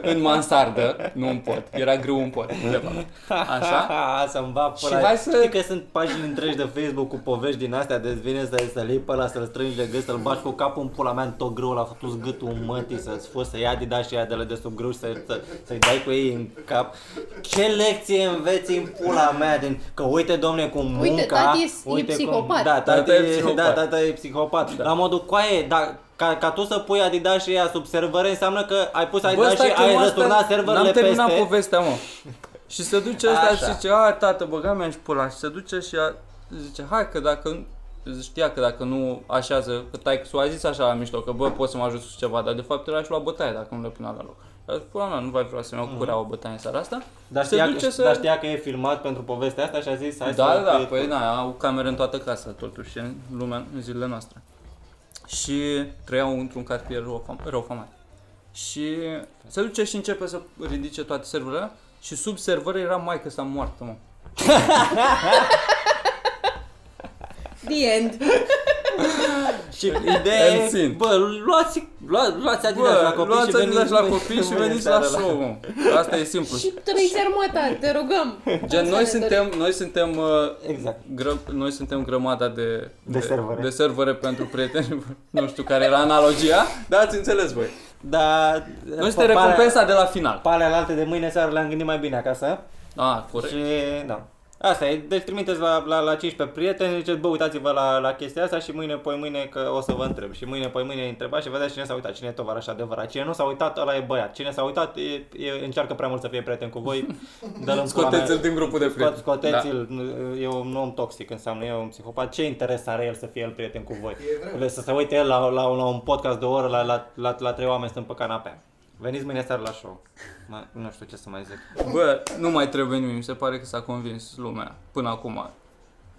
S4: în mansardă. Nu în pod. Era greu în pod, de fapt. Așa?
S1: Să-mi va
S4: Și
S1: păra.
S4: hai să-
S1: Știi că sunt pagini întregi de Facebook cu povești din astea de vine să să-l iei pe ăla, să-l strângi de gât, să-l bagi cu capul în pula mea în tot greu, l-a făcut gâtul un mătii, să-ți fost, să ia Adidas și de de sub greu și să, să, să-i dai cu ei în cap. Ce lecție înveți în pula mea din... Că uite, domne, cum munca...
S3: Uite, tati e- e
S1: uite
S3: psihopat.
S1: Cum, da, tata
S4: Tata e
S1: e,
S4: psihopat.
S1: da, tata e psihopat. La modul coaie, da, ca, ca tu să pui Adidas și ea sub servere înseamnă că ai pus
S4: Bă,
S1: Adidas și
S4: stai că
S1: ai
S4: mă,
S1: răsturnat
S4: stai-
S1: serverele
S4: N-am terminat
S1: peste.
S4: povestea, mă. Și se duce ăsta
S1: Așa.
S4: și zice, a, tată, băga mea și pula. Și se duce și a, zice, hai că dacă știa că dacă nu așează, că tai că a zis așa la mișto, că bă, poți să mă ajut cu ceva, dar de fapt el aș lua bătaie dacă nu le punea la loc. Și a zis, pula mea, nu vai vrea să-mi iau curea o bătaie în seara asta.
S1: Dar
S4: Se
S1: știa,
S4: duce
S1: că,
S4: să-
S1: dar știa că e filmat pentru povestea asta și a zis hai
S4: da,
S1: să...
S4: da, da, păi na, au camere în toată casa, totuși, în lumea, în zilele noastre. Și trăiau într-un cartier rău fam- rău famat. Și se duce și începe să ridice toate serverele și sub server era maică sa moartă, mă.
S3: The end.
S1: Și ideea
S4: Îl
S1: e,
S4: țin.
S1: bă, luați, lua, luați Adidas la copii și
S4: luați
S1: veniți
S4: Adidas la copii și veniți la show, mă. Asta e simplu.
S3: Și trăiți armata, te rugăm.
S4: Gen, noi
S3: Asta ne
S4: suntem, noi suntem uh,
S1: Exact.
S4: Gră, noi suntem grămada de,
S1: De servere.
S4: de servere pentru prieteni, [laughs] nu știu care era analogia, dar ați înțeles voi.
S1: Dar...
S4: Noi suntem recompensa de la final.
S1: Pale alte de mâine seară le-am gândit mai bine acasă.
S4: A, corect.
S1: Și, da. Asta e, deci trimiteți la, la, la 15 prieteni, ziceți, bă, uitați-vă la, la chestia asta și mâine, poi mâine, că o să vă întreb. Și mâine, poi mâine, întrebați și vedeți cine s-a uitat, cine e tovarăș adevărat. Cine nu s-a uitat, ăla e băiat. Cine s-a uitat, e, e, încearcă prea mult să fie prieten cu
S4: [laughs]
S1: voi. Dă-l în pula mea.
S4: Scoteți-l din grupul de
S1: Scot,
S4: prieteni.
S1: scoteți-l,
S4: Da.
S1: e un om toxic înseamnă, e un psihopat. Ce interes are el să fie el prieten cu voi?
S2: E greu.
S1: Le- Să se uite el la, la, la un podcast de o oră, la, la, la, la trei oameni stând pe canapea. Veniți mâine seara la show. Mai, nu știu ce să mai zic.
S4: Da. Bă, nu mai trebuie nimic, mi se pare că s-a convins lumea până acum,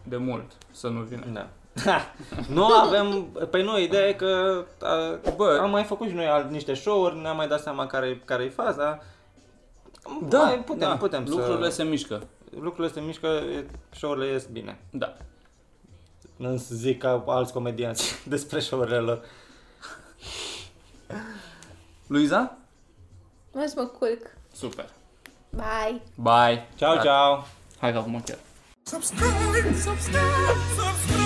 S4: de mult, să nu vină.
S1: Da. nu avem, păi nu, ideea e că a,
S4: Bă.
S1: bă, am mai făcut și noi al- niște show-uri, ne-am mai dat seama care, care e faza. mai putem,
S4: da.
S1: putem
S4: Lucrurile
S1: să...
S4: se mișcă.
S1: Lucrurile se mișcă, e- show-urile ies bine.
S4: Da.
S1: Nu zic ca alți comedianți [laughs] despre show-urile lor.
S4: Luiza?
S3: Mă să mă culc.
S4: Super.
S3: Bye.
S4: Bye.
S1: Ciao,
S4: Da.
S1: ciao!
S4: Hai că acum chiar.
S8: Subscribe, subscribe, subscribe.